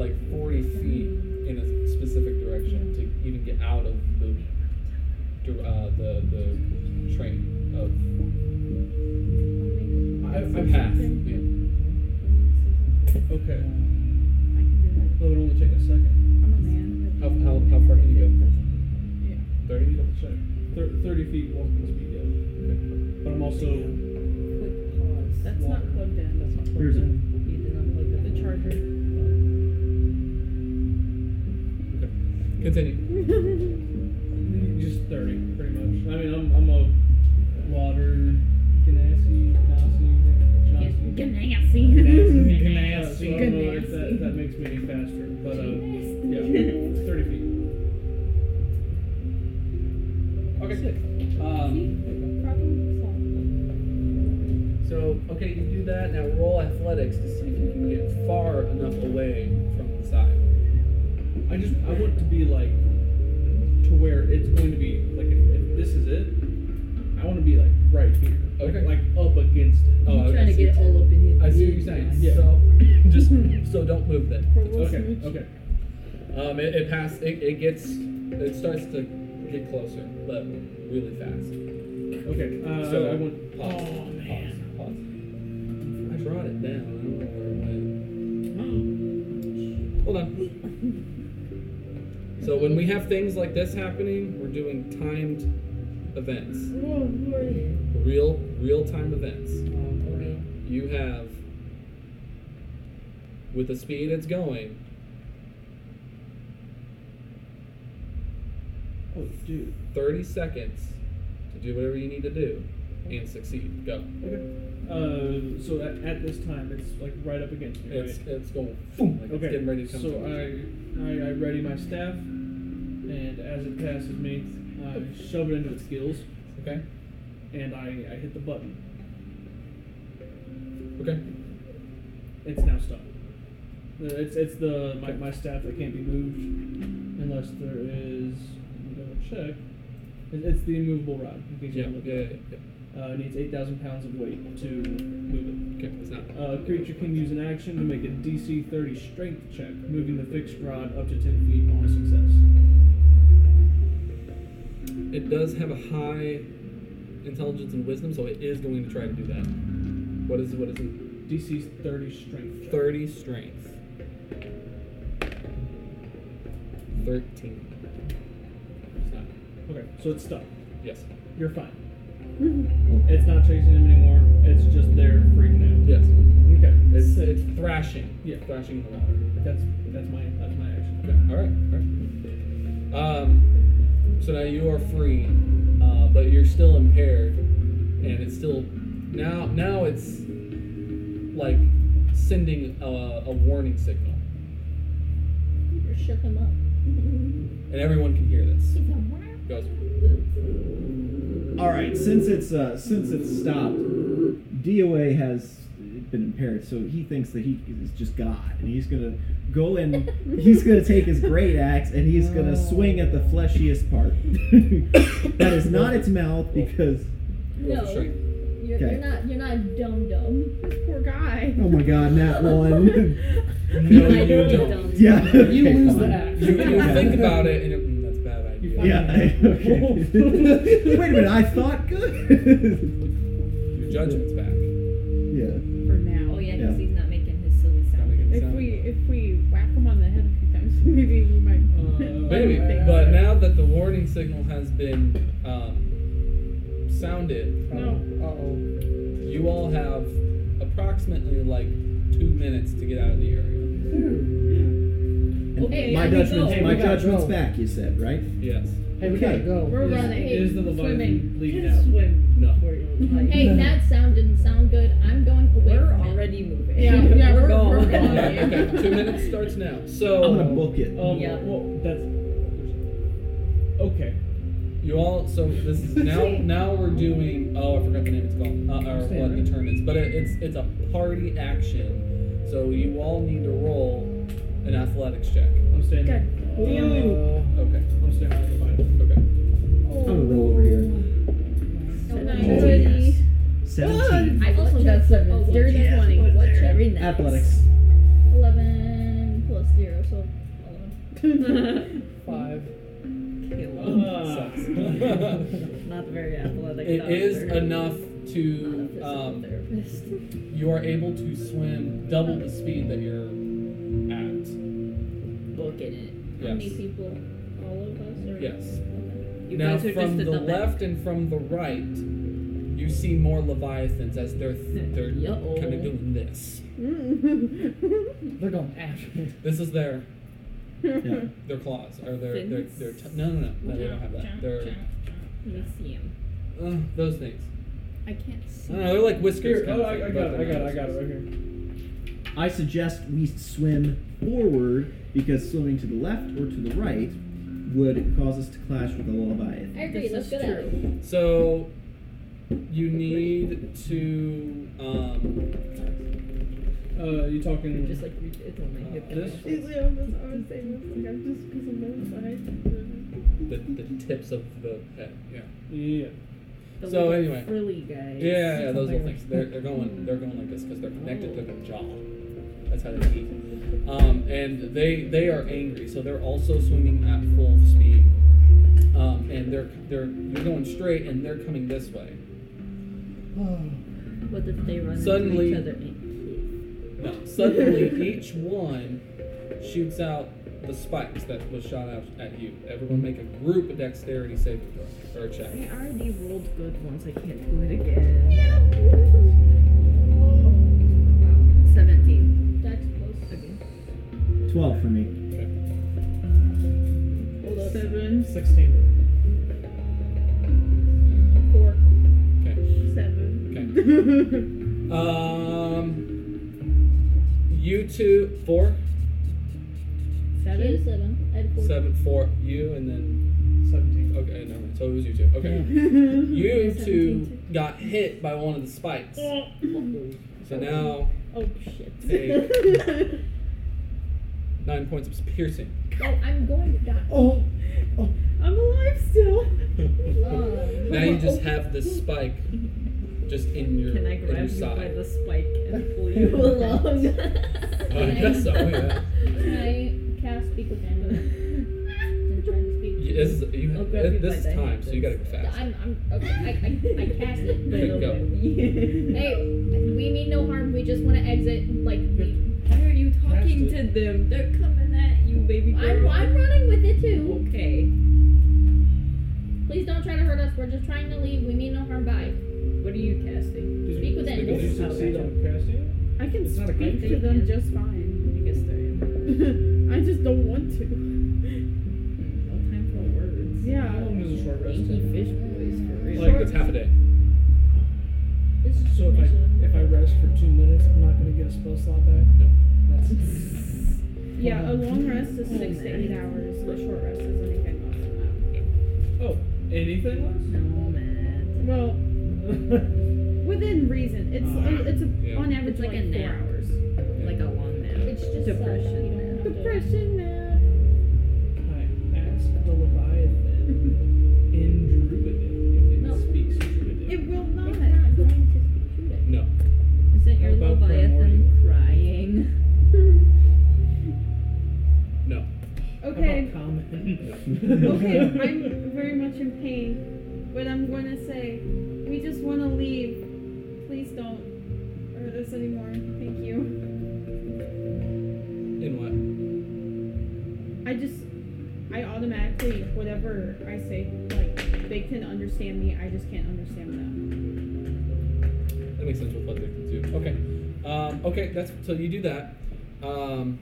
A: like 40 feet in a specific direction to even get out of the dir- uh, the the train of
E: I,
A: the
E: I
A: path. Yeah.
E: Okay.
C: I can
E: That would only take a second.
C: do that. I'm a man.
A: How, how, how far can you go? 30.
E: Double check. Thir- Thirty feet walking speed. Yeah. But I'm also
I: quick pause.
C: That's
E: Water.
C: not plugged in. That's not plugged
B: Where's it?
C: in.
I: You did not like that.
C: The charger.
A: Continue.
E: Just 30, pretty much. I mean, I'm, I'm a water ganassi, ganassi, ganassi. Ganassi. So I don't know if that, that makes me any faster, but uh, yeah, 30 feet.
A: Okay. Um, so okay, you do that. Now roll athletics to see if you can get far enough away from the side.
E: I just, I want to be like, to where it's going to be, like, if, if this is it, I want to be like right here. Like,
A: Okay.
E: like up against it.
A: Oh,
I: I'm trying to get all up in here.
A: I see what you're saying.
E: Yeah.
A: So just so don't move then.
E: Okay, okay.
A: Um, it, it pass. It, it gets. It starts to get closer, but really fast.
E: Okay, uh,
A: So-
E: I want.
A: Pause.
E: Oh, man.
A: Pause. Pause. I brought it down. I don't know where it went. Hold
E: Oh.
A: on. So when we have things like this happening, we're doing timed events. Real, real time events. You have, with the speed it's going,
E: Oh, dude.
A: 30 seconds to do whatever you need to do and succeed. Go.
E: Okay. Uh, so at, at this time, it's like right up against me,
A: It's
E: right?
A: it's going boom, like
E: okay.
A: it's getting ready to come.
E: so
A: towards you.
E: I, I I ready my staff, and and as it passes me, I shove it into its gills,
A: Okay.
E: and I, I hit the button.
A: Okay.
E: It's now stuck. It's it's the my, my staff that can't be moved unless there is. Let me double check. It, it's the immovable rod. in case you
A: Yeah.
E: wanna look
A: Yeah.
E: it
A: yeah,
E: up.
A: yeah.
E: Uh, it needs 8,000 pounds of weight to move
A: Okay. It's not.
E: it. Uh, creature can use an action to make a DC 30 strength check, moving the fixed rod up to 10 feet on a success.
A: Um, It does have a high intelligence and wisdom, so it is going to try to do that. What is what is it?
E: DC 30 strength check.
A: Thirty strength. Thirteen.
E: It's not. Okay, so it's stuck.
A: Yes.
E: You're fine. It's not chasing him anymore. It's just there freaking out.
A: Yes.
E: Okay.
A: It's, it's thrashing.
E: Yeah.
A: Thrashing the water.
E: That's that's my that's my action.
A: Okay. All right. All right. Um, so now you are free, uh, but you're still impaired, and it's still now. Now it's like sending a, a warning signal,
G: Or shook him up.
A: and everyone can hear this.
G: He's a wow.
A: It goes.
B: All right, since it's uh, since it's stopped, DOA has been impaired, so he thinks that he is just God, and he's gonna go and he's gonna take his great axe and he's gonna swing at the fleshiest part. that is not its mouth because
A: Roll for
G: No.
A: strength.
G: You're,
B: Okay.
G: you're not you're not dumb dumb.
C: This poor guy.
B: oh my god, that one.
A: No,
I: I
A: you
I: really
A: don't.
B: yeah,
H: You
B: okay,
H: lose the
B: fine.
H: axe.
A: You, you
B: Yeah.
A: think about it, and it, mm, that's a bad idea.
B: Yeah. Okay. Wait a minute. I thought good.
A: Your judgment's back.
B: yeah.
C: For now.
I: Oh yeah,
B: Yeah.
I: because he's not making his silly
A: Not
I: sound.
A: making
C: If
A: sound.
C: we if we whack him on the head a few times, maybe we might.
E: Uh,
A: Maybe,
E: Alright.
A: but now that the warning signal has been um, sounded,
H: Uh oh.
A: you all have approximately like two minutes to get out of the area.
B: And
G: Okay,
B: my
G: here we
B: judgment's
G: go.
B: my
H: Hey, we gotta
B: judgment's
H: go.
B: back. You said right.
A: Yes.
H: Hey, we
B: Okay.
H: gotta go.
C: We're
E: Is-
C: running.
E: is the Leviathan
C: swimming.
E: leading
C: Just
E: out?
C: swim.
A: No.
C: for your life.
G: Hey, that sound didn't sound good. I'm going away.
I: We're
G: from it.
I: already moving.
C: Yeah, yeah, we're,
I: gone.
C: we're
A: Um,
C: going.
A: okay, two minutes starts now.
B: I'm
A: So
B: gonna book it.
E: Um,
I: Yeah.
E: Well, that's okay.
A: you all, so this is now. Now we're doing. Oh, I forgot the name. It's called uh, or what the term is, but it, it's it's a party action. So you all need to roll an athletics check.
E: I'm staying.
C: God
H: Uh,
A: Okay.
E: I'm staying out of the fight.
A: Okay.
B: I'm gonna roll over here.
G: So
C: Nice.
B: Oh, yes. Seventeen.
I: I've also
G: What
I: got
G: check?
I: seven.
G: Oh, what
I: Dirty
G: check?
I: twenty.
G: What
I: What
G: check?
I: check?
B: Athletics.
G: Eleven plus zero, so eleven.
H: five.
A: Sucks.
I: Not very athletic.
A: It is
I: doctor.
A: enough
I: Not a
A: to
I: physical
A: um,
I: therapist.
A: you are able to swim double the speed that you're at.
I: Booking it.
G: How many
A: Yes.
G: people? All of us? Or?
A: Yes.
I: You
A: now
I: guys are
A: from
I: just
A: the,
I: at the back.
A: left and from the right, you see more leviathans as they're they're
I: Yo.
A: kind of doing this.
C: mm-hmm.
H: They're going after me.
A: This is their
B: Yeah.
A: their claws or their their,
I: Fins?
A: their t- no no no no they don't have that they're
I: Let me see him.
A: uh, those things.
I: I can't see.
A: I don't know, they're like whiskers.
E: Here,
A: kind
E: oh,
A: of
E: I,
A: thing,
E: I
A: but
E: got it. I
A: they're
E: got it.
A: not
E: I got it
A: whiskers.
E: right here.
B: I suggest we swim forward because swimming to the left or to the right would cause us to clash with the Leviathan.
G: I agree,
I: This
G: let's
I: is
G: go that
I: true.
G: way.
A: So you need to um,
E: Uh, you
A: Hmm.
E: talking?
I: Just like reach it on my hip.
E: This?
C: I was saying this like I'm just because I'm outside.
A: the, the tips of the head. Yeah.
E: yeah.
I: The
A: So
I: little
A: anyway.
I: frilly guys.
A: Yeah, yeah, those
I: Something
A: little things.
I: like
A: They're, they're going they're going like this because they're connected to their jaw. That's how they eat. Um, and they they are angry, so they're also swimming at full speed. Um, and they're they're you're going straight, and they're coming this way.
I: that. What if they run
A: Suddenly-
I: into each other? and-
A: No, suddenly each one shoots out the spikes that was shot out at you. Everyone make a group dexterity saving throw or check.
I: I already rolled good once. I can't do it again. Seventeen.
G: Dex plus.
B: Twelve for me.
G: Hold up.
C: Seven,
H: Sixteen.
G: Mm, Four.
A: Okay.
C: seven.
A: Okay. Um, you two, four.
G: She had a seven. I had
A: Seven, four, you, and then.
E: 17.
A: Okay, never mind. So it was you two. Okay. You two got hit by one of the spikes. So now
C: Oh shit.
A: Hey. nine points of piercing.
G: Oh, I'm going to die.
B: Oh,
C: I'm alive still.
G: Um,
A: Now you just have this spike just in your,
I: Can I
A: in your
I: grab you by
A: side.
I: the spike and pull you along?
A: Uh, I guess so, yeah.
G: Can I cast speak with animals and try to speak?
A: You- This is, you,
I: I'll grab you
A: this
I: by
A: is
I: the
A: time,
I: hand,
A: so you gotta go fast.
G: I'm, I'm, okay, I, I, I cast it.
A: You can go.
G: Hey, we mean no harm. We just want to exit. Like, we,
I: Why are you talking to them? They're coming at you, baby
G: I'm,
I: girl.
G: I'm running with it too.
I: Okay.
G: Please don't try to hurt us. We're just trying to leave. We mean no harm. Bye.
I: What are you casting?
E: Did
G: Speak
E: you,
G: with
E: did
G: animals.
E: you succeed on casting?
C: I can
E: It's not a
C: speak
E: good
C: to them
I: thing.
C: just fine.
I: I guess there Mm, is.
C: I just don't want to.
I: No time for words.
E: How
C: Yeah.
E: long is a short rest?
I: Stinky fish boys, for real.
A: Like, it's half a day.
G: This is
E: So if I if I rest for two minutes, I'm not gonna get a spell slot back.
A: No.
E: That's
C: Yeah, a long rest is six to eight hours. and A short rest is anything less than
E: oh anything
I: No,
C: that.
I: man.
C: Well,
E: less?
C: within reason. It's
E: Ah,
C: it's a,
A: yeah.
C: on average
I: It's like
C: like,
I: a
C: four
I: nap.
C: hours.
I: Like a long nap.
G: It's just
I: Depression
G: sad.
I: nap.
G: You don't have to-
C: Depression nap.
E: I asked the Leviathan in Druidic if it
G: No.
E: speaks Druidic.
C: It will
G: It's
C: not.
G: not going to speak to them.
A: No.
I: Isn't your
E: How about
I: Leviathan crying?
A: No.
C: Okay.
E: How about common?
C: Okay, I'm very much in pain, but I'm going to say we just want to leave. Please don't hurt us anymore. Thank you.
A: In what?
C: I just, I automatically, whatever I say, like, they can understand me. I just can't understand them.
A: That makes sense with what they can do. Okay. Um, okay, that's so you do that. Um,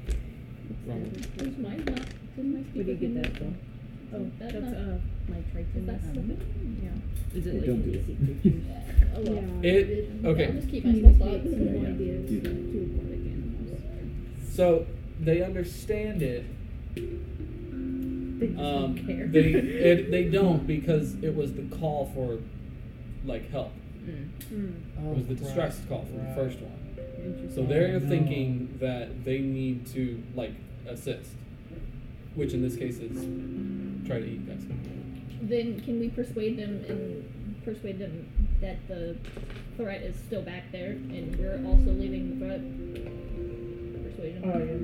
A: wrong.
G: Where's mine not? Didn't my
I: Where do you
G: speaker
I: get that
G: thing-
I: from?
C: Oh, that's,
G: That's not- Um,
C: uh, my
G: Is
C: triton.
G: that slipping?
I: Is it
B: Hey,
I: like
B: don't do
I: easy
B: it.
I: pictures?
G: Oh,
C: Um, Yeah.
G: well.
A: It
G: I'll
A: okay.
G: just keep my
C: Communicate
G: spell slots.
C: some
B: Yeah, yeah.
C: ideas
B: Do
C: to aquatic animals.
A: So they understand it.
C: They just
A: Um,
C: don't care.
A: they it, they don't because it was the call for like help.
I: Mm.
C: Mm,
A: It was the distress call for the
E: Oh, right. Uh,
A: first one.
C: interesting.
A: So
E: Oh,
A: they're
E: no.
A: thinking that they need to like assist, which in this case is try to eat guys.
G: Then can we persuade them and persuade them that the threat is still back there and we're also leaving the threat? Persuasion.
H: Oh, yeah.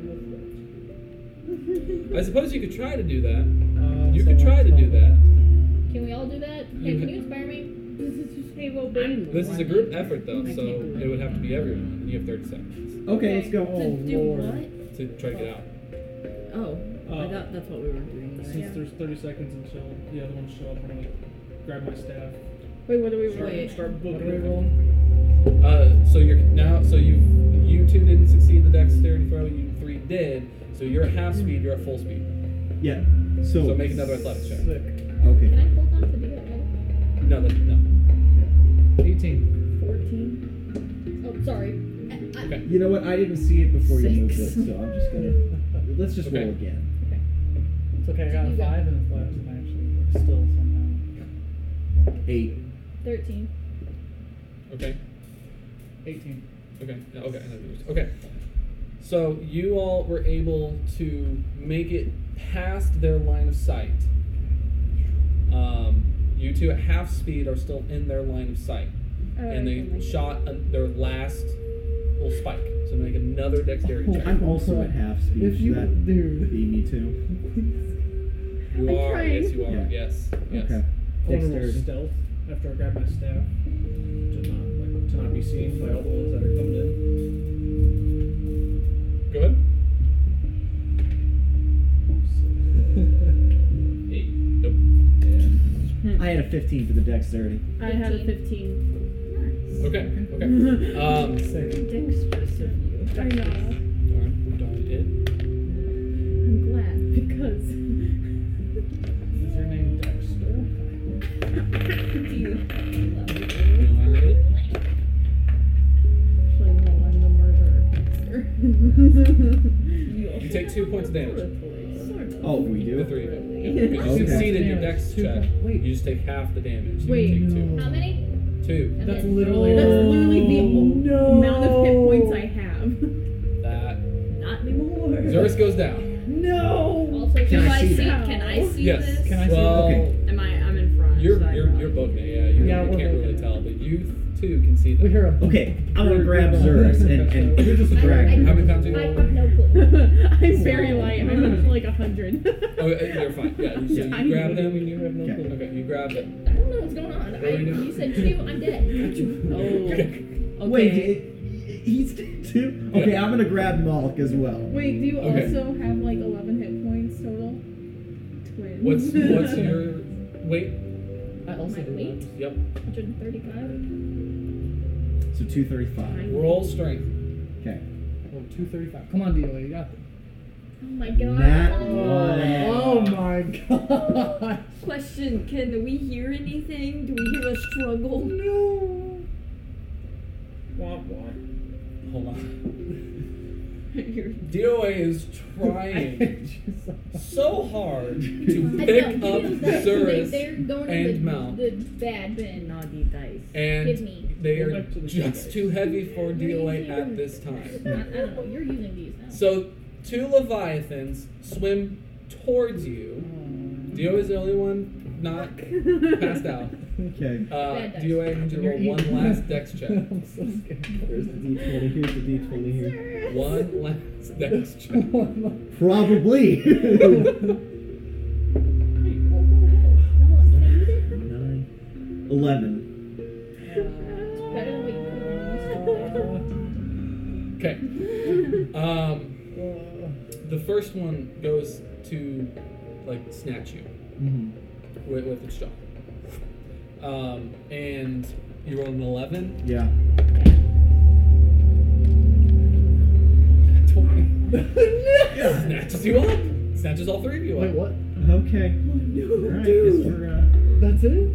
A: I suppose you could try to do that.
E: Uh,
A: You
E: so
A: could try
E: what's
A: to do
E: up?
A: that.
G: Can we all do that? Hey,
A: You
G: can
A: ha-
G: you inspire me?
C: Hey, little baby.
I: I'm
A: This is a
I: running.
A: group effort though,
I: I
A: so
I: can't do
A: it would have to be everyone. And you have 30 seconds
B: okay, let's go.
E: Oh
I: Do
E: lord.
A: to try to get out.
I: what? Oh,
E: Uh,
I: I thought that's what we were doing.
E: Since
I: Right?
E: there's 30 seconds until the other ones show up, I'm gonna grab my staff.
C: Wait, what are we
I: Wait.
C: rolling?
E: Start booking it rolling.
A: Uh, so you're now. So you have you two didn't succeed the dexterity throw. You three did. So you're at half speed. You're at full speed.
B: Yeah. So,
A: So make another athletics check.
E: Sick.
G: Can
B: Okay.
G: I hold on to the uh, other?
A: No, that, no.
E: 18.
I: 14.
G: Oh, sorry. uh, I, I,
B: You know what? I didn't see it before you moved it,
I: Six.
B: so I'm just gonna let's just
A: Okay.
B: roll again.
H: It's okay, I got
G: You
H: a
G: got-
H: 5 in athletics and actually still somehow.
B: Eight.
G: 13.
A: Okay.
H: 18.
A: Okay. no, okay. I know what you're- Okay. So you all were able to make it past their line of sight. Um, you two at half speed are still in their line of sight,
C: Oh,
A: and they shot a, their last little spike. So make another dexterity
E: Oh,
A: check.
B: I'm also at half speed.
H: If you,
B: so that would
H: dude.
B: be me too.
A: You
C: I'm
A: are.
C: trying.
A: Yes, you are.
B: Yeah.
A: Yes. Yes.
B: Okay.
E: I want to roll
B: Dexterity.
E: stealth after I grab my staff to not like to not be seen by all the ones that are coming in.
A: Go ahead. Eight. Nope.
B: I had a 15 for the dexterity.
C: I had a
G: 15.
C: 15.
A: Okay. Okay. Um.
E: Sick.
I: Dexterous of you.
C: I know.
A: Darn. Darn it.
C: I'm glad because
E: Is your name Dexter?
A: Darn it.
C: actually no, I'm the murderer.
A: You take two points of damage.
B: Oh, we do.
A: the three.
D: Really?
A: You
B: Okay.
A: succeed in your
H: Damage.
A: dex
H: Two
A: check.
H: po- wait.
A: You just take half the damage. You
C: Wait,
A: take
G: How many?
A: two. Two.
G: Okay.
H: That's literally.
C: That's literally the
H: no.
C: amount of hit points I have.
A: That.
I: Not anymore.
A: Xerus goes down.
H: No.
G: Also,
B: Can
G: do
B: I see that?
I: Can I see
A: yes.
I: this?
H: Can I see?
A: well,
B: okay.
I: Am I? I'm in front.
A: You're
I: so I
A: you're you're
I: probably-
A: bokeh. Yeah, you
H: Yeah,
A: really
H: we're
A: can't
H: bokeh.
A: really tell, but you too can see
H: We
A: that.
H: hear a.
B: Okay, I'm gonna
H: You're-
B: grab
H: you're-
B: Xerus and, and
H: You're just a
G: I-
A: How
B: drag.
A: many pounds are
G: I
A: you?
G: have no clue.
C: I'm very light. I'm up to like a hundred.
A: Oh, uh, you're fine. Yeah, you, so
B: Yeah.
A: you grab them.
H: You have no
B: Okay.
H: clue.
A: Okay, you grab them.
G: I don't know what's going on. I,
A: There we go.
G: you said two, I'm dead. Oh.
A: Okay.
I: Okay.
B: Wait, it, he's two. Okay, I'm gonna grab Malk as well.
C: Wait, do you
A: Okay.
C: also have like eleven hit points total? Twins.
A: What's what's your weight?
H: I also
G: My
H: do
G: weight?
H: that.
A: Yep.
G: 135.
B: So 235.
A: Roll strength.
B: Okay.
H: Oh, 235. Come on, DOA, you got this.
G: Oh my god.
B: Nat
G: Oh.
H: Oh my god.
I: Question: Can we hear anything? Do we hear a struggle? No.
E: Womp womp.
A: Hold on.
I: You're
A: DOA is trying
H: She's like-
A: so hard to
G: I
A: pick
G: know,
A: up
G: because that's- they,
A: Xerus,
G: they're going
A: and
G: in the,
A: Mal.
G: the bad bin.
I: naughty dice.
G: Give
A: and
G: me.
A: they
E: Go
A: are
E: back to the
A: just
E: dice.
A: too heavy for DOA at
G: them.
A: this
G: I, I
A: time.
G: don't know, you're using these now.
A: So two leviathans swim towards you. DOA is the only one not passed out.
B: Okay.
A: Uh,
G: Bad dice.
A: DOA, I need you to roll
H: You're
A: one
H: evil.
A: last dex check.
H: I'm so
B: Here's the
H: scared.
B: d20. Here's the d20 here.
A: One last dex check.
B: Probably. Nine. Eleven.
G: It's better than what you
A: Okay. Um, the first one goes to like snatch you
B: Mhm.
A: with, with its jaw. Um, and you roll an 11.
B: Yeah.
A: 20.
B: Yeah.
A: Snatches you up. Snatches all three of you up.
H: Wait, what?
B: Okay. All right. Guess we're, uh,
H: That's it?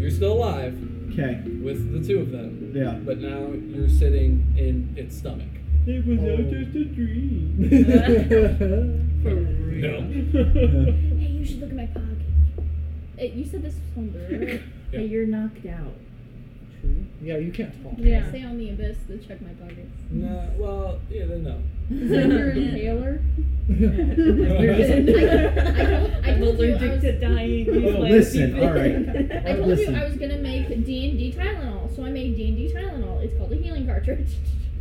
A: You're still alive
B: okay.
A: with the two of them,
B: Yeah.
A: but now you're sitting in its stomach.
E: It was
H: all
E: just a dream.
A: No.
G: Hey, you should look at my pocket. Hey, you said this was Homebrew, right?
A: Yeah.
I: But you're knocked out.
H: yeah, you can't talk.
C: Yeah.
G: I stay on the abyss to check my pockets.
A: No. Well, yeah, then no.
C: Is that your inhaler?
G: I
I: I'm
G: told you I
I: allergic
G: was-
I: to dying.
B: Oh, listen, all
G: I
B: right.
G: told
B: listen,
G: you I was gonna make D and D Tylenol, so I made D and D Tylenol. It's called a healing cartridge.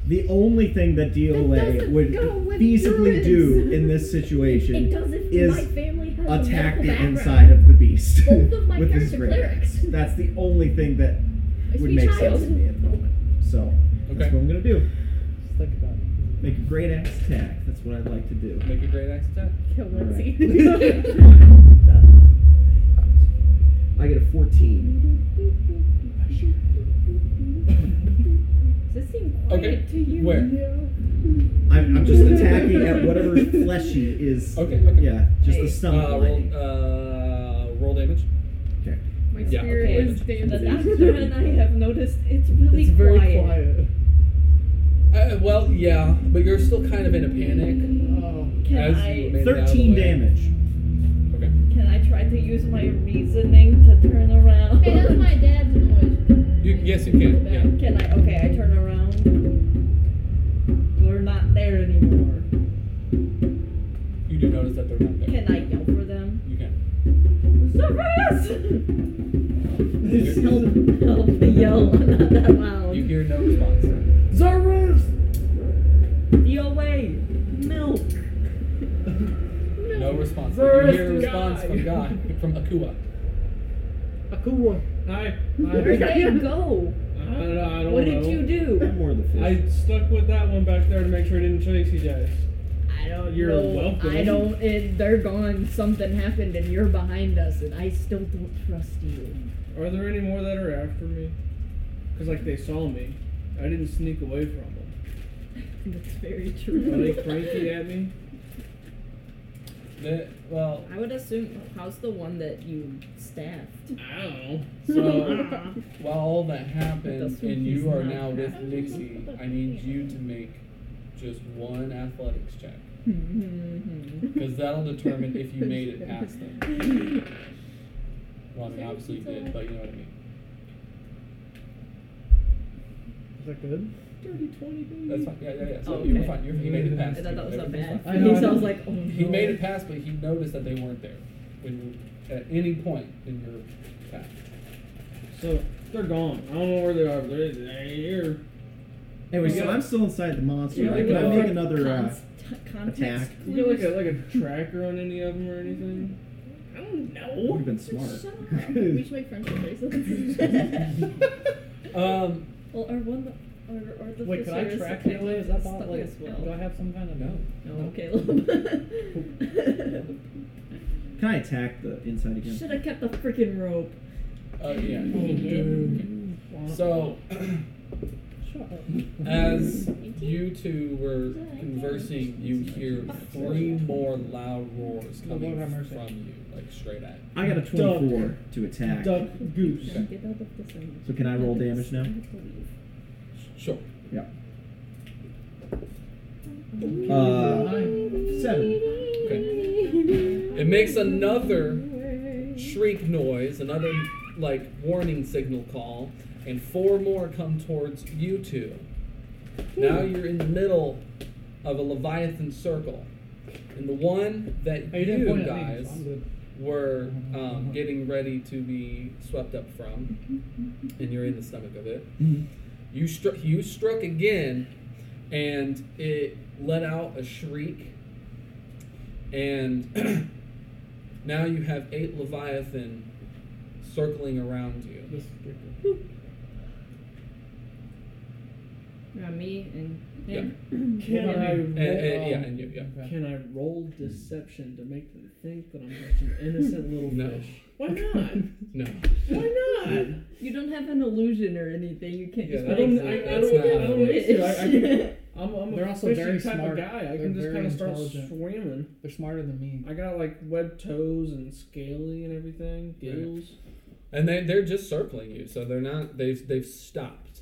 B: the only thing that
G: That
B: DOA
G: doesn't
B: would
G: go with
B: feasibly
G: druids.
B: do in this
G: It
B: situation
G: does if
B: Is
G: my family has a
B: attack
G: medical
B: the
G: background.
B: inside of the beast
G: Both of my
B: with
G: parents
B: his
G: are
B: great axe.
G: clerics.
B: That's the only thing that
G: My
B: would
G: sweet
B: make
G: child.
B: sense to me at the moment. So
A: Okay.
B: that's what I'm gonna do.
H: Just think about
B: Make a great axe attack. That's what I'd like to do.
A: Make a great axe attack.
C: Kill Lindsay.
B: I get a 14.
C: Does this seem
A: Okay.
C: to you?
A: Where? Uh,
B: I'm, I'm just attacking at whatever fleshy is.
A: Okay. Okay.
B: Yeah, just the
I: Hey,
A: Uh,
B: stomach
A: roll,
B: lining.
A: uh, roll damage.
C: My
A: Yeah,
C: spirit
A: okay.
C: is
I: But
C: dancing.
I: after and I have noticed it's
H: it.
I: really
H: It's very
I: quiet.
H: quiet.
A: Uh, well, yeah, but you're still kind of in a panic.
H: Oh.
I: Can
A: as
I: I
A: you made it out of the
B: 13
A: way.
B: damage.
I: can I try to use my reasoning to turn around?
G: Hey, that's my dad's noise.
A: You, yes, you can. Yeah.
I: Can I? Okay, I turn around. We're not there anymore.
A: You do notice that they're not there.
I: Can I yell for them?
A: You can.
I: Service!
A: You,
I: help! Help! The yell not that loud.
A: you hear no response.
H: Zarus!
I: DOA! Milk!
A: No response. You
H: There
A: hear a
H: is
A: response
H: guy.
A: from God, from Akua.
H: Akua.
E: Hi.
I: Where
E: Hi.
I: did you go?
E: I don't, I don't
I: What
E: know.
I: did you do?
B: More of the fish.
E: I stuck with that one back there to make sure I didn't chase you guys.
I: I don't
E: You're
I: know.
E: welcome.
I: I don't. It, they're gone. Something happened, and you're behind us, and I still don't trust you.
E: Are there any more that are after me? Because, like, they saw me. I didn't sneak away from them.
I: That's very
E: Are
I: true.
E: they cranky at me?
A: The- well,
I: I would assume. How's the one that you staffed?
E: I don't know.
A: so while all that happened
I: That's what
A: and
I: he's
A: you are
I: not
A: now with
I: at.
A: Nixie, I need you to make just one athletics check. Because that'll determine if you made it past them. Well, I mean, obviously you did, but you know what I mean.
H: Is that good?
E: Dirty 20, baby.
A: That's fine. Yeah, yeah, yeah. So
D: Oh,
A: you were
D: okay.
A: fine. You, you made it past.
D: I thought that was so
A: Everything's
D: bad.
A: fine.
H: I know,
D: so
H: I
D: I was
H: know.
D: like, oh no.
A: He made it past, but he noticed that they weren't there when you, at any point in your path.
E: So they're gone. I don't know where they are, but they're, they're here.
B: Anyway, so
E: Yeah.
B: I'm still inside the monster.
E: Yeah,
B: right? Can I
E: yeah.
B: make another uh,
D: Cons- t- context.
B: attack?
E: You got like a like a tracker on any of them or anything?
G: I don't know.
B: Would have been smart.
G: Shut up. we should make friendship bracelets.
A: Um,
D: Well, or one, the- or, or the
H: Wait, could I
D: thesaurus
H: track
D: that
H: that way? Is that
D: stuck
H: possible?
D: as well.
H: Do I have some kind of
A: no.
D: No, Caleb.
B: Can I attack the inside again?
D: Should have kept the freaking rope.
A: Uh, yeah.
H: Oh,
A: Oh, Okay. So, as you two were conversing, you hear three more loud roars coming
H: Lord have mercy.
A: from you, like straight at.
B: I got a 24 to attack.
H: duck goose?
A: Okay.
D: Get out of this room.
B: So can I roll damage now?
A: you. Sure.
B: Yeah. Uh, seven.
A: Okay. It makes another shriek noise, another like warning signal call, and four more come towards you two. Now
H: Hmm.
A: you're in the middle of a Leviathan circle. And the one that
H: Hey,
A: you,
H: Oh, didn't point at me,
A: guys
H: so I'm good.
A: were um, getting ready to be swept up from, and you're in the stomach of it,
H: Hmm.
A: you struck you struck again, and it let out a shriek, and now you have eight leviathan circling around you.
H: This is pretty good.
I: Yeah, me and
A: Yeah,
I: him.
H: Can
E: What about
H: I
E: you? Eh,
H: roll,
A: and, and- yeah, and you, yeah.
H: Can I roll deception to make them think that I'm just an innocent little
A: No.
H: fish? Why not?
A: No,
H: Why not?
D: You don't have an illusion or anything. You can't
A: Yeah,
D: just
H: I
A: that
H: don't.
A: makes
H: I,
A: sense.
H: I
A: That's
H: don't.
A: not
H: I
A: how
H: don't
A: it
H: need
D: is.
H: to. I, I can, I'm, I'm
F: They're
H: a
F: also
H: fishing
F: very
H: type
F: smart.
H: of guy. I
F: They're
H: can just
F: very
H: kind of start
F: intelligent.
H: swimming.
F: They're smarter than me.
H: I got like webbed toes and scaly and everything. Gills.
A: and they they're just circling you, so they're not they've they've stopped,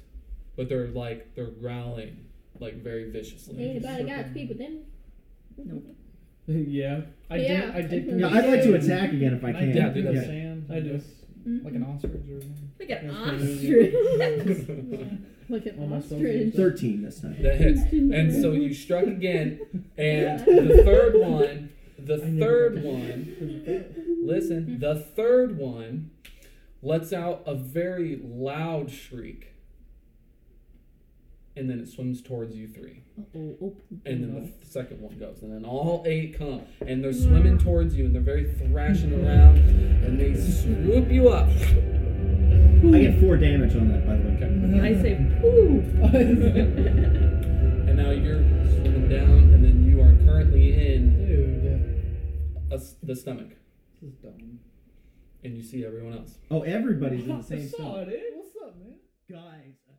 A: but they're like they're growling like very viciously.
G: Ain't about got to speak with them.
H: yeah. I
G: Yeah.
H: did. I did.
B: Yeah, I'd like to attack again if I can.
A: Yeah, do
F: do
A: that.
F: the sand.
H: I do.
F: Like an ostrich or something.
D: Look at
H: That's
D: ostrich.
C: Like an
H: Almost so
C: ostrich.
H: good.
B: 13 this time.
A: That hits. And so you struck again, and the third one, the
H: I never
A: third
H: got
A: one, listen, the third one lets out a very loud shriek. And then it swims towards you three. And then the f- second one goes. And then all eight come. And they're swimming towards you and they're very thrashing around. And they swoop you up.
B: I get 4 damage on that, by the
A: Okay.
B: way.
D: I say, poo.
A: And now you're swimming down. And then you are currently in
H: Dude,
A: a s the stomach.
H: this is dumb.
A: and you see everyone else.
B: Oh, everybody's in the same
H: What's
B: spot.
H: up, dude? What's up, man?
B: Guys.